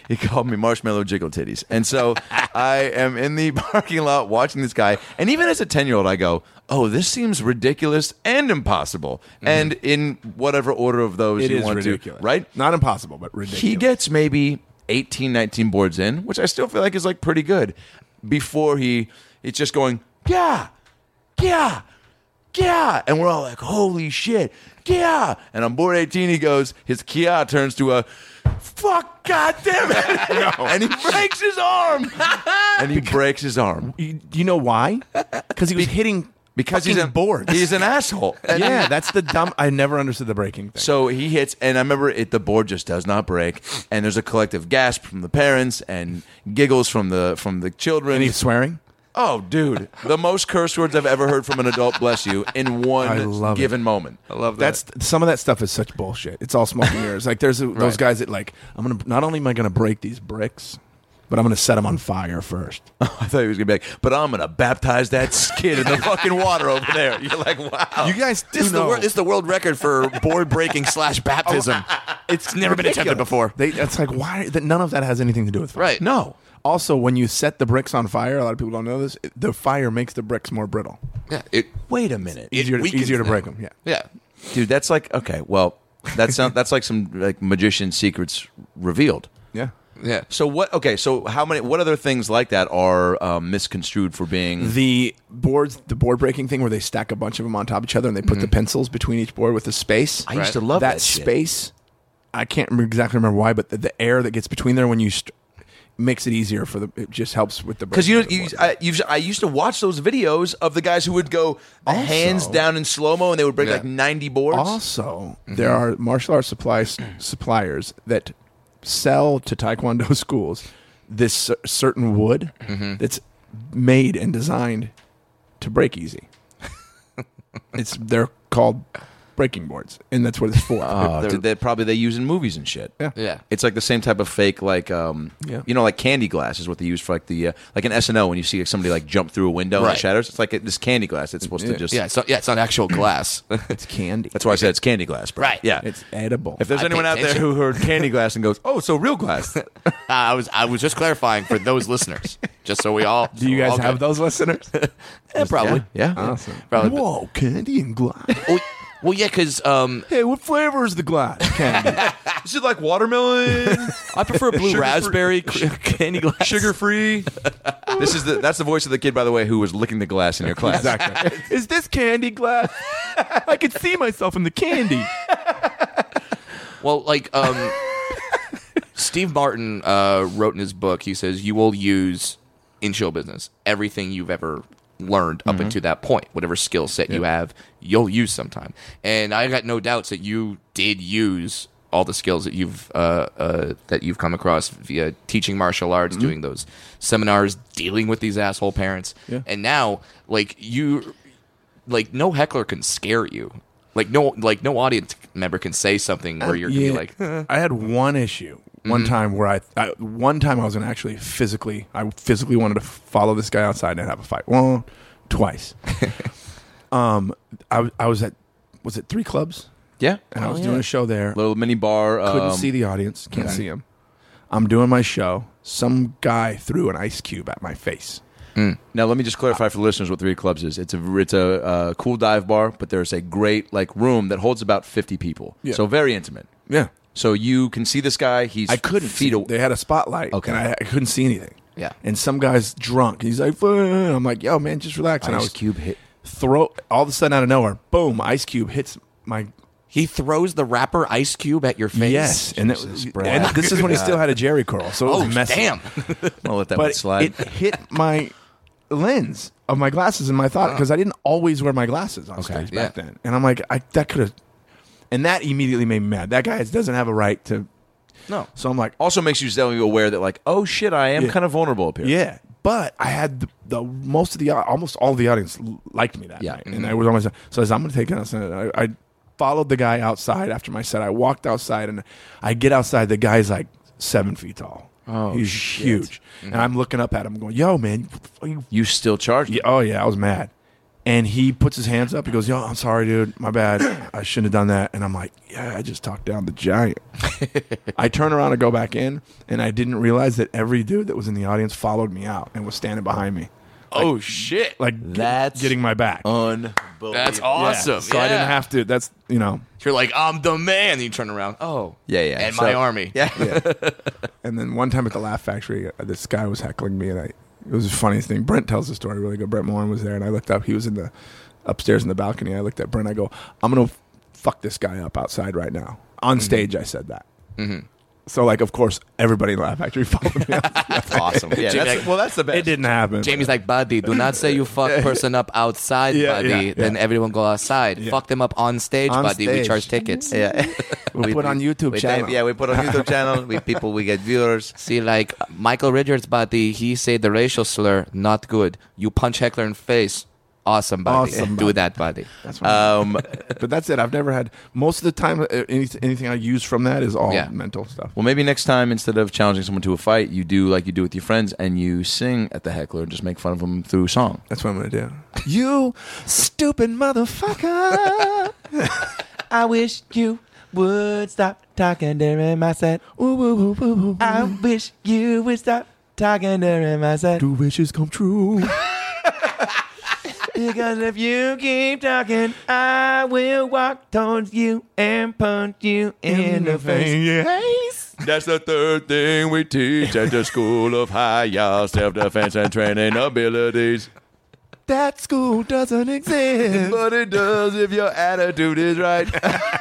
Speaker 2: [laughs] he called me marshmallow jiggle titties. And
Speaker 4: [laughs]
Speaker 2: so I am in the [laughs] parking lot watching this guy. And even as a 10 year old, I go, oh, this seems ridiculous and impossible. And in whatever order of those
Speaker 4: Mm-hmm. It
Speaker 2: you
Speaker 4: is
Speaker 2: want
Speaker 4: ridiculous.
Speaker 2: to, right?
Speaker 4: Not impossible, but ridiculous.
Speaker 2: He gets maybe 18, 19 boards in, which I still feel like is like pretty good before he, it's just going, yeah, yeah, yeah. And we're all like, holy shit, yeah. And on board 18, he goes, his Kia turns to a, fuck, goddamn
Speaker 4: [laughs]
Speaker 2: it. And he breaks his arm. and he breaks his arm.
Speaker 4: You, do you know [laughs] why? Because he was hitting
Speaker 2: Because he's
Speaker 4: fucking
Speaker 2: a
Speaker 4: boards.
Speaker 2: He's an
Speaker 4: [laughs]
Speaker 2: asshole. And-
Speaker 4: yeah, that's the dumb. I never understood the breaking thing.
Speaker 2: So he hits, and I remember it. The board just does not break, and there's a collective gasp from the parents and giggles from the from the children.
Speaker 4: and he's swearing.
Speaker 2: oh, dude, the most curse words I've ever heard from an adult. Bless you in
Speaker 4: I
Speaker 2: one
Speaker 4: love it.
Speaker 2: given moment. I love
Speaker 4: That's some of that stuff is such
Speaker 1: [laughs]
Speaker 4: bullshit. It's all smoke and mirrors. Like there's those guys that like I'm gonna not only am I gonna break these bricks, but I'm going to set him on fire first.
Speaker 2: [laughs] I thought he was gonna be like, but I'm gonna baptize that skid in the fucking water over there. You're like,
Speaker 1: [laughs]
Speaker 2: wow.
Speaker 1: You guys, this is, the wor- this is the world record for board breaking slash baptism. [laughs] it's never been attempted before.
Speaker 4: They, it's like why that none of that has anything to do with fire.
Speaker 1: Right.
Speaker 4: No. Also, when you set the bricks on fire, a lot of people don't know this. it- The fire makes the bricks more brittle,
Speaker 1: Yeah. It,
Speaker 2: Wait a minute,
Speaker 1: It
Speaker 4: easier, to,
Speaker 1: weakens
Speaker 4: easier to
Speaker 1: them.
Speaker 4: break them. Yeah.
Speaker 1: yeah.
Speaker 2: dude. That's like okay. Well, that sound that's like some like magician secrets revealed.
Speaker 4: Yeah.
Speaker 1: Yeah.
Speaker 2: So what? Okay, so how many? What other things like that are um, misconstrued for being?
Speaker 4: The boards, the board breaking thing where they stack a bunch of them on top of each other and they
Speaker 1: Mhm.
Speaker 4: put the pencils between each board with a space.
Speaker 2: I used to love that, shit.
Speaker 4: space. I can't remember exactly remember why, but the, the air that gets between there when you st- makes it easier for the. It just helps with the
Speaker 2: Because you,
Speaker 4: breaking
Speaker 2: you
Speaker 4: of the board.
Speaker 2: I, you've, I used to watch those videos of the guys who would go the hands down in slow mo and they would break
Speaker 1: Yeah.
Speaker 2: like ninety boards.
Speaker 4: also
Speaker 2: Mm-hmm.
Speaker 4: there are martial
Speaker 2: [clears throat]
Speaker 4: arts supplies suppliers that sell to taekwondo [laughs] schools this cer- certain wood
Speaker 2: Mm-hmm.
Speaker 4: that's made and designed to
Speaker 2: [laughs]
Speaker 4: break easy. it's they're called breaking boards, and that's what it's
Speaker 2: [laughs]
Speaker 4: for.
Speaker 2: Oh, dude, they probably they use in movies and shit.
Speaker 4: Yeah.
Speaker 1: Yeah.
Speaker 2: It's like the same type of fake, like um,
Speaker 4: Yeah.
Speaker 2: you know, like candy glass is what they use for like the uh, like an SNL when you see somebody like jump through a window and
Speaker 1: Right.
Speaker 2: it shatters. It's like it, this candy glass. It's supposed to
Speaker 4: Yeah.
Speaker 2: just.
Speaker 1: Yeah. It's not, yeah. It's not [clears throat] actual glass. [laughs]
Speaker 4: it's candy.
Speaker 2: That's why I said it's candy glass, bro.
Speaker 1: Right.
Speaker 2: Yeah.
Speaker 4: it's edible.
Speaker 2: if there's
Speaker 1: I
Speaker 2: anyone
Speaker 1: pay
Speaker 2: out there
Speaker 1: attention.
Speaker 2: who heard candy glass and goes, "Oh, so real glass,"
Speaker 1: I was I was just clarifying for those listeners, just so we all.
Speaker 4: Do you guys have
Speaker 1: those?
Speaker 4: those [laughs] listeners?
Speaker 1: probably.
Speaker 2: yeah.
Speaker 4: awesome.
Speaker 1: Probably.
Speaker 4: Whoa, candy and glass.
Speaker 1: Well, well, yeah, because um,
Speaker 4: [laughs] hey, what flavor is the glass? [laughs] Candy.
Speaker 2: Is it like watermelon?
Speaker 1: I prefer [laughs] blue
Speaker 2: Sugar-free-
Speaker 1: raspberry cr- [laughs] candy glass.
Speaker 2: free. this is the that's the voice of the kid, by the way, who was licking the glass in your class.
Speaker 4: [laughs] exactly. is this candy glass? I could see myself in the candy.
Speaker 1: Well, like um, Steve Martin uh, wrote in his book, he says you will use in show business everything you've ever learned up until that point, whatever skill set you have, you'll use sometime. And I got no doubts that you did use all the skills that you've uh, uh, that you've come across via teaching martial arts, doing those seminars, dealing with these asshole parents,
Speaker 4: Yeah.
Speaker 1: and now like you like no heckler can scare you. Like no, like no audience member can say something
Speaker 4: Uh,
Speaker 1: where you're gonna be like,
Speaker 4: I had one issue one time where I, I one time I was gonna actually physically I physically wanted to follow this guy outside and have a fight. Well, [laughs] twice. um, I w- I was at was it three clubs
Speaker 2: Yeah.
Speaker 4: and I was doing a show there.
Speaker 2: Little mini bar. Um,
Speaker 4: Couldn't see the audience. Can't see him. I'm doing my show. Some guy threw an ice cube at my face.
Speaker 2: Now let me just clarify for the listeners what Three Clubs is. It's a it's a uh, cool dive bar, but there's a great like room that holds about fifty people.
Speaker 4: Yeah.
Speaker 2: So very intimate.
Speaker 4: Yeah,
Speaker 2: So you can see this guy. He's
Speaker 4: I couldn't
Speaker 2: feet
Speaker 4: see.
Speaker 2: away.
Speaker 4: They had a spotlight,
Speaker 2: Okay.
Speaker 4: and I, I couldn't see anything.
Speaker 1: Yeah.
Speaker 4: and some guy's drunk. He's like, "Fuck." I'm like, yo, man, just relax. And I
Speaker 2: Ice
Speaker 4: was
Speaker 2: Cube hit.
Speaker 4: throw all of a sudden out of nowhere, boom! Ice Cube hits my
Speaker 1: He throws the rapper Ice Cube at your face.
Speaker 4: yes, and, it,
Speaker 2: Jesus, bro.
Speaker 4: and this is
Speaker 2: [laughs]
Speaker 4: when he still had a Jerry curl, so it
Speaker 1: Oh
Speaker 4: was messy. [laughs]
Speaker 1: damn!
Speaker 2: I'll let that one
Speaker 4: But
Speaker 2: slide.
Speaker 4: it hit my lens of my glasses and my thought because I didn't always wear my glasses on stage
Speaker 1: yeah.
Speaker 4: back then, and I'm like, I that could have, and that immediately made me mad. That guy doesn't have a right to.
Speaker 1: No.
Speaker 4: So I'm like, oh,
Speaker 2: also makes you suddenly aware that like, oh shit, I am
Speaker 4: Yeah.
Speaker 2: kind of vulnerable up here.
Speaker 4: Yeah, but I had the, the most of the au- almost all the audience l- liked me that
Speaker 2: Yeah.
Speaker 4: night, and I was almost so I said, I'm going to take it outside. And I, I followed the guy outside after my set. I walked outside, and I get outside. The guy's like seven feet tall. Oh, he's huge, and I'm looking up at him, going, "Yo, man, you- you
Speaker 2: You still charge. me.
Speaker 4: yeah, oh yeah, I was mad. And he puts his hands up. He goes, "Yo, I'm sorry, dude. My bad. I shouldn't have done that." And I'm like, "Yeah, I just talked down the giant." I turn around and go back in, and I didn't realize that every dude that was in the audience followed me out and was standing behind me,
Speaker 1: oh shit!
Speaker 4: like get-
Speaker 2: That's-
Speaker 4: getting my back.
Speaker 2: Unbelievable.
Speaker 1: That's
Speaker 4: Yeah.
Speaker 1: awesome.
Speaker 4: So I didn't
Speaker 1: Yeah.
Speaker 4: have to. That's you know.
Speaker 1: You're like I'm the man. And you turn around. Oh
Speaker 2: Yeah, yeah.
Speaker 1: And
Speaker 2: So-
Speaker 1: my army.
Speaker 2: Yeah.
Speaker 4: And then one time at the Laugh Factory, uh, this guy was heckling me, and I it was the funniest thing. Brent tells the story really good. Brent Morin was there, and I looked up. He was in the upstairs in the balcony. I looked at Brent. I go, "I'm gonna fuck this guy up outside right now on stage." I said that. Mm-hmm. So like, of course, everybody in the Laugh Factory [laughs] followed me. out.
Speaker 2: That's [laughs] awesome. Yeah, that's-
Speaker 1: like-
Speaker 2: well, that's the best.
Speaker 4: it didn't happen.
Speaker 1: Jamie's like, buddy, do not say
Speaker 4: [laughs]
Speaker 1: you fuck person up outside,
Speaker 4: Yeah,
Speaker 1: buddy.
Speaker 4: yeah, yeah.
Speaker 1: Then everyone go outside.
Speaker 4: Yeah.
Speaker 1: Fuck them up on stage,
Speaker 4: On
Speaker 1: buddy. We
Speaker 4: stage.
Speaker 1: charge tickets.
Speaker 2: Yeah.
Speaker 4: [laughs] We'll put on YouTube
Speaker 2: we
Speaker 4: channel.
Speaker 2: yeah, we put on YouTube channel. We people, we get viewers.
Speaker 1: See, like Michael Richards' buddy, he said the racial slur, not good. You punch heckler in face. Awesome buddy.
Speaker 4: Awesome
Speaker 1: Do that buddy.
Speaker 4: That's um, but that's it. I've never had most of the time. uh, Any, anything I use from that is all
Speaker 1: Yeah.
Speaker 4: mental stuff.
Speaker 2: Well, maybe next time instead of challenging someone to a fight, you do like you do with your friends and you sing at the heckler and just make fun of them through song.
Speaker 4: That's what I'm gonna [laughs] do.
Speaker 2: You stupid motherfucker! I wish you would stop talking during my set. Ooh, ooh, ooh, ooh, ooh. I wish you would stop talking during my set.
Speaker 4: Do wishes come [laughs] true?
Speaker 2: Because if you keep talking, I will walk towards you and punch you in, the face.
Speaker 5: That's the third thing we teach at the School of Higher Self Defense and Training Abilities.
Speaker 4: That school doesn't
Speaker 2: [laughs]
Speaker 4: exist.
Speaker 5: But it does if your attitude is right.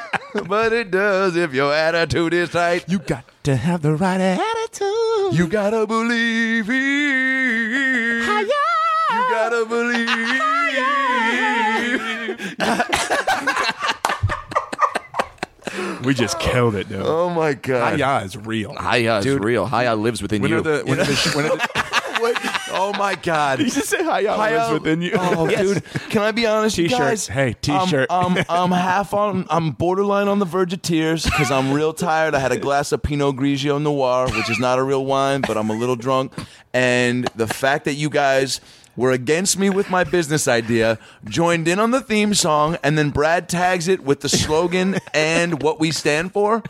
Speaker 5: [laughs] but it does if your attitude is tight.
Speaker 4: You got to have the right attitude.
Speaker 5: You gotta believe it. You gotta believe.
Speaker 4: we just killed it, dude.
Speaker 5: oh my god.
Speaker 4: Hi-ya is real. [laughs]
Speaker 1: Hiya is real. Hiya lives within
Speaker 4: When
Speaker 1: you.
Speaker 4: are the when are the when are the,
Speaker 5: What? Oh my god.
Speaker 4: [laughs] you just say hi-ya,
Speaker 5: Hi-ya.
Speaker 4: lives within you? [laughs]
Speaker 2: Oh, dude, can I be honest, you
Speaker 4: T-shirt.
Speaker 2: guys?
Speaker 4: Hey, t-shirt.
Speaker 2: I'm,
Speaker 4: [laughs]
Speaker 2: I'm, I'm half on. I'm borderline on the verge of tears because I'm real tired. I had a glass of Pinot Grigio Noir, which is not a real wine, but I'm a little drunk. And the fact that you guys were against me with my business idea, joined in on the theme song, and then Brad tags it with the slogan and what we stand for.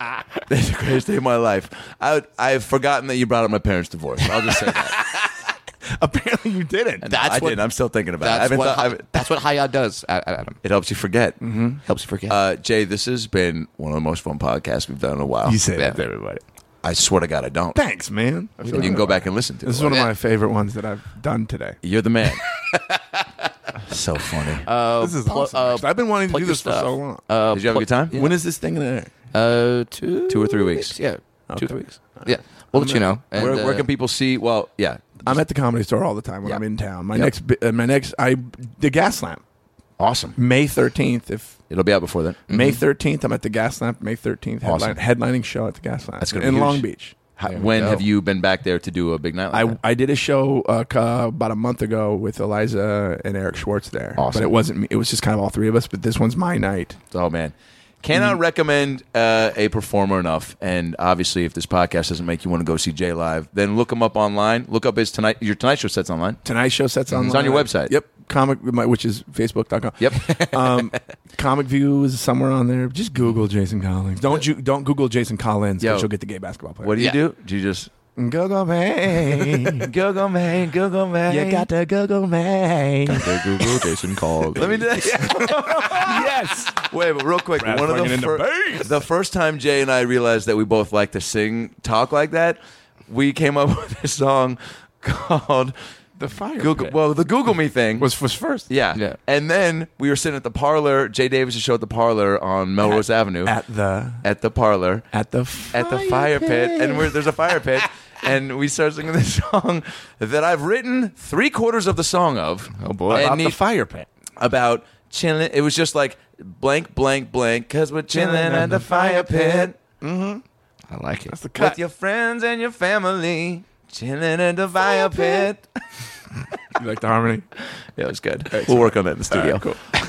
Speaker 2: That's the greatest day of my life. I I've forgotten that you brought up my parents' divorce. I'll just say that.
Speaker 4: Apparently you didn't.
Speaker 1: that's
Speaker 2: I
Speaker 1: what,
Speaker 2: didn't. I'm still thinking about it. I
Speaker 1: That's
Speaker 2: haven't
Speaker 1: what,
Speaker 2: thought- I
Speaker 1: hi-
Speaker 2: haven't-
Speaker 1: that's what Hiya does, A- Adam.
Speaker 2: it helps you forget.
Speaker 1: Helps you forget.
Speaker 2: Uh, Jay, this has been one of the most fun podcasts we've done in a while.
Speaker 4: You say
Speaker 1: Yeah.
Speaker 4: that to everybody.
Speaker 2: I swear to God, I don't.
Speaker 4: Thanks, man.
Speaker 2: You can go back and listen to
Speaker 4: This is
Speaker 2: it.
Speaker 4: one of
Speaker 1: Yeah.
Speaker 4: my favorite ones that I've done today.
Speaker 2: You're the man. so funny.
Speaker 4: this is awesome. actually. I've been wanting to
Speaker 1: uh, plug
Speaker 4: do
Speaker 1: your
Speaker 4: this for
Speaker 1: stuff.
Speaker 4: so long.
Speaker 1: uh,
Speaker 2: Did you have a
Speaker 1: pl-
Speaker 2: good time?
Speaker 4: When is this thing gonna air?
Speaker 1: Uh, two,
Speaker 2: Two or three weeks.
Speaker 1: Yeah, two or three weeks. Yeah, we'll let you know. And,
Speaker 2: where, where
Speaker 1: uh,
Speaker 2: can people see? Well, yeah.
Speaker 4: I'm at the comedy store all the time when
Speaker 2: Yeah.
Speaker 4: I'm in town. My
Speaker 2: Yep.
Speaker 4: next, bi- uh, my next, I the Gaslamp
Speaker 2: Awesome.
Speaker 4: May 13th. If
Speaker 2: It'll be out before then.
Speaker 4: May 13th, I'm at the Gaslamp. May 13th, headline,
Speaker 2: Awesome.
Speaker 4: headlining show at the Gaslamp.
Speaker 2: That's gonna be
Speaker 4: in
Speaker 2: huge.
Speaker 4: Long Beach.
Speaker 2: How-
Speaker 1: There we
Speaker 2: when
Speaker 1: go.
Speaker 2: have you been back there to do a big night? Like
Speaker 4: I, I did a show uh, c- uh, about a month ago with Eliza and Eric Schwartz there.
Speaker 2: Awesome.
Speaker 4: But it wasn't me. It was just kind of all three of us. But this one's my night.
Speaker 2: that? oh man, cannot recommend uh, a performer enough. And obviously, if this podcast doesn't make you want to go see Jay live, then look him up online. Look up his tonight. Your tonight show sets online.
Speaker 4: Tonight Show sets online.
Speaker 2: It's on your website.
Speaker 4: Yep. Comic, my- which is facebook.com.
Speaker 2: Yep.
Speaker 4: [laughs] um, Comic View is somewhere on there. Just Google Jason Collins. Don't you? Don't Google Jason Collins.
Speaker 2: Yo.
Speaker 4: But you'll get the gay basketball player.
Speaker 2: what do you
Speaker 1: Yeah.
Speaker 2: do? Do you just [laughs]
Speaker 4: Google me.
Speaker 2: Google man, Google man?
Speaker 4: you got to Google me.
Speaker 1: Google Jason Cog.
Speaker 2: Let me do [laughs] that.
Speaker 4: yes.
Speaker 2: Wait, but real quick,
Speaker 4: Brad's
Speaker 2: one of
Speaker 4: fucking
Speaker 2: the,
Speaker 4: in the
Speaker 2: fir-
Speaker 4: base.
Speaker 2: the first time Jay and I realized that we both like to sing, talk like that, we came up [laughs] with this song called [laughs]
Speaker 4: The fire
Speaker 2: Google.
Speaker 4: pit
Speaker 2: Well, the Google Me thing
Speaker 4: was was first.
Speaker 2: Yeah.
Speaker 1: Yeah.
Speaker 2: and then we were sitting at the parlor. Jay Davis' show at the parlor on Melrose Avenue
Speaker 4: At the
Speaker 2: at the parlor
Speaker 4: at the
Speaker 2: at the fire pit, and we're, there's a fire [laughs] pit, and we start singing this song that I've written three quarters of the song of. Oh
Speaker 1: boy.
Speaker 2: and
Speaker 4: about the
Speaker 2: need-
Speaker 4: fire pit.
Speaker 2: about chilling. It was just like blank, blank, blank, because we're chilling at the fire pit
Speaker 1: uh, I like it.
Speaker 4: That's the cut.
Speaker 2: with your friends and your family. Chilling at the fire pit.
Speaker 4: You like the harmony?
Speaker 2: Yeah, it was good. We'll work on that in the studio.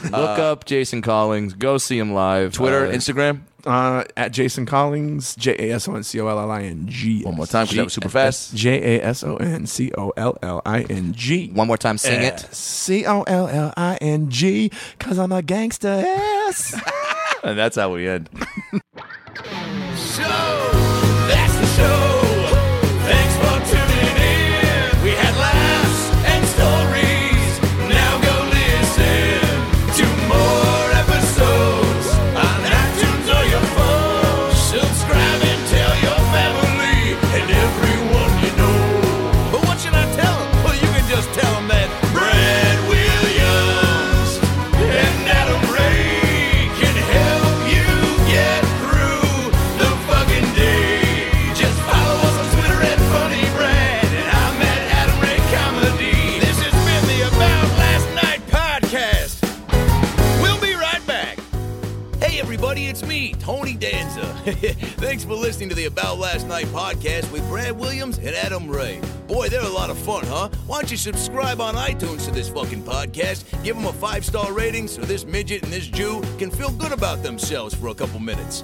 Speaker 1: Look up Jason Collins. Go see him live.
Speaker 2: Twitter,
Speaker 1: Uh,
Speaker 2: Instagram.
Speaker 4: Uh, at Jason Collins, J A S O N C O L L I N G.
Speaker 2: One more time because that was super fast.
Speaker 4: J A S O N C O L L I N G.
Speaker 1: One more time, sing it.
Speaker 4: C O L L I N G, cause I'm a gangster ass.
Speaker 2: And that's how we end.
Speaker 6: That's the show. Thanks for tuning in. We had laughs and stories. Now go listen to more episodes on iTunes or your phone. Subscribe and tell your family and everyone you know. But what should I tell them? Well, you can just tell them that Brad Williams and Adam Ray can help you get through the fucking day.
Speaker 2: [laughs] Thanks for listening to the About Last Night podcast with Brad Williams and Adam Ray. Boy, they're a lot of fun, huh? Why don't you subscribe on iTunes to this fucking podcast? Give them a five star rating so this midget and this Jew can feel good about themselves for a couple minutes.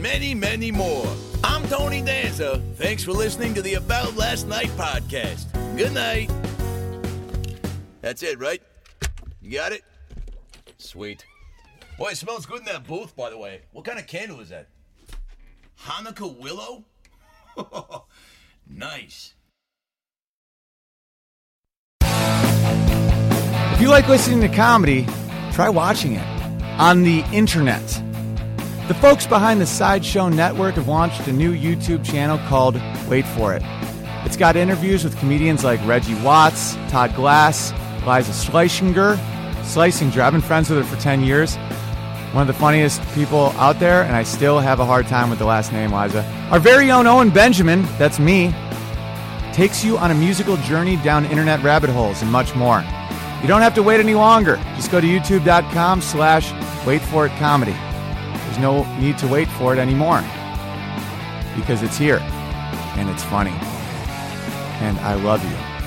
Speaker 2: many, many more. I'm Tony Danza. Thanks for listening to the About Last Night podcast. Good night. That's it, right? You got it? Sweet. Boy, it smells good in that booth, by the way. What kind of candle is that? Hanukkah willow? nice.
Speaker 7: If you like listening to comedy, try watching it on the internet. The folks behind the Sideshow Network have launched a new YouTube channel called Wait For It. It's got interviews with comedians like Reggie Watts, Todd Glass, Liza Schlesinger, Schlesinger. I've been friends with her for 10 years. One of the funniest people out there, and I still have a hard time with the last name, Liza. Our very own Owen Benjamin, that's me, takes you on a musical journey down internet rabbit holes and much more. You don't have to wait any longer. Just go to youtube.com slash wait for it comedy. There's no need to wait for it anymore because it's here and it's funny. And I love you.